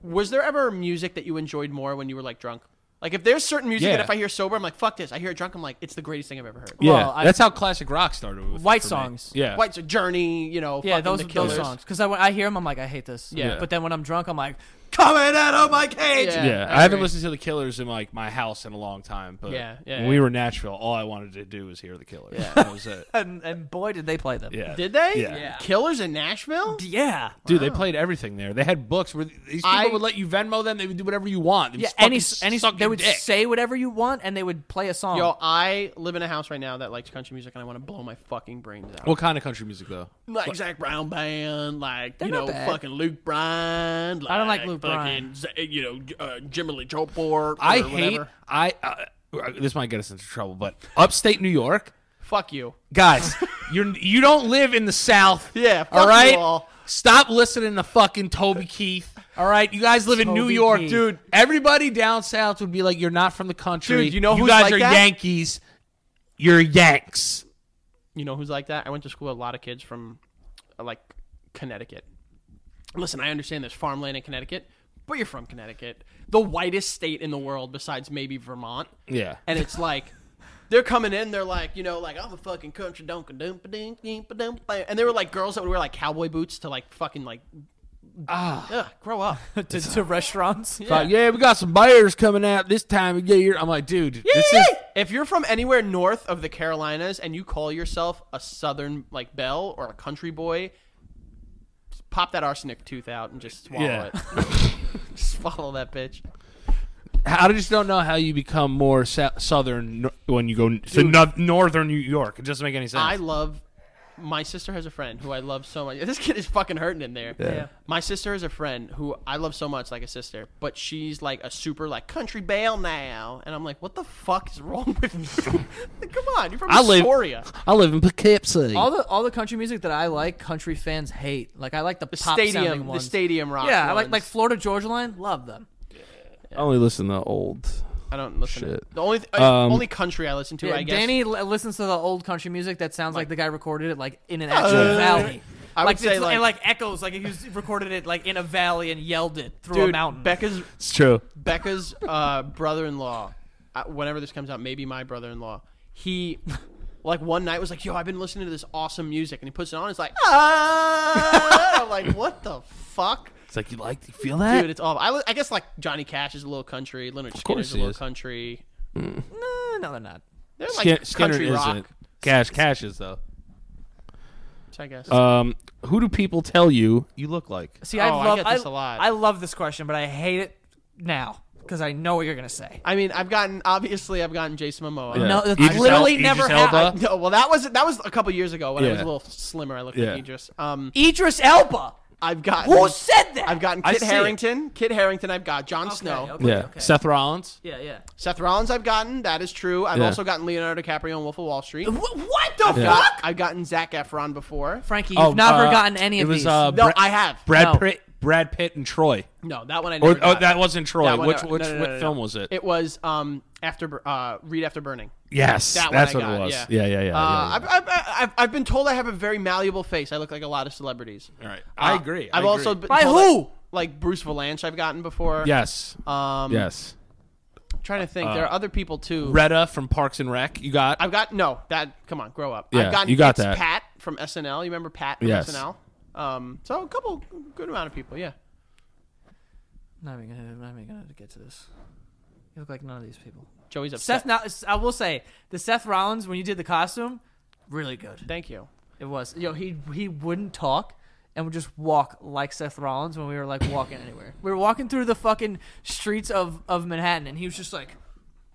Speaker 1: was there ever music that you enjoyed more when you were like drunk? Like, if there's certain music
Speaker 3: Yeah.
Speaker 1: that if I hear sober, I'm like, fuck this. I hear it drunk, I'm like, it's the greatest thing I've ever heard.
Speaker 3: Yeah,
Speaker 2: Well, I-
Speaker 3: that's how classic rock started. With,
Speaker 2: White
Speaker 3: for me.
Speaker 2: songs.
Speaker 3: Yeah,
Speaker 1: White so Journey, you know,
Speaker 2: yeah,
Speaker 1: fucking
Speaker 2: those
Speaker 1: the
Speaker 2: those
Speaker 1: killers.
Speaker 2: songs. Because I, when I hear them, I'm like, I hate this.
Speaker 1: Yeah.
Speaker 2: but then when I'm drunk, I'm like,
Speaker 3: coming out of my cage.
Speaker 1: Yeah,
Speaker 3: Yeah,
Speaker 1: I
Speaker 3: I, haven't
Speaker 1: agree.
Speaker 3: listened to the Killers in like my house in a long time. But
Speaker 1: Yeah, yeah,
Speaker 3: when
Speaker 1: yeah.
Speaker 3: we were in Nashville, all I wanted to do was hear the Killers. That was it.
Speaker 2: and, and boy, did they play them.
Speaker 3: Yeah,
Speaker 1: Did they?
Speaker 3: Yeah. Yeah.
Speaker 1: Killers in Nashville?
Speaker 2: yeah.
Speaker 3: dude, they played everything there. They had books where these people
Speaker 1: I-
Speaker 3: would let you Venmo them. They would do whatever you want. They would
Speaker 2: Yeah,
Speaker 3: fucking
Speaker 2: any any
Speaker 3: suck
Speaker 2: they
Speaker 3: your
Speaker 2: would
Speaker 3: dick.
Speaker 2: say whatever you want, and they would play a song.
Speaker 1: Yo, I live in a house right now that likes country music, and I want to blow my fucking brains out.
Speaker 3: What kind of country music though?
Speaker 1: like Zach Brown band, like you
Speaker 2: not
Speaker 1: know,
Speaker 2: bad.
Speaker 1: fucking Luke Bryan. Like,
Speaker 2: I don't like Luke
Speaker 1: fucking,
Speaker 2: Bryan.
Speaker 1: Z- You know, uh, Jimmy Lee Chopard.
Speaker 3: I
Speaker 1: or
Speaker 3: hate.
Speaker 1: whatever.
Speaker 3: I uh, this might get us into trouble, but upstate New York.
Speaker 1: Fuck you.
Speaker 3: guys, you you don't live in the South.
Speaker 1: Yeah, fuck
Speaker 3: all
Speaker 1: you
Speaker 3: right.
Speaker 1: all.
Speaker 3: Stop listening to fucking Toby Keith. All right, you guys live in New
Speaker 2: Toby
Speaker 3: York,
Speaker 2: Keith.
Speaker 3: dude. Everybody down south would be like, "You're not from the country,
Speaker 1: Dude, you know
Speaker 3: you
Speaker 1: who's
Speaker 3: guys
Speaker 1: like
Speaker 3: are
Speaker 1: that?
Speaker 3: Yankees. You're Yanks."
Speaker 1: You know who's like that? I went to school with a lot of kids from uh, like Connecticut. Listen, I understand there's farmland in Connecticut, but you're from Connecticut, the whitest state in the world besides maybe Vermont.
Speaker 3: Yeah,
Speaker 1: And it's like they're coming in, they're like, you know, like I'm a fucking country dunka dumpa dink dumpa dump and they were like girls that would wear like cowboy boots to like fucking like ah grow up.
Speaker 2: to, to restaurants.
Speaker 3: Like, yeah, we got some bears coming out this time of year. I'm like, dude, this is
Speaker 1: if you're from anywhere north of the Carolinas and you call yourself a Southern like belle or a country boy, just pop that arsenic tooth out and just swallow
Speaker 3: Yeah.
Speaker 1: it. just swallow that bitch.
Speaker 3: I just don't know how you become more sou- southern nor- when you go n- to no- northern New York. It doesn't make any sense.
Speaker 1: I love. My sister has a friend who I love so much. This kid is fucking hurting in there.
Speaker 2: Yeah.
Speaker 1: My sister has a friend who I love so much, like a sister, but she's like a super like country belle now, and I'm like, what the fuck is wrong with you? Like, Come on, you're from
Speaker 3: I live-
Speaker 1: Astoria.
Speaker 3: I live in Poughkeepsie.
Speaker 2: All the all the country music that I like, country fans hate. Like I like the, pop sounding
Speaker 1: Stadium, the
Speaker 2: ones.
Speaker 1: stadium rock.
Speaker 2: yeah, I like
Speaker 1: ones.
Speaker 2: like Florida Georgia Line. Love them.
Speaker 3: I only listen to old
Speaker 1: I don't listen. To,
Speaker 3: Shit.
Speaker 1: the only th-
Speaker 3: Um,
Speaker 1: only country I listen to,
Speaker 2: Yeah,
Speaker 1: I guess.
Speaker 2: Danny l- listens to the old country music that sounds like, the guy recorded it like in an actual valley.
Speaker 1: Uh, I would
Speaker 2: like,
Speaker 1: say,
Speaker 2: it's-
Speaker 1: like-
Speaker 2: and like echoes, like he was, recorded it like in a valley and yelled it through a
Speaker 1: dude,
Speaker 2: mountain.
Speaker 1: Becca's
Speaker 3: It's true.
Speaker 1: Becca's uh, brother-in-law. Uh, whenever this comes out, maybe my brother-in-law. He. Like one night was like, "Yo, I've been listening to this awesome music," and he puts it on. It's like,
Speaker 2: Uh,
Speaker 1: ah! I'm like, "What the fuck,
Speaker 3: It's like you like you feel that?
Speaker 1: dude? It's all." I, li- I guess like Johnny Cash is a little country. Leonard
Speaker 3: course
Speaker 1: Skinner's a
Speaker 3: he
Speaker 1: little
Speaker 3: is.
Speaker 1: country.
Speaker 2: Eh, no, they're not.
Speaker 1: They're like
Speaker 3: Skin- Skinner
Speaker 1: country rock.
Speaker 3: Cash Cash is though.
Speaker 1: I guess.
Speaker 3: Um, who do people tell you you look like?
Speaker 2: See,
Speaker 1: Oh, I
Speaker 2: I love
Speaker 1: get this a lot.
Speaker 2: I love this question, but I hate it now because I know what you're gonna say.
Speaker 1: I mean, I've gotten obviously I've gotten Jason Momoa.
Speaker 3: Yeah.
Speaker 2: No, that's
Speaker 3: Idris El-
Speaker 2: literally
Speaker 3: Idris
Speaker 2: never
Speaker 3: Elba?
Speaker 2: happened.
Speaker 1: No, well, that was that was a couple years ago when I was
Speaker 3: Yeah.
Speaker 1: a little slimmer. I looked
Speaker 3: Yeah.
Speaker 1: like Idris. Um,
Speaker 2: Idris Elba.
Speaker 1: I've gotten
Speaker 2: Who said that?
Speaker 1: I've gotten
Speaker 3: I
Speaker 1: Kit
Speaker 3: see it.
Speaker 1: Harrington. Kit Harrington. I've got Jon Snow.
Speaker 2: okay,
Speaker 3: Yeah,
Speaker 2: okay.
Speaker 3: Seth Rollins.
Speaker 2: Yeah, yeah.
Speaker 1: Seth Rollins. I've gotten. That is true. I've
Speaker 3: Yeah.
Speaker 1: also gotten Leonardo DiCaprio and Wolf of Wall Street.
Speaker 2: Wh- What the
Speaker 3: Yeah.
Speaker 1: Got-
Speaker 2: fuck?
Speaker 1: I've gotten Zach Efron before.
Speaker 2: Frankie, you've
Speaker 3: Oh,
Speaker 2: never
Speaker 3: uh,
Speaker 2: gotten any
Speaker 3: it
Speaker 2: of
Speaker 3: was,
Speaker 2: these.
Speaker 3: uh,
Speaker 1: No,
Speaker 3: Brad-
Speaker 1: I have.
Speaker 3: Brad
Speaker 2: No.
Speaker 3: Pitt, Brad Pitt, and Troy.
Speaker 1: No, that one I never.
Speaker 3: Or oh,
Speaker 1: got.
Speaker 3: that wasn't Troy.
Speaker 1: That one
Speaker 3: which
Speaker 1: I-
Speaker 3: which
Speaker 1: no, no, no,
Speaker 3: what
Speaker 1: no, no.
Speaker 3: film was it?
Speaker 1: It was um after Bur- uh Read After Burning.
Speaker 3: yes,
Speaker 1: That one
Speaker 3: that's
Speaker 1: I
Speaker 3: what
Speaker 1: got,
Speaker 3: it was.
Speaker 1: yeah.
Speaker 3: yeah,
Speaker 1: Uh,
Speaker 3: yeah, yeah. yeah, yeah.
Speaker 1: I've, I've, I've, I've been told I have a very malleable face. I look like a lot of celebrities.
Speaker 3: All right, I
Speaker 1: Uh,
Speaker 3: agree. I
Speaker 1: I've
Speaker 3: agree.
Speaker 1: also been
Speaker 2: By
Speaker 1: told
Speaker 2: who?
Speaker 1: that- like Bruce Valanche, I've gotten before.
Speaker 3: yes,
Speaker 1: Um,
Speaker 3: yes.
Speaker 1: Trying to think,
Speaker 3: Uh,
Speaker 1: there are other people too.
Speaker 3: Retta from Parks and Rec. You got
Speaker 1: I've got no that. Come on, grow up.
Speaker 3: Yeah,
Speaker 1: I've gotten
Speaker 3: you got
Speaker 1: it's
Speaker 3: that.
Speaker 1: Pat from SNL. You remember Pat from
Speaker 3: Yes.
Speaker 1: SNL? Um, so a couple good amount of people. Yeah.
Speaker 2: not even gonna, not even gonna get to this. You look like none of these people.
Speaker 1: Joey's upset.
Speaker 2: Seth, now I will say the Seth Rollins when you did the costume, really good.
Speaker 1: Thank you.
Speaker 2: It was. Yo, he he wouldn't talk and would just walk like Seth Rollins when we were like walking anywhere. We were walking through the fucking streets of, of Manhattan and he was just like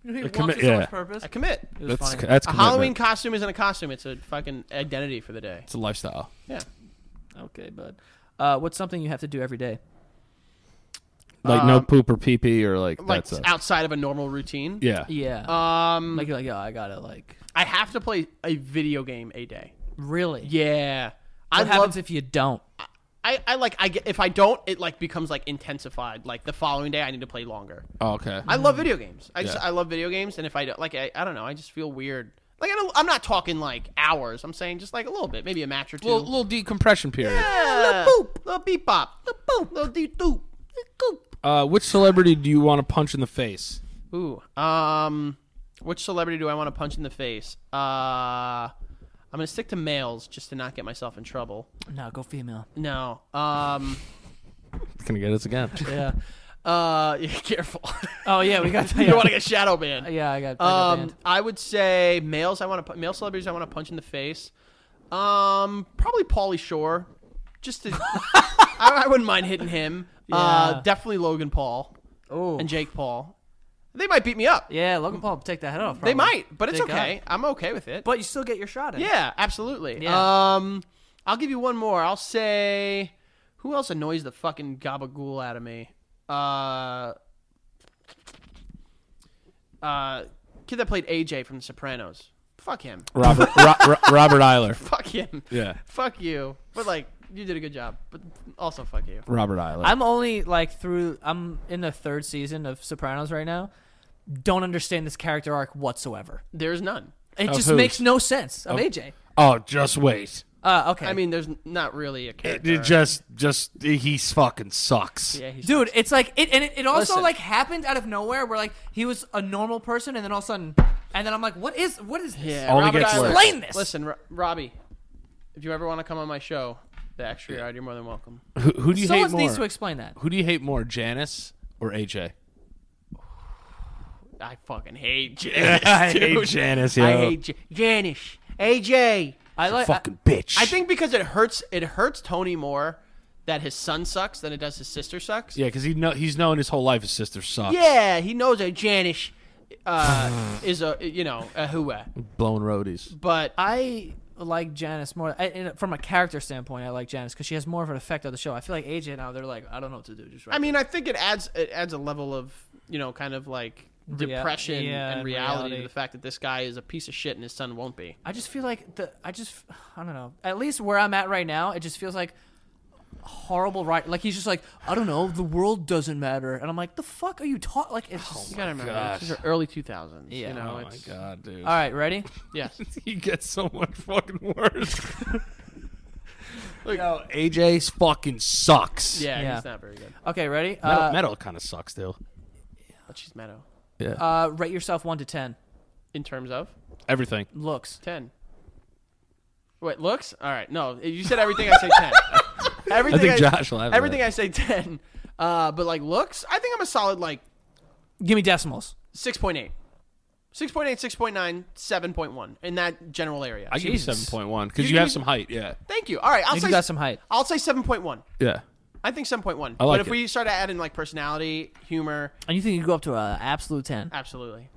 Speaker 2: you know, he walked
Speaker 3: commit-
Speaker 2: with so
Speaker 3: yeah.
Speaker 2: much purpose.
Speaker 1: I commit.
Speaker 2: It was
Speaker 3: that's
Speaker 2: funny.
Speaker 3: that's
Speaker 1: A
Speaker 3: commitment.
Speaker 1: Halloween costume isn't a costume. It's a fucking identity for the day.
Speaker 3: It's a lifestyle.
Speaker 1: Yeah.
Speaker 2: okay, bud. Uh, what's something you have to do every day?
Speaker 3: Like no poop or pee pee or Um, like,
Speaker 1: Like
Speaker 3: that's a,
Speaker 1: outside of a normal routine.
Speaker 3: yeah.
Speaker 2: Yeah.
Speaker 1: Um,
Speaker 2: like you're like, oh, I gotta like
Speaker 1: I have to play a video game a day.
Speaker 2: really.
Speaker 1: Yeah. I
Speaker 2: What happens
Speaker 1: love
Speaker 2: if you don't?
Speaker 1: I, I like I get if I don't it like becomes like intensified like the following day I need to play longer.
Speaker 3: Oh, okay.
Speaker 1: I love video games. I just
Speaker 3: Yeah.
Speaker 1: I love video games, and if I don't like, I, I don't know. I just feel weird. Like I don't, I'm not talking like hours. I'm saying just like a little bit, maybe a match or two.
Speaker 3: little, little decompression period.
Speaker 1: yeah, little boop, little beep bop, little boop, little dee doop, little
Speaker 3: Uh, which celebrity do you want to punch in the face?
Speaker 1: goop. Ooh, um, which celebrity do I want to punch in the face? Uh, I'm gonna stick to males just to not get myself in trouble.
Speaker 2: No, go female.
Speaker 1: No, um,
Speaker 3: Can I get us again?
Speaker 2: Yeah.
Speaker 1: uh, yeah, careful.
Speaker 2: Oh yeah, we got.
Speaker 1: you don't want to get shadow banned.
Speaker 2: Yeah, I got. I got
Speaker 1: Um,
Speaker 2: banned.
Speaker 1: I would say males. I want to male celebrities. I want to punch in the face. Um, probably Pauly Shore. Just to, I, I wouldn't mind hitting him.
Speaker 2: Yeah.
Speaker 1: Uh, definitely Logan Paul
Speaker 2: Oh.
Speaker 1: and Jake Paul. They might beat me up.
Speaker 2: Yeah, um, Logan Paul take that head off.
Speaker 1: they
Speaker 2: probably.
Speaker 1: might, but it's
Speaker 2: Thank
Speaker 1: okay.
Speaker 2: God.
Speaker 1: I'm okay with it.
Speaker 2: But you still get your shot in.
Speaker 1: yeah, absolutely.
Speaker 2: Yeah.
Speaker 1: Um, I'll give you one more. I'll say, who else annoys the fucking gabagool out of me? Uh, uh, kid that played AJ from The Sopranos. Fuck him.
Speaker 3: Robert Ro- Ro- Robert Eiler.
Speaker 1: fuck him.
Speaker 3: Yeah.
Speaker 1: Fuck you. But like, you did a good job. But also, fuck you.
Speaker 3: Robert Eiler.
Speaker 2: I'm only like through. I'm in the third season of Sopranos right now. Don't understand this character arc whatsoever.
Speaker 1: There's none.
Speaker 2: It
Speaker 3: Of
Speaker 2: just
Speaker 3: whose?
Speaker 2: makes no sense. Of AJ.
Speaker 3: oh, just wait.
Speaker 2: Uh, okay.
Speaker 1: I mean, there's not really a character.
Speaker 3: It just just he fucking sucks.
Speaker 1: yeah, he's
Speaker 2: dude, it's like it, and it, it also
Speaker 1: Listen.
Speaker 2: like happened out of nowhere. Where like he was a normal person, and then all of a sudden, and then I'm like, what is what is this?
Speaker 1: Yeah,
Speaker 3: Only
Speaker 1: Robert
Speaker 3: gets
Speaker 1: Eiler.
Speaker 3: worse.
Speaker 2: Explain this.
Speaker 1: Listen, Ro- Robbie, if you ever want to come on my show, the extra yard, you're more than welcome.
Speaker 3: Who, who do you hate
Speaker 2: Someone
Speaker 3: more?
Speaker 2: needs to explain that.
Speaker 3: who do you hate more, Janice or AJ?
Speaker 1: I fucking hate Janice. dude.
Speaker 3: Janice.
Speaker 1: I hate J- Janice. AJ.
Speaker 2: I like. I,
Speaker 3: fucking bitch.
Speaker 1: I think because it hurts, it hurts Tony more that his son sucks than it does his sister sucks.
Speaker 3: Yeah, because he know he's known his whole life his sister sucks.
Speaker 1: Yeah, he knows that Janice uh, is a you know a hua,
Speaker 3: blowing roadies.
Speaker 1: but
Speaker 2: I like Janice more I, in- from a character standpoint. I like Janice because she has more of an effect on the show. I feel like AJ now they're like, I don't know what to do. Just right.
Speaker 1: I mean, I think it adds it adds a level of you know kind of like depression
Speaker 2: yeah,
Speaker 1: and
Speaker 2: and
Speaker 1: reality, to
Speaker 2: reality.
Speaker 1: the fact that this guy is a piece of shit and his son won't be.
Speaker 2: I just feel like the I just I don't know. At least where I'm at right now, it just feels like horrible. Right, like he's just like I don't know. The world doesn't matter, and I'm like, the fuck are you talking? Like, it's
Speaker 1: You gotta remember,
Speaker 3: God.
Speaker 1: these are early two thousands.
Speaker 2: Yeah.
Speaker 1: you know,
Speaker 3: Oh my
Speaker 1: it's,
Speaker 3: god, dude.
Speaker 2: all right, ready?
Speaker 1: yes.
Speaker 3: he gets so much fucking worse. Look, Yo, AJ's fucking sucks.
Speaker 1: Yeah,
Speaker 2: Yeah.
Speaker 1: he's not very good,
Speaker 2: Okay, ready?
Speaker 3: metal,
Speaker 2: Uh,
Speaker 3: kind of sucks still.
Speaker 1: but she's meadow
Speaker 3: Yeah,
Speaker 2: uh, rate yourself one to ten.
Speaker 1: in terms of
Speaker 3: everything.
Speaker 2: Looks.
Speaker 1: ten. Wait, looks? All right, no, you said everything. I say ten.
Speaker 3: I
Speaker 1: everything.
Speaker 3: think Josh will have
Speaker 1: everything
Speaker 3: that.
Speaker 1: I say ten, uh, but like looks, I think I'm a solid like
Speaker 2: Give me decimals.
Speaker 1: six point eight. 6.8, 6.9, 7.1 in that general area.
Speaker 3: I give you
Speaker 2: Jesus.
Speaker 3: seven point one because
Speaker 1: You-
Speaker 3: you, have
Speaker 1: you-
Speaker 3: some height. Yeah,
Speaker 1: Thank you. All right, I'll
Speaker 2: You
Speaker 1: say
Speaker 2: got some height.
Speaker 1: I'll say 7.1.
Speaker 3: yeah.
Speaker 1: I think 7.1.
Speaker 3: I like
Speaker 1: but if
Speaker 3: it.
Speaker 1: we start to add in like personality, humor,
Speaker 2: And you think you go up to an absolute ten?
Speaker 1: absolutely.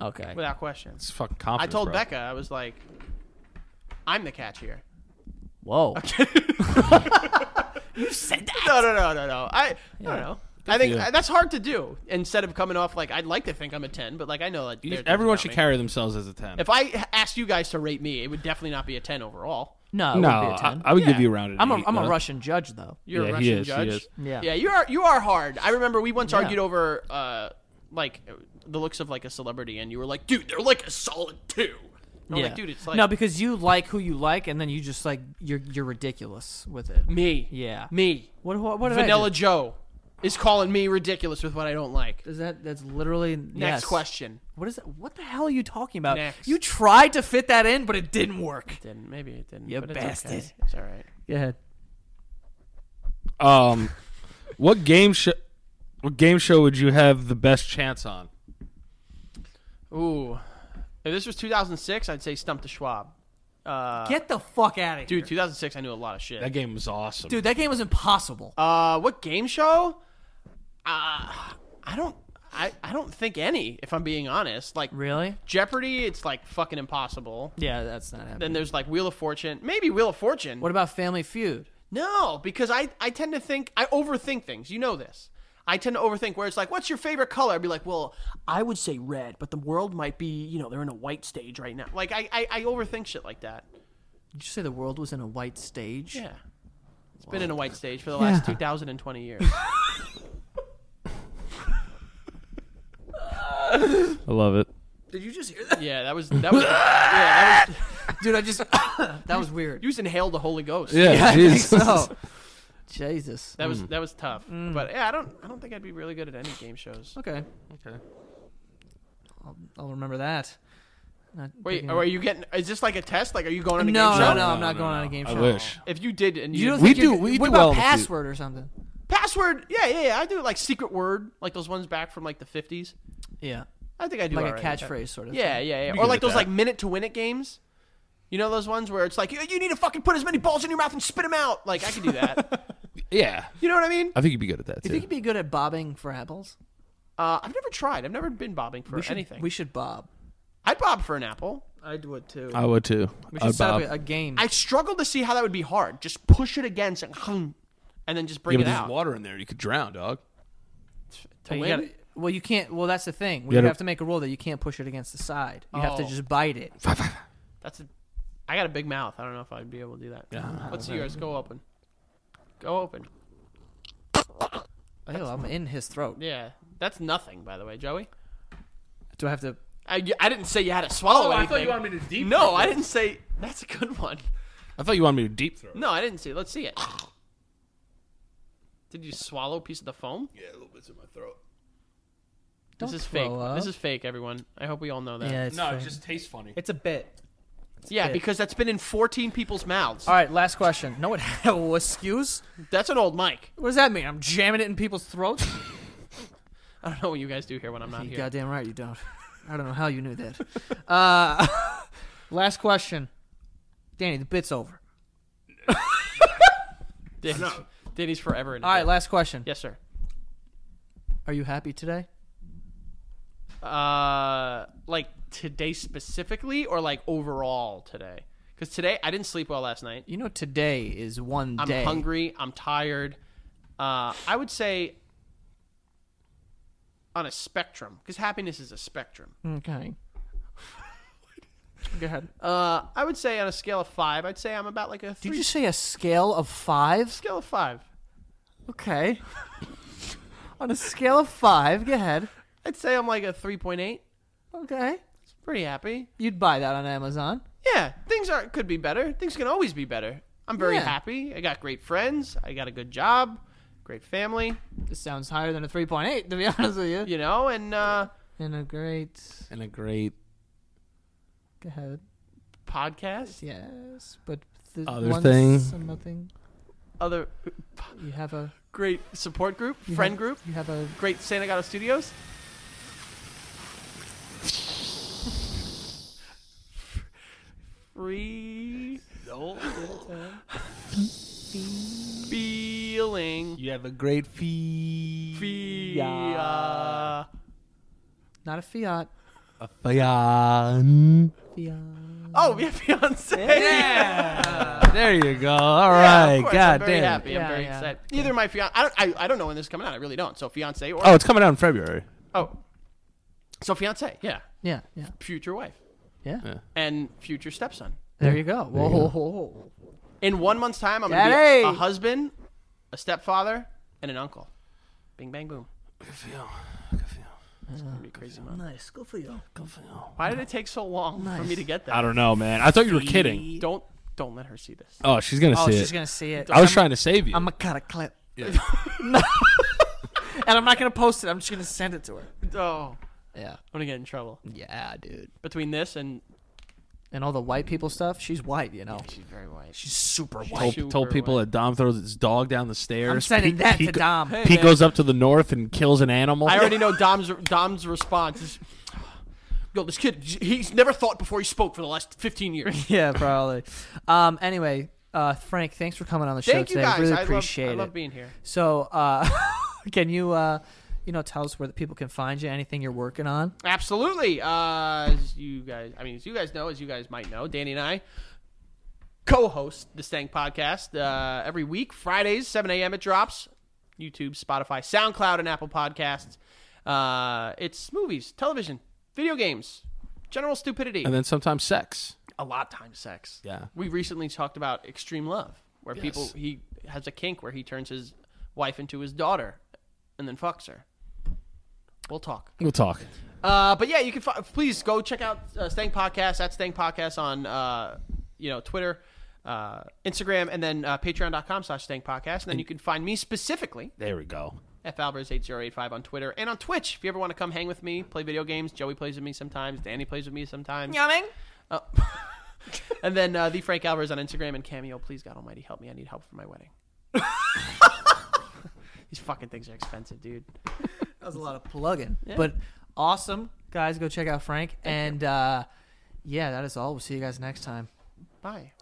Speaker 2: Okay.
Speaker 1: Without question.
Speaker 3: It's fucking
Speaker 1: I
Speaker 3: confidence.
Speaker 1: told
Speaker 3: bro.
Speaker 1: Becca, I was like, I'm the catch here.
Speaker 2: Whoa.
Speaker 1: No, no, no, no, no. I, I don't know. I think
Speaker 3: for you.
Speaker 1: I- that's hard to do. Instead of coming off like I'd like to think I'm a ten, but like I know like
Speaker 3: You-
Speaker 1: they're
Speaker 3: everyone
Speaker 1: judging on
Speaker 3: should
Speaker 1: me.
Speaker 3: carry themselves as a ten.
Speaker 1: If I asked you guys to rate me, it would definitely not be a ten overall.
Speaker 2: No, it
Speaker 3: no,
Speaker 2: wouldn't be a
Speaker 3: I,
Speaker 2: 10.
Speaker 3: I would
Speaker 1: Yeah.
Speaker 3: give you a rounded.
Speaker 2: I'm a,
Speaker 3: eight,
Speaker 2: I'm a
Speaker 1: uh,
Speaker 3: though.
Speaker 2: Russian judge, though.
Speaker 1: You're a
Speaker 3: Yeah,
Speaker 1: Russian
Speaker 3: he is, he
Speaker 1: judge.
Speaker 3: is.
Speaker 2: Yeah.
Speaker 1: yeah, you are. You are hard. I remember we once argued over uh like the looks of like a celebrity, and you were like, dude, they're like a solid two. And I'm
Speaker 2: yeah.
Speaker 1: like, dude, it's like
Speaker 2: no, because you like who you like, and then you just like you're you're ridiculous with it.
Speaker 1: me.
Speaker 2: Yeah.
Speaker 1: me.
Speaker 2: What what, what did
Speaker 1: Vanilla
Speaker 2: I do?
Speaker 1: Joe is calling me ridiculous with what I don't like.
Speaker 2: Is that that's literally
Speaker 1: Next
Speaker 2: yes.
Speaker 1: question.
Speaker 2: What is that? What the hell are you talking about?
Speaker 1: Next.
Speaker 2: You tried to fit that in, but it didn't work.
Speaker 1: Didn't maybe it didn't.
Speaker 2: You
Speaker 1: but it's okay.
Speaker 2: bastard.
Speaker 1: It's all right.
Speaker 2: Go ahead.
Speaker 3: Um, what game show? What game show would you have the best chance on?
Speaker 1: Ooh. If this was 2006, I'd say Stump the Schwab. Uh,
Speaker 2: Get the fuck out of here,
Speaker 1: dude, 2006, I knew a lot of
Speaker 3: That
Speaker 1: shit.
Speaker 3: game was awesome.
Speaker 2: Dude, that game was impossible.
Speaker 1: Uh, what game show? Uh, I don't. I, I don't think any. If I'm being honest, like
Speaker 2: really?
Speaker 1: Jeopardy, it's like fucking impossible.
Speaker 2: Yeah, that's not happening.
Speaker 1: Then there's like Wheel of Fortune, maybe Wheel of Fortune.
Speaker 2: What about Family Feud?
Speaker 1: No, because I I tend to think I overthink things. You know this. I tend to overthink where it's like, what's your favorite color? I'd be like, well, I would say red, but the world might be, you know, they're in a white stage right now. Like I I, I overthink shit like that.
Speaker 2: Did you say the world was in a white stage?
Speaker 1: Yeah. it's been in a white stage for the last 2020 years.
Speaker 3: I love it.
Speaker 2: Did you just hear that?
Speaker 1: yeah, that was that was yeah, that was
Speaker 2: Dude, I just that was weird.
Speaker 1: you just inhaled the Holy Ghost.
Speaker 3: Yeah,
Speaker 2: I think
Speaker 3: Jesus.
Speaker 2: so. Jesus.
Speaker 1: That was that was tough.
Speaker 2: Mm.
Speaker 1: But yeah, I don't I don't think I'd be really good at any game shows.
Speaker 2: Okay.
Speaker 3: Okay.
Speaker 2: I'll, I'll remember that. Not
Speaker 1: Wait,
Speaker 2: thinking
Speaker 1: are
Speaker 2: of-
Speaker 1: you getting is this like a test? Like are you going on a
Speaker 2: No,
Speaker 1: game
Speaker 2: no,
Speaker 1: show?
Speaker 2: no. I'm not going on a game
Speaker 3: I
Speaker 2: show.
Speaker 3: wish.
Speaker 1: If you did and you,
Speaker 2: You don't
Speaker 3: We
Speaker 2: think you're
Speaker 3: do-
Speaker 2: good-
Speaker 3: we
Speaker 2: what
Speaker 3: do
Speaker 2: about
Speaker 3: well in the feud.
Speaker 2: password or something?
Speaker 1: Password, yeah, yeah, yeah. I do like secret word, like those ones back from like the fifties.
Speaker 2: Yeah.
Speaker 1: I think I do
Speaker 2: Like a
Speaker 1: all right with that.
Speaker 2: catchphrase sort of
Speaker 1: Yeah,
Speaker 2: thing.
Speaker 1: yeah, yeah.
Speaker 3: Be
Speaker 1: Or
Speaker 3: good
Speaker 1: like
Speaker 3: at
Speaker 1: those
Speaker 3: that.
Speaker 1: like minute to win it games. You know those ones where it's like you, you need to fucking put as many balls in your mouth and spit them out. Like I could do that.
Speaker 3: Yeah,
Speaker 1: you know what I mean?
Speaker 3: I think you'd be good at that
Speaker 2: You
Speaker 3: too.
Speaker 2: think you'd be good at bobbing for apples?
Speaker 1: Uh, I've never tried. I've never been bobbing for
Speaker 2: We should,
Speaker 1: anything.
Speaker 2: We should bob.
Speaker 1: I'd bob for an apple.
Speaker 2: I would too.
Speaker 3: I would too.
Speaker 2: we should
Speaker 3: I'd
Speaker 2: set
Speaker 3: bob.
Speaker 2: up a, a game.
Speaker 1: I struggle to see how that would be hard. Just push it against and hum, and then just
Speaker 3: Yeah,
Speaker 1: bring
Speaker 3: but
Speaker 1: it
Speaker 3: there's
Speaker 1: out.
Speaker 3: water in there. You could drown, dog.
Speaker 1: to
Speaker 2: You
Speaker 1: win.
Speaker 2: gotta- well, you can't. Well, that's the thing. We
Speaker 3: gotta-
Speaker 2: have to make a rule that you can't push it against the side. You have to
Speaker 1: Oh.
Speaker 2: just bite it.
Speaker 1: That's a, I got a big mouth. I don't know if I'd be able to do that. What's yours? Go open. Go open.
Speaker 2: Ew, Oh, I'm in his throat.
Speaker 1: Yeah, that's nothing, by the way, Joey.
Speaker 2: Do I have to?
Speaker 1: I, you- I didn't say Oh, you had to swallow
Speaker 2: Oh,
Speaker 1: anything.
Speaker 3: me to deep.
Speaker 1: No, I didn't say. That's a good one.
Speaker 3: I thought you wanted me to deep throat.
Speaker 1: No, I didn't see. Let's see it. Did you swallow a piece of the foam?
Speaker 3: Yeah, a little bit's in my throat.
Speaker 2: Don't
Speaker 1: this is fake.
Speaker 2: throw up.
Speaker 1: This is fake, everyone. I hope we all know that.
Speaker 2: Yeah,
Speaker 1: Yeah,
Speaker 2: it's fake.
Speaker 3: tastes funny.
Speaker 2: it's a bit. fake.
Speaker 1: because that's been in 14 people's mouths.
Speaker 2: All right, last question. No, what? oh, excuse?
Speaker 1: That's an old mic.
Speaker 2: What does that mean? I'm jamming it in people's throats.
Speaker 1: I don't know what you guys do here when I'm not
Speaker 2: you
Speaker 1: here.
Speaker 2: goddamn right you don't. I don't know how you knew that. Uh, last question, Danny. The bit's over.
Speaker 1: Danny's, Danny's forever in.
Speaker 2: All right, last question.
Speaker 1: Yes, sir.
Speaker 2: Are you happy today?
Speaker 1: Uh, like today specifically, or like overall today? Because today I didn't sleep well last night.
Speaker 2: You know, today is one
Speaker 1: I'm
Speaker 2: day.
Speaker 1: hungry. I'm tired. Uh, I would say on a spectrum, because happiness is a spectrum.
Speaker 2: Okay. Go ahead.
Speaker 1: Uh, I would say on a scale of five, I'd say I'm about like a
Speaker 2: Did
Speaker 1: three.
Speaker 2: you say a scale of five?
Speaker 1: scale of five?
Speaker 2: Okay. On a scale of five, go ahead.
Speaker 1: I'd say I'm like a three point eight.
Speaker 2: Okay.
Speaker 1: It's pretty happy.
Speaker 2: You'd buy that on Amazon.
Speaker 1: Yeah, things are could be better. Things can always be better. I'm very
Speaker 2: Yeah.
Speaker 1: happy. I got great friends. I got a good job, great family.
Speaker 2: This sounds higher than a 3.8, to be honest with you.
Speaker 1: You know, and uh,
Speaker 2: And a great.
Speaker 3: And a great.
Speaker 2: Go ahead.
Speaker 1: podcast.
Speaker 2: Yes. But the
Speaker 3: Other
Speaker 2: once
Speaker 3: thing.
Speaker 2: and nothing.
Speaker 1: Other
Speaker 2: You have a.
Speaker 1: great support group,
Speaker 2: you
Speaker 1: friend
Speaker 2: have-
Speaker 1: group.
Speaker 2: You have a.
Speaker 1: Great Santa Gato Studios. free
Speaker 3: No.
Speaker 1: feeling.
Speaker 3: You have a great fee.
Speaker 1: Fee-
Speaker 2: Not a fiat.
Speaker 3: A fian.
Speaker 1: Oh, yeah, fiance.
Speaker 2: Yeah.
Speaker 3: There you go. All
Speaker 1: Yeah,
Speaker 3: right.
Speaker 1: of course, I'm
Speaker 3: God
Speaker 1: very
Speaker 3: damn. it.
Speaker 1: happy. I'm
Speaker 2: Yeah,
Speaker 1: very
Speaker 2: yeah.
Speaker 1: excited. Either my fiance, I don't, I, I don't know when this is coming out. I really don't. So fiance or
Speaker 3: Oh, it's coming out in February.
Speaker 1: oh. so fiance, yeah,
Speaker 2: yeah. Yeah.
Speaker 1: future wife
Speaker 2: Yeah.
Speaker 1: and future stepson.
Speaker 2: There you go. Whoa, whoa, whoa, whoa.
Speaker 1: In one month's time, I'm gonna be a, a
Speaker 2: Daddy!
Speaker 1: husband, a stepfather, and an uncle. Bing bang boom. It's gonna be a crazy month.
Speaker 2: Oh, Nice. Good for you.
Speaker 1: Why did it take so long for me to get that?
Speaker 3: I don't know, man. I thought you were kidding.
Speaker 1: Don't don't let her see this.
Speaker 3: Oh, she's gonna
Speaker 2: Oh,
Speaker 3: see
Speaker 2: she's
Speaker 3: it.
Speaker 2: gonna see it.
Speaker 3: I was trying to save you.
Speaker 2: I'm gonna cut a clip. and I'm not gonna post it. I'm just gonna send it to her.
Speaker 1: Oh, I'm
Speaker 2: Yeah.
Speaker 1: gonna get in trouble.
Speaker 2: Yeah, dude.
Speaker 1: Between this and
Speaker 2: And all the white people stuff. She's white, you know.
Speaker 1: she's very white.
Speaker 2: She's super white.
Speaker 1: Super
Speaker 3: told, told people
Speaker 1: white.
Speaker 3: that Dom throws his dog down the stairs.
Speaker 2: I'm sending that to
Speaker 3: go-
Speaker 2: Dom.
Speaker 3: Pete
Speaker 1: man.
Speaker 3: goes up to the north and kills an animal.
Speaker 1: I already know Dom's Dom's response is, "Yo, this kid, he's never thought before he spoke for the last fifteen years."
Speaker 2: yeah, probably. Um. Anyway, uh, Frank, thanks for coming on the show
Speaker 1: Thank you
Speaker 2: today.
Speaker 1: guys.
Speaker 2: Really
Speaker 1: I
Speaker 2: appreciate
Speaker 1: love, I
Speaker 2: it.
Speaker 1: love being here.
Speaker 2: so, uh, can you, uh, you know, tell us where the people can find you? Anything you're working on?
Speaker 1: Absolutely. Uh, as you guys, I mean, as you guys know, as you guys might know, Danny and I co-host the Stank Podcast uh, every week, Fridays, 7 a.m. It drops. YouTube, Spotify, SoundCloud, and Apple Podcasts. Uh, it's movies, television, video games, general stupidity,
Speaker 3: and then sometimes sex.
Speaker 1: a lot of times sex.
Speaker 3: Yeah.
Speaker 1: We recently talked about extreme love, where people
Speaker 3: Yes.
Speaker 1: he has a kink where he turns his wife into his daughter, and then fucks her. We'll talk.
Speaker 3: We'll talk.
Speaker 1: Uh, but yeah, you can fi- please go check out uh, Stank Podcast at Stank Podcast on uh, you know Twitter, uh, Instagram, and then uh, Patreon.com slash Stank Podcast. And then you can find me specifically
Speaker 3: There we go.
Speaker 1: F Alvarez eight zero eight five on Twitter and on Twitch. If you ever want to come hang with me, play video games. Joey plays with me sometimes. Danny plays with me sometimes.
Speaker 2: Coming.
Speaker 1: Uh, and then uh, the Frank Alvarez on Instagram and Cameo. Please God Almighty, help me! I need help for my wedding. These fucking things are expensive, dude.
Speaker 2: That was a lot of plugging, but awesome guys. Go check out Frank. and uh, yeah, that is all. We'll see you guys next time.
Speaker 1: Bye.